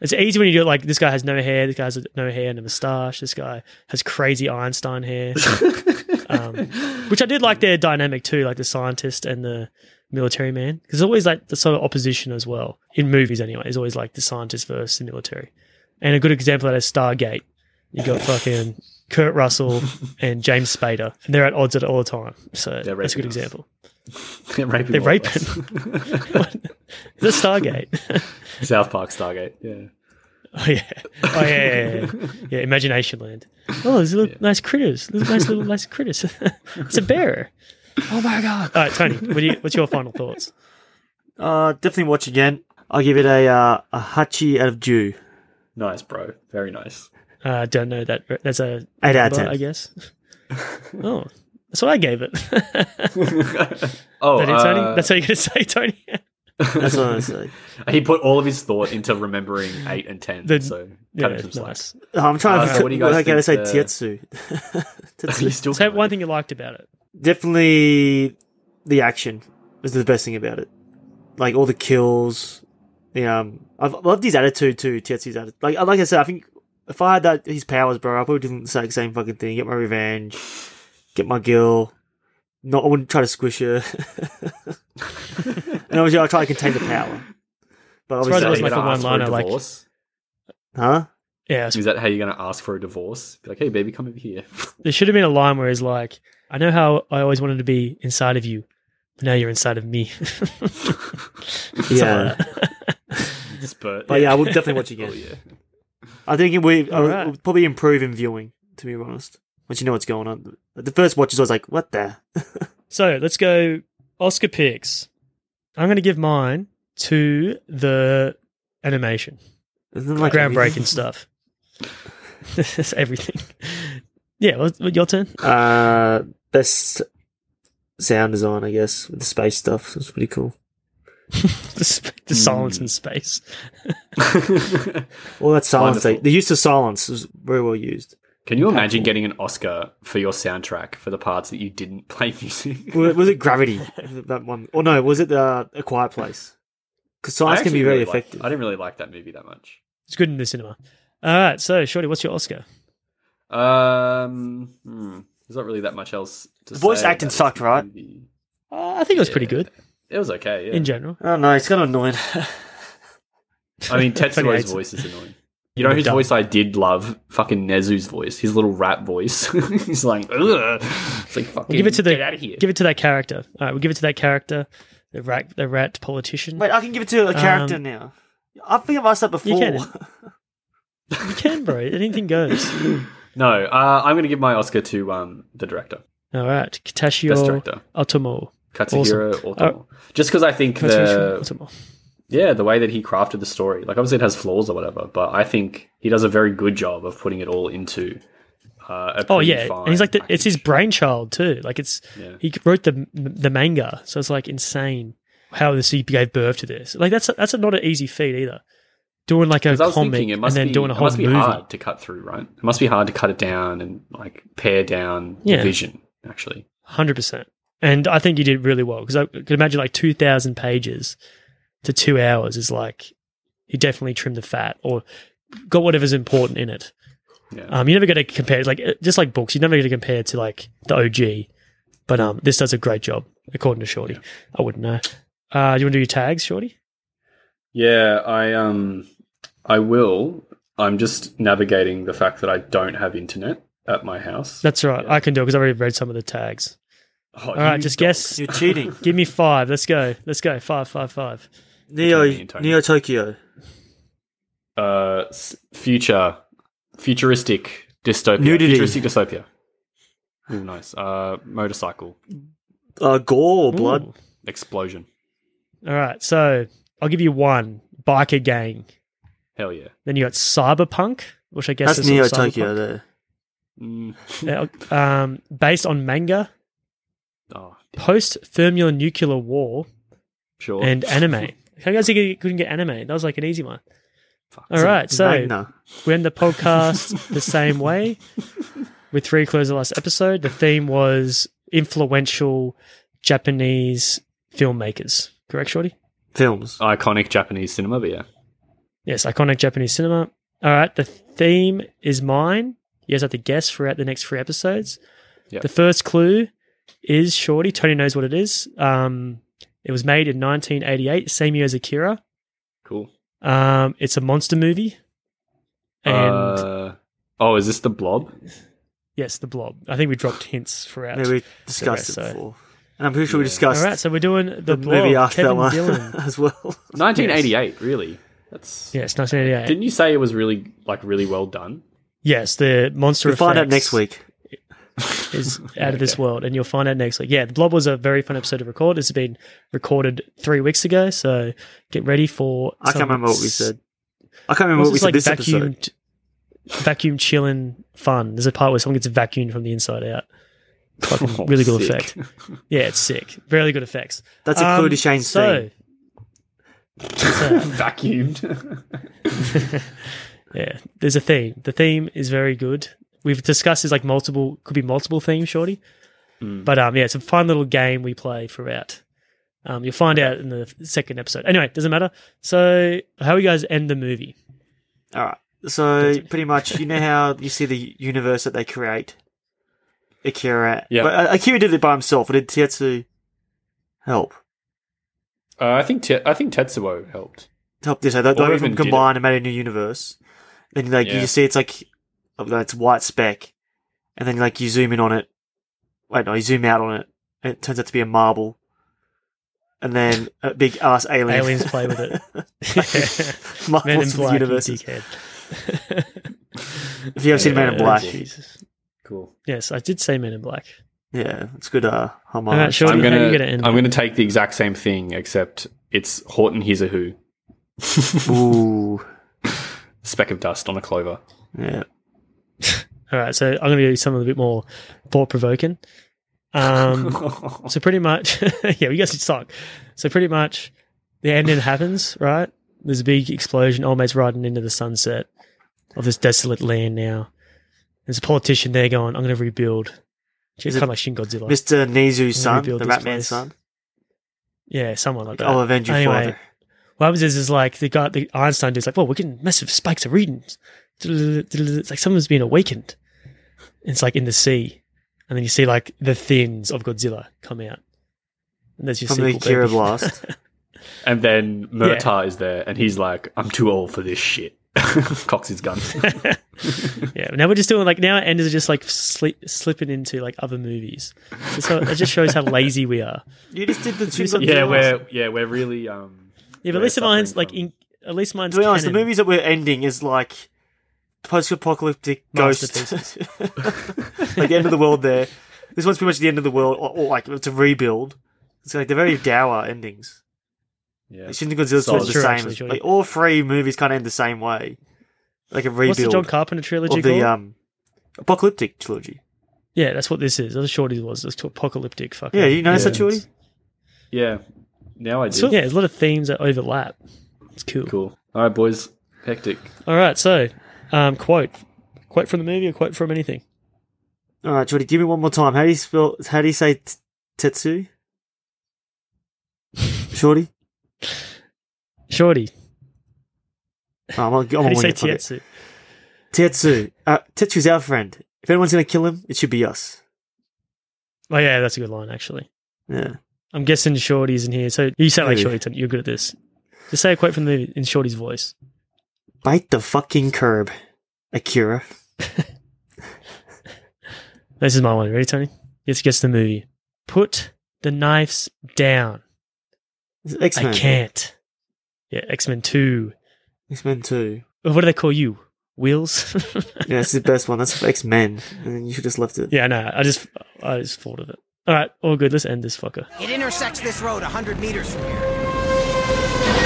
Speaker 5: It's easy when you do it. Like, this guy has no hair. This guy has no hair and a moustache. This guy has crazy Einstein hair. um, which I did like their dynamic too, like the scientist and the military man. Because always like the sort of opposition as well in movies. Anyway, is always like the scientist versus the military. And a good example of that is Stargate. You got fucking Kurt Russell and James Spader. And they're at odds at all the time. So
Speaker 6: They're
Speaker 5: that's a good
Speaker 6: raping us.
Speaker 5: example.
Speaker 6: They're raping.
Speaker 5: They're
Speaker 6: all of
Speaker 5: raping.
Speaker 6: us. <laughs>
Speaker 5: The Stargate.
Speaker 6: South Park Stargate. Yeah.
Speaker 5: <laughs> oh yeah. Oh yeah. Yeah, yeah. yeah Imagination Land. Oh, there's little nice critters. Little nice little nice critters. <laughs> it's a bear. Oh my god. All right, Tony. What do you, what's your final thoughts?
Speaker 7: Uh, definitely watch again. I'll give it a uh, a hachi out of Jew.
Speaker 6: Nice, bro. Very nice. <laughs>
Speaker 5: Uh, don't know that. That's a
Speaker 7: Eight out
Speaker 5: number,
Speaker 7: of ten.
Speaker 5: I guess. Oh, that's what I gave it. <laughs> Is
Speaker 6: Oh,
Speaker 5: that it, Tony?
Speaker 6: uh,
Speaker 5: that's how you're gonna say, Tony. <laughs>
Speaker 7: That's what <laughs> I say.
Speaker 6: he put all of his thought
Speaker 5: <laughs>
Speaker 6: into remembering eight and ten.
Speaker 5: The-
Speaker 6: so cut
Speaker 5: yeah,
Speaker 6: him some slack.
Speaker 5: nice.
Speaker 7: Oh, I'm trying
Speaker 6: Uh,
Speaker 7: to.
Speaker 6: so what do you guys
Speaker 7: I gotta say,
Speaker 6: think, uh,
Speaker 7: Tetsu.
Speaker 6: You <laughs>
Speaker 7: <laughs> Tetsu.
Speaker 6: still
Speaker 5: Say
Speaker 6: can't.
Speaker 5: one thing you liked about it.
Speaker 7: Definitely, the action is the best thing about it. Like all the kills. The, um, I've loved his attitude too. Tetsu's attitude. Like, uh, like I said, I think if I had that his powers, bro, I probably didn't say the same fucking thing. Get my revenge. Get my girl. Not, I wouldn't try to squish her. <laughs> and obviously, I try to contain the power. But
Speaker 5: Surprised it wasn't
Speaker 7: obviously,
Speaker 5: like a
Speaker 6: Ask for
Speaker 5: one-liner,
Speaker 6: a
Speaker 5: like-
Speaker 6: divorce?
Speaker 7: huh?
Speaker 6: <laughs>
Speaker 5: Yeah, it's-
Speaker 6: Is that how you're going to ask for a divorce? Be like, hey, baby, come over here. <laughs>
Speaker 5: there should have been a line where he's like, "I know how I always wanted to be inside of you, but now you're inside of me." <laughs>
Speaker 7: Yeah.
Speaker 6: Spurt.
Speaker 7: But yeah, I will definitely watch again.
Speaker 6: Oh, <laughs> yeah.
Speaker 7: I think we
Speaker 5: All
Speaker 7: uh,
Speaker 5: right.
Speaker 7: we'll probably improve in viewing, to be honest. Once you know what's going on. The first watch is always like, what the? <laughs>
Speaker 5: So let's go Oscar picks. I'm going to give mine to the animation,
Speaker 7: Isn't it like
Speaker 5: groundbreaking stuff. <laughs> That's everything. Yeah, well, your turn. <laughs>
Speaker 7: Uh, best sound design, I guess, with the space stuff. It's pretty cool.
Speaker 5: The, sp- the silence in space.
Speaker 7: Well, that silence,
Speaker 6: Wonderful.
Speaker 7: they, the use of silence was very well used.
Speaker 6: Can you imagine getting an Oscar for your soundtrack for the parts that you didn't play <laughs> music?
Speaker 7: Was, was
Speaker 6: <laughs>
Speaker 7: it Gravity? that one? Or no, was it uh, A Quiet Place? Because
Speaker 6: I
Speaker 7: silence can
Speaker 6: actually
Speaker 7: be very
Speaker 6: really liked-
Speaker 7: effective.
Speaker 6: I didn't really like that movie that much.
Speaker 5: It's good in the cinema. All right, so Shorty, what's your Oscar?
Speaker 6: Um, hmm, there's not really that much else. to
Speaker 7: The voice
Speaker 6: say
Speaker 7: acting
Speaker 6: about
Speaker 7: sucked,
Speaker 6: this
Speaker 7: right?
Speaker 6: movie.
Speaker 5: Uh, I think it was pretty good
Speaker 6: It was okay. Yeah.
Speaker 5: in general.
Speaker 7: I don't know, Oh, it's kind
Speaker 6: <laughs>
Speaker 7: of annoying.
Speaker 5: <laughs>
Speaker 6: I mean,
Speaker 5: Tony hates
Speaker 6: Tetsuo's
Speaker 5: it.
Speaker 6: voice is annoying. You know whose
Speaker 5: Dumb.
Speaker 6: voice I did love? Fucking Nezu's voice. His little rat voice. <laughs> He's like, Ugh. it's like fucking.
Speaker 5: We'll give it to the
Speaker 6: get out of here.
Speaker 5: give it to that character. All right, we'll give it to that character, the rat, the rat politician.
Speaker 7: Wait, I can give it to a character
Speaker 6: Um,
Speaker 7: now. I think I've asked that before.
Speaker 6: <laughs>
Speaker 7: <laughs>
Speaker 5: can. You can, bro. Anything goes.
Speaker 6: <gasps> No, uh, I'm going to give my Oscar to um, the director,
Speaker 5: All right,
Speaker 6: Best
Speaker 5: Katashio
Speaker 6: director.
Speaker 5: Otomo.
Speaker 6: Katsuhiro
Speaker 5: Awesome.
Speaker 6: Otomo. Just because I think
Speaker 5: Katashio
Speaker 6: the
Speaker 5: Otomo.
Speaker 6: yeah the way that he crafted the story, like obviously it has flaws or whatever, but I think he does a very good job of putting it all into. Uh, a
Speaker 5: Oh
Speaker 6: pretty
Speaker 5: yeah, and he's
Speaker 6: fine
Speaker 5: like the, it's
Speaker 6: package.
Speaker 5: his brainchild too. Like it's
Speaker 6: Yeah.
Speaker 5: he wrote the the manga, so it's like insane how this he gave birth to this. Like that's that's not an easy feat either. Doing like a
Speaker 6: 'Cause I was
Speaker 5: comic
Speaker 6: thinking it
Speaker 5: and
Speaker 6: must
Speaker 5: then
Speaker 6: be,
Speaker 5: doing a
Speaker 6: it
Speaker 5: whole
Speaker 6: must be
Speaker 5: movie.
Speaker 6: hard to cut through, right? It must be hard to cut it down and like pare down
Speaker 5: Yeah.
Speaker 6: the vision. Actually,
Speaker 5: hundred percent. And I think you did really well because I could imagine like two thousand pages to two hours is like he definitely trimmed the fat or got whatever's important in it.
Speaker 6: Yeah.
Speaker 5: Um, you're never going to compare like uh, just like books. You're never going to compare to like the OG, but um, this does a great job according to Shorty. I wouldn't know. Uh, do you want to do your tags, Shorty?
Speaker 6: yeah, I um, I will. I'm just navigating the fact that I don't have internet at my house.
Speaker 5: That's all right. I can do it because I already read some of the tags.
Speaker 6: Oh,
Speaker 5: All right,
Speaker 6: <laughs> you
Speaker 5: just
Speaker 6: dog.
Speaker 5: guess.
Speaker 7: You're cheating.
Speaker 5: Give me five. Let's go. Let's go. Five, five, five.
Speaker 7: Neo,
Speaker 6: Antonio, Antonio.
Speaker 7: Neo Tokyo.
Speaker 6: Uh, s- future, futuristic dystopia,
Speaker 7: Nudity.
Speaker 6: futuristic dystopia. Ooh, nice. Uh, motorcycle
Speaker 7: Uh, gore or blood?
Speaker 5: Ooh.
Speaker 6: explosion.
Speaker 5: All right. So I'll give you one biker gang.
Speaker 6: Hell yeah.
Speaker 5: Then you got Cyberpunk, which I guess
Speaker 7: That's
Speaker 5: is
Speaker 7: Neo
Speaker 5: sort of
Speaker 7: Tokyo
Speaker 5: cyberpunk.
Speaker 7: there.
Speaker 6: Mm.
Speaker 5: Yeah, um, based on manga,
Speaker 6: Oh,
Speaker 5: post thermal nuclear war,
Speaker 6: sure.
Speaker 5: and anime. How guys think you couldn't get anime? That was like an easy one.
Speaker 6: <laughs> Fuck.
Speaker 5: All right, so
Speaker 7: Magna.
Speaker 5: we end the podcast <laughs> the same way. With three close the last episode, the theme was influential Japanese filmmakers. Correct, Shorty?
Speaker 6: Oh,
Speaker 7: Films.
Speaker 6: iconic Japanese cinema, but yeah.
Speaker 5: Yes, iconic Japanese cinema. All right, the theme is mine. You guys have to guess throughout the next three episodes.
Speaker 6: Yep.
Speaker 5: The first clue is Shorty. Tony knows what it is. Um, it was made in 1988, same year as Akira.
Speaker 6: Cool.
Speaker 5: Um, it's a monster movie. And
Speaker 6: uh, oh, is this the blob?
Speaker 5: yes, The Blob. I think we dropped hints throughout.
Speaker 7: Yeah, we discussed
Speaker 5: so-
Speaker 7: it before. And I'm pretty sure we
Speaker 5: All
Speaker 7: discussed
Speaker 5: right, so we're doing The,
Speaker 7: the
Speaker 5: Blob.
Speaker 7: movie after
Speaker 5: Kevin
Speaker 7: that one
Speaker 5: Dillon.
Speaker 7: <laughs> as well.
Speaker 6: 1988, really? That's
Speaker 5: yes, 1988.
Speaker 6: Didn't you say it was really like really well done?
Speaker 5: yes, the monster
Speaker 7: We'll find out
Speaker 5: effects.
Speaker 7: next week. <laughs>
Speaker 5: is out of this world, and you'll find out next week. Yeah, the blob was a very fun episode to record. It's been recorded three weeks ago, so get ready for.
Speaker 7: I can't
Speaker 5: some-
Speaker 7: remember what we said. I can't remember
Speaker 5: What's
Speaker 7: what we
Speaker 5: this
Speaker 7: said
Speaker 5: like
Speaker 7: this
Speaker 5: vacuumed,
Speaker 7: episode.
Speaker 5: vacuum chilling fun? There's a part where someone gets vacuumed from the inside out.
Speaker 6: <laughs>
Speaker 5: Fucking
Speaker 7: Oh,
Speaker 5: really good
Speaker 6: Oh, sick.
Speaker 5: effect. Yeah, it's sick. Really good effects. Um,
Speaker 7: That's a clue to Shane's
Speaker 5: so,
Speaker 7: theme.
Speaker 6: Vacuumed.
Speaker 5: Yeah, there's a theme. The theme is very good. We've discussed is like multiple could be multiple themes, shorty.
Speaker 7: Mm.
Speaker 5: But um, yeah, it's a fun little game we play throughout. Um, you'll find out in the second episode. Anyway, doesn't matter. So, how you guys end the movie?
Speaker 7: All right. So pretty much, you know how you see the universe that they create. Akira.
Speaker 6: Yeah.
Speaker 7: But uh, Akira did it by himself. Or did Tetsu help?
Speaker 6: <laughs> uh, I think Te- I think Tetsuo helped.
Speaker 7: Help this. They they
Speaker 6: Or
Speaker 7: even
Speaker 6: even did it.
Speaker 7: combined and made a new universe. Then like
Speaker 6: Yeah.
Speaker 7: you see, it's like oh, no, it's white speck, and then like you zoom in on it. Wait, no, you zoom out on it, and it turns out to be a marble. And then a big ass alien.
Speaker 5: Aliens
Speaker 7: <laughs>
Speaker 5: play with it. <laughs> Men in
Speaker 7: Marvels of the
Speaker 5: Black, you
Speaker 7: universe.
Speaker 5: dickhead.
Speaker 7: If you have seen Man in
Speaker 5: Yeah,
Speaker 7: Black,
Speaker 5: Jesus.
Speaker 6: Cool.
Speaker 5: Yes, I did say Men in Black.
Speaker 7: yeah, it's good. Uh, homage.
Speaker 5: All right, sure.
Speaker 6: I'm
Speaker 5: How
Speaker 6: gonna
Speaker 5: you gonna end
Speaker 6: I'm
Speaker 5: it?
Speaker 6: gonna take the exact same thing except it's Horton He's a Who.
Speaker 7: Ooh,
Speaker 6: Speck of dust on a clover.
Speaker 7: yeah.
Speaker 5: All right, so I'm going to do something a bit more thought provoking. Um,
Speaker 7: <laughs>
Speaker 5: so pretty much, <laughs> yeah, we guys suck. So pretty much, the ending happens, right? There's a big explosion. Old mate's riding into the sunset of this desolate land now. There's a politician there going, "I'm going to rebuild." She's
Speaker 7: Is it
Speaker 5: kind of like Shin Godzilla.
Speaker 7: Mr. Nizu's son, the
Speaker 5: rebuild this
Speaker 7: Ratman's
Speaker 5: place.
Speaker 7: son.
Speaker 5: yeah, someone like that.
Speaker 7: I'll avenge your
Speaker 5: Anyway,
Speaker 7: father.
Speaker 5: What happens is, is like the guy, the Einstein dude's like, well, we're getting massive spikes of readings. It's like someone's been awakened. It's like in the sea. And then you see like the thins of Godzilla come out. And there's your
Speaker 7: From the
Speaker 5: sequel,
Speaker 7: Akira
Speaker 5: baby.
Speaker 7: Blast.
Speaker 6: And then Murtar is there and he's like, I'm too old for this shit. <laughs> Cocks
Speaker 5: <laughs>
Speaker 6: his gun.
Speaker 5: <laughs> yeah. Now we're just doing like, now our enders are just like slip, slipping into like other movies. So, so it just
Speaker 7: <laughs>
Speaker 5: shows how lazy we are.
Speaker 7: you
Speaker 5: <laughs>
Speaker 7: just did the two.
Speaker 6: yeah, we're yeah, we're really um
Speaker 5: Yeah, but
Speaker 6: We're
Speaker 5: at least
Speaker 6: suffering
Speaker 5: mine's like,
Speaker 6: from-
Speaker 5: in, at least mine's
Speaker 7: To be honest, the
Speaker 5: canon.
Speaker 7: movies that we're ending is like post-apocalyptic ghost, <laughs> like the end of the world. There, this one's pretty much the end of the world, or, or like it's a rebuild. It's like they're very dour endings.
Speaker 6: Yeah.
Speaker 7: Like, Shin Godzilla's
Speaker 6: Solid.
Speaker 7: sort of the
Speaker 5: True,
Speaker 7: same.
Speaker 5: actually, Jordan.
Speaker 7: like all three movies kind of end the same way, like a rebuild
Speaker 5: What's the John Carpenter trilogy
Speaker 7: of the
Speaker 5: called?
Speaker 7: um, apocalyptic trilogy.
Speaker 5: yeah, that's what this is. That's what it was. It's apocalyptic. Fucking
Speaker 7: Yeah, you notice
Speaker 6: Yeah.
Speaker 7: that, Jordy?
Speaker 6: Yeah. Now I do.
Speaker 5: yeah, there's a lot of themes that overlap. It's cool.
Speaker 6: cool. All right, boys. Hectic.
Speaker 5: All right, so um, quote, quote from the movie or quote from anything.
Speaker 7: All right, Jordy, give me one more time. How do you spell? How do you say t- Tetsu?
Speaker 5: <laughs>
Speaker 7: Shorty,
Speaker 5: Shorty,
Speaker 7: oh, I'm, on-
Speaker 5: how
Speaker 7: I'm
Speaker 5: do you
Speaker 7: on
Speaker 5: say
Speaker 7: it, fuck it.
Speaker 5: Tietsu?
Speaker 7: Tetsu. Uh, Tetsu's our friend. If anyone's gonna kill him, it should be us.
Speaker 5: Oh yeah, that's a good line actually.
Speaker 7: Yeah.
Speaker 5: I'm guessing Shorty's in here. So you sound like
Speaker 7: Maybe.
Speaker 5: Shorty. Tony. You're good at this. Just say a quote from the movie in Shorty's voice.
Speaker 7: Bite the fucking curb, Akira.
Speaker 5: This is my one. Ready, Tony? Yes, guess the movie. Put the knives down.
Speaker 7: X Men.
Speaker 5: I can't. Yeah, X Men Two.
Speaker 7: X Men Two.
Speaker 5: Oh, What do they call you? Wheels. <laughs>
Speaker 7: Yeah, it's the best one. That's X Men, and then you should just left it.
Speaker 5: yeah, no, I just, I just thought of it. All right, all good. Let's end this fucker.
Speaker 2: It intersects this road hundred meters from here.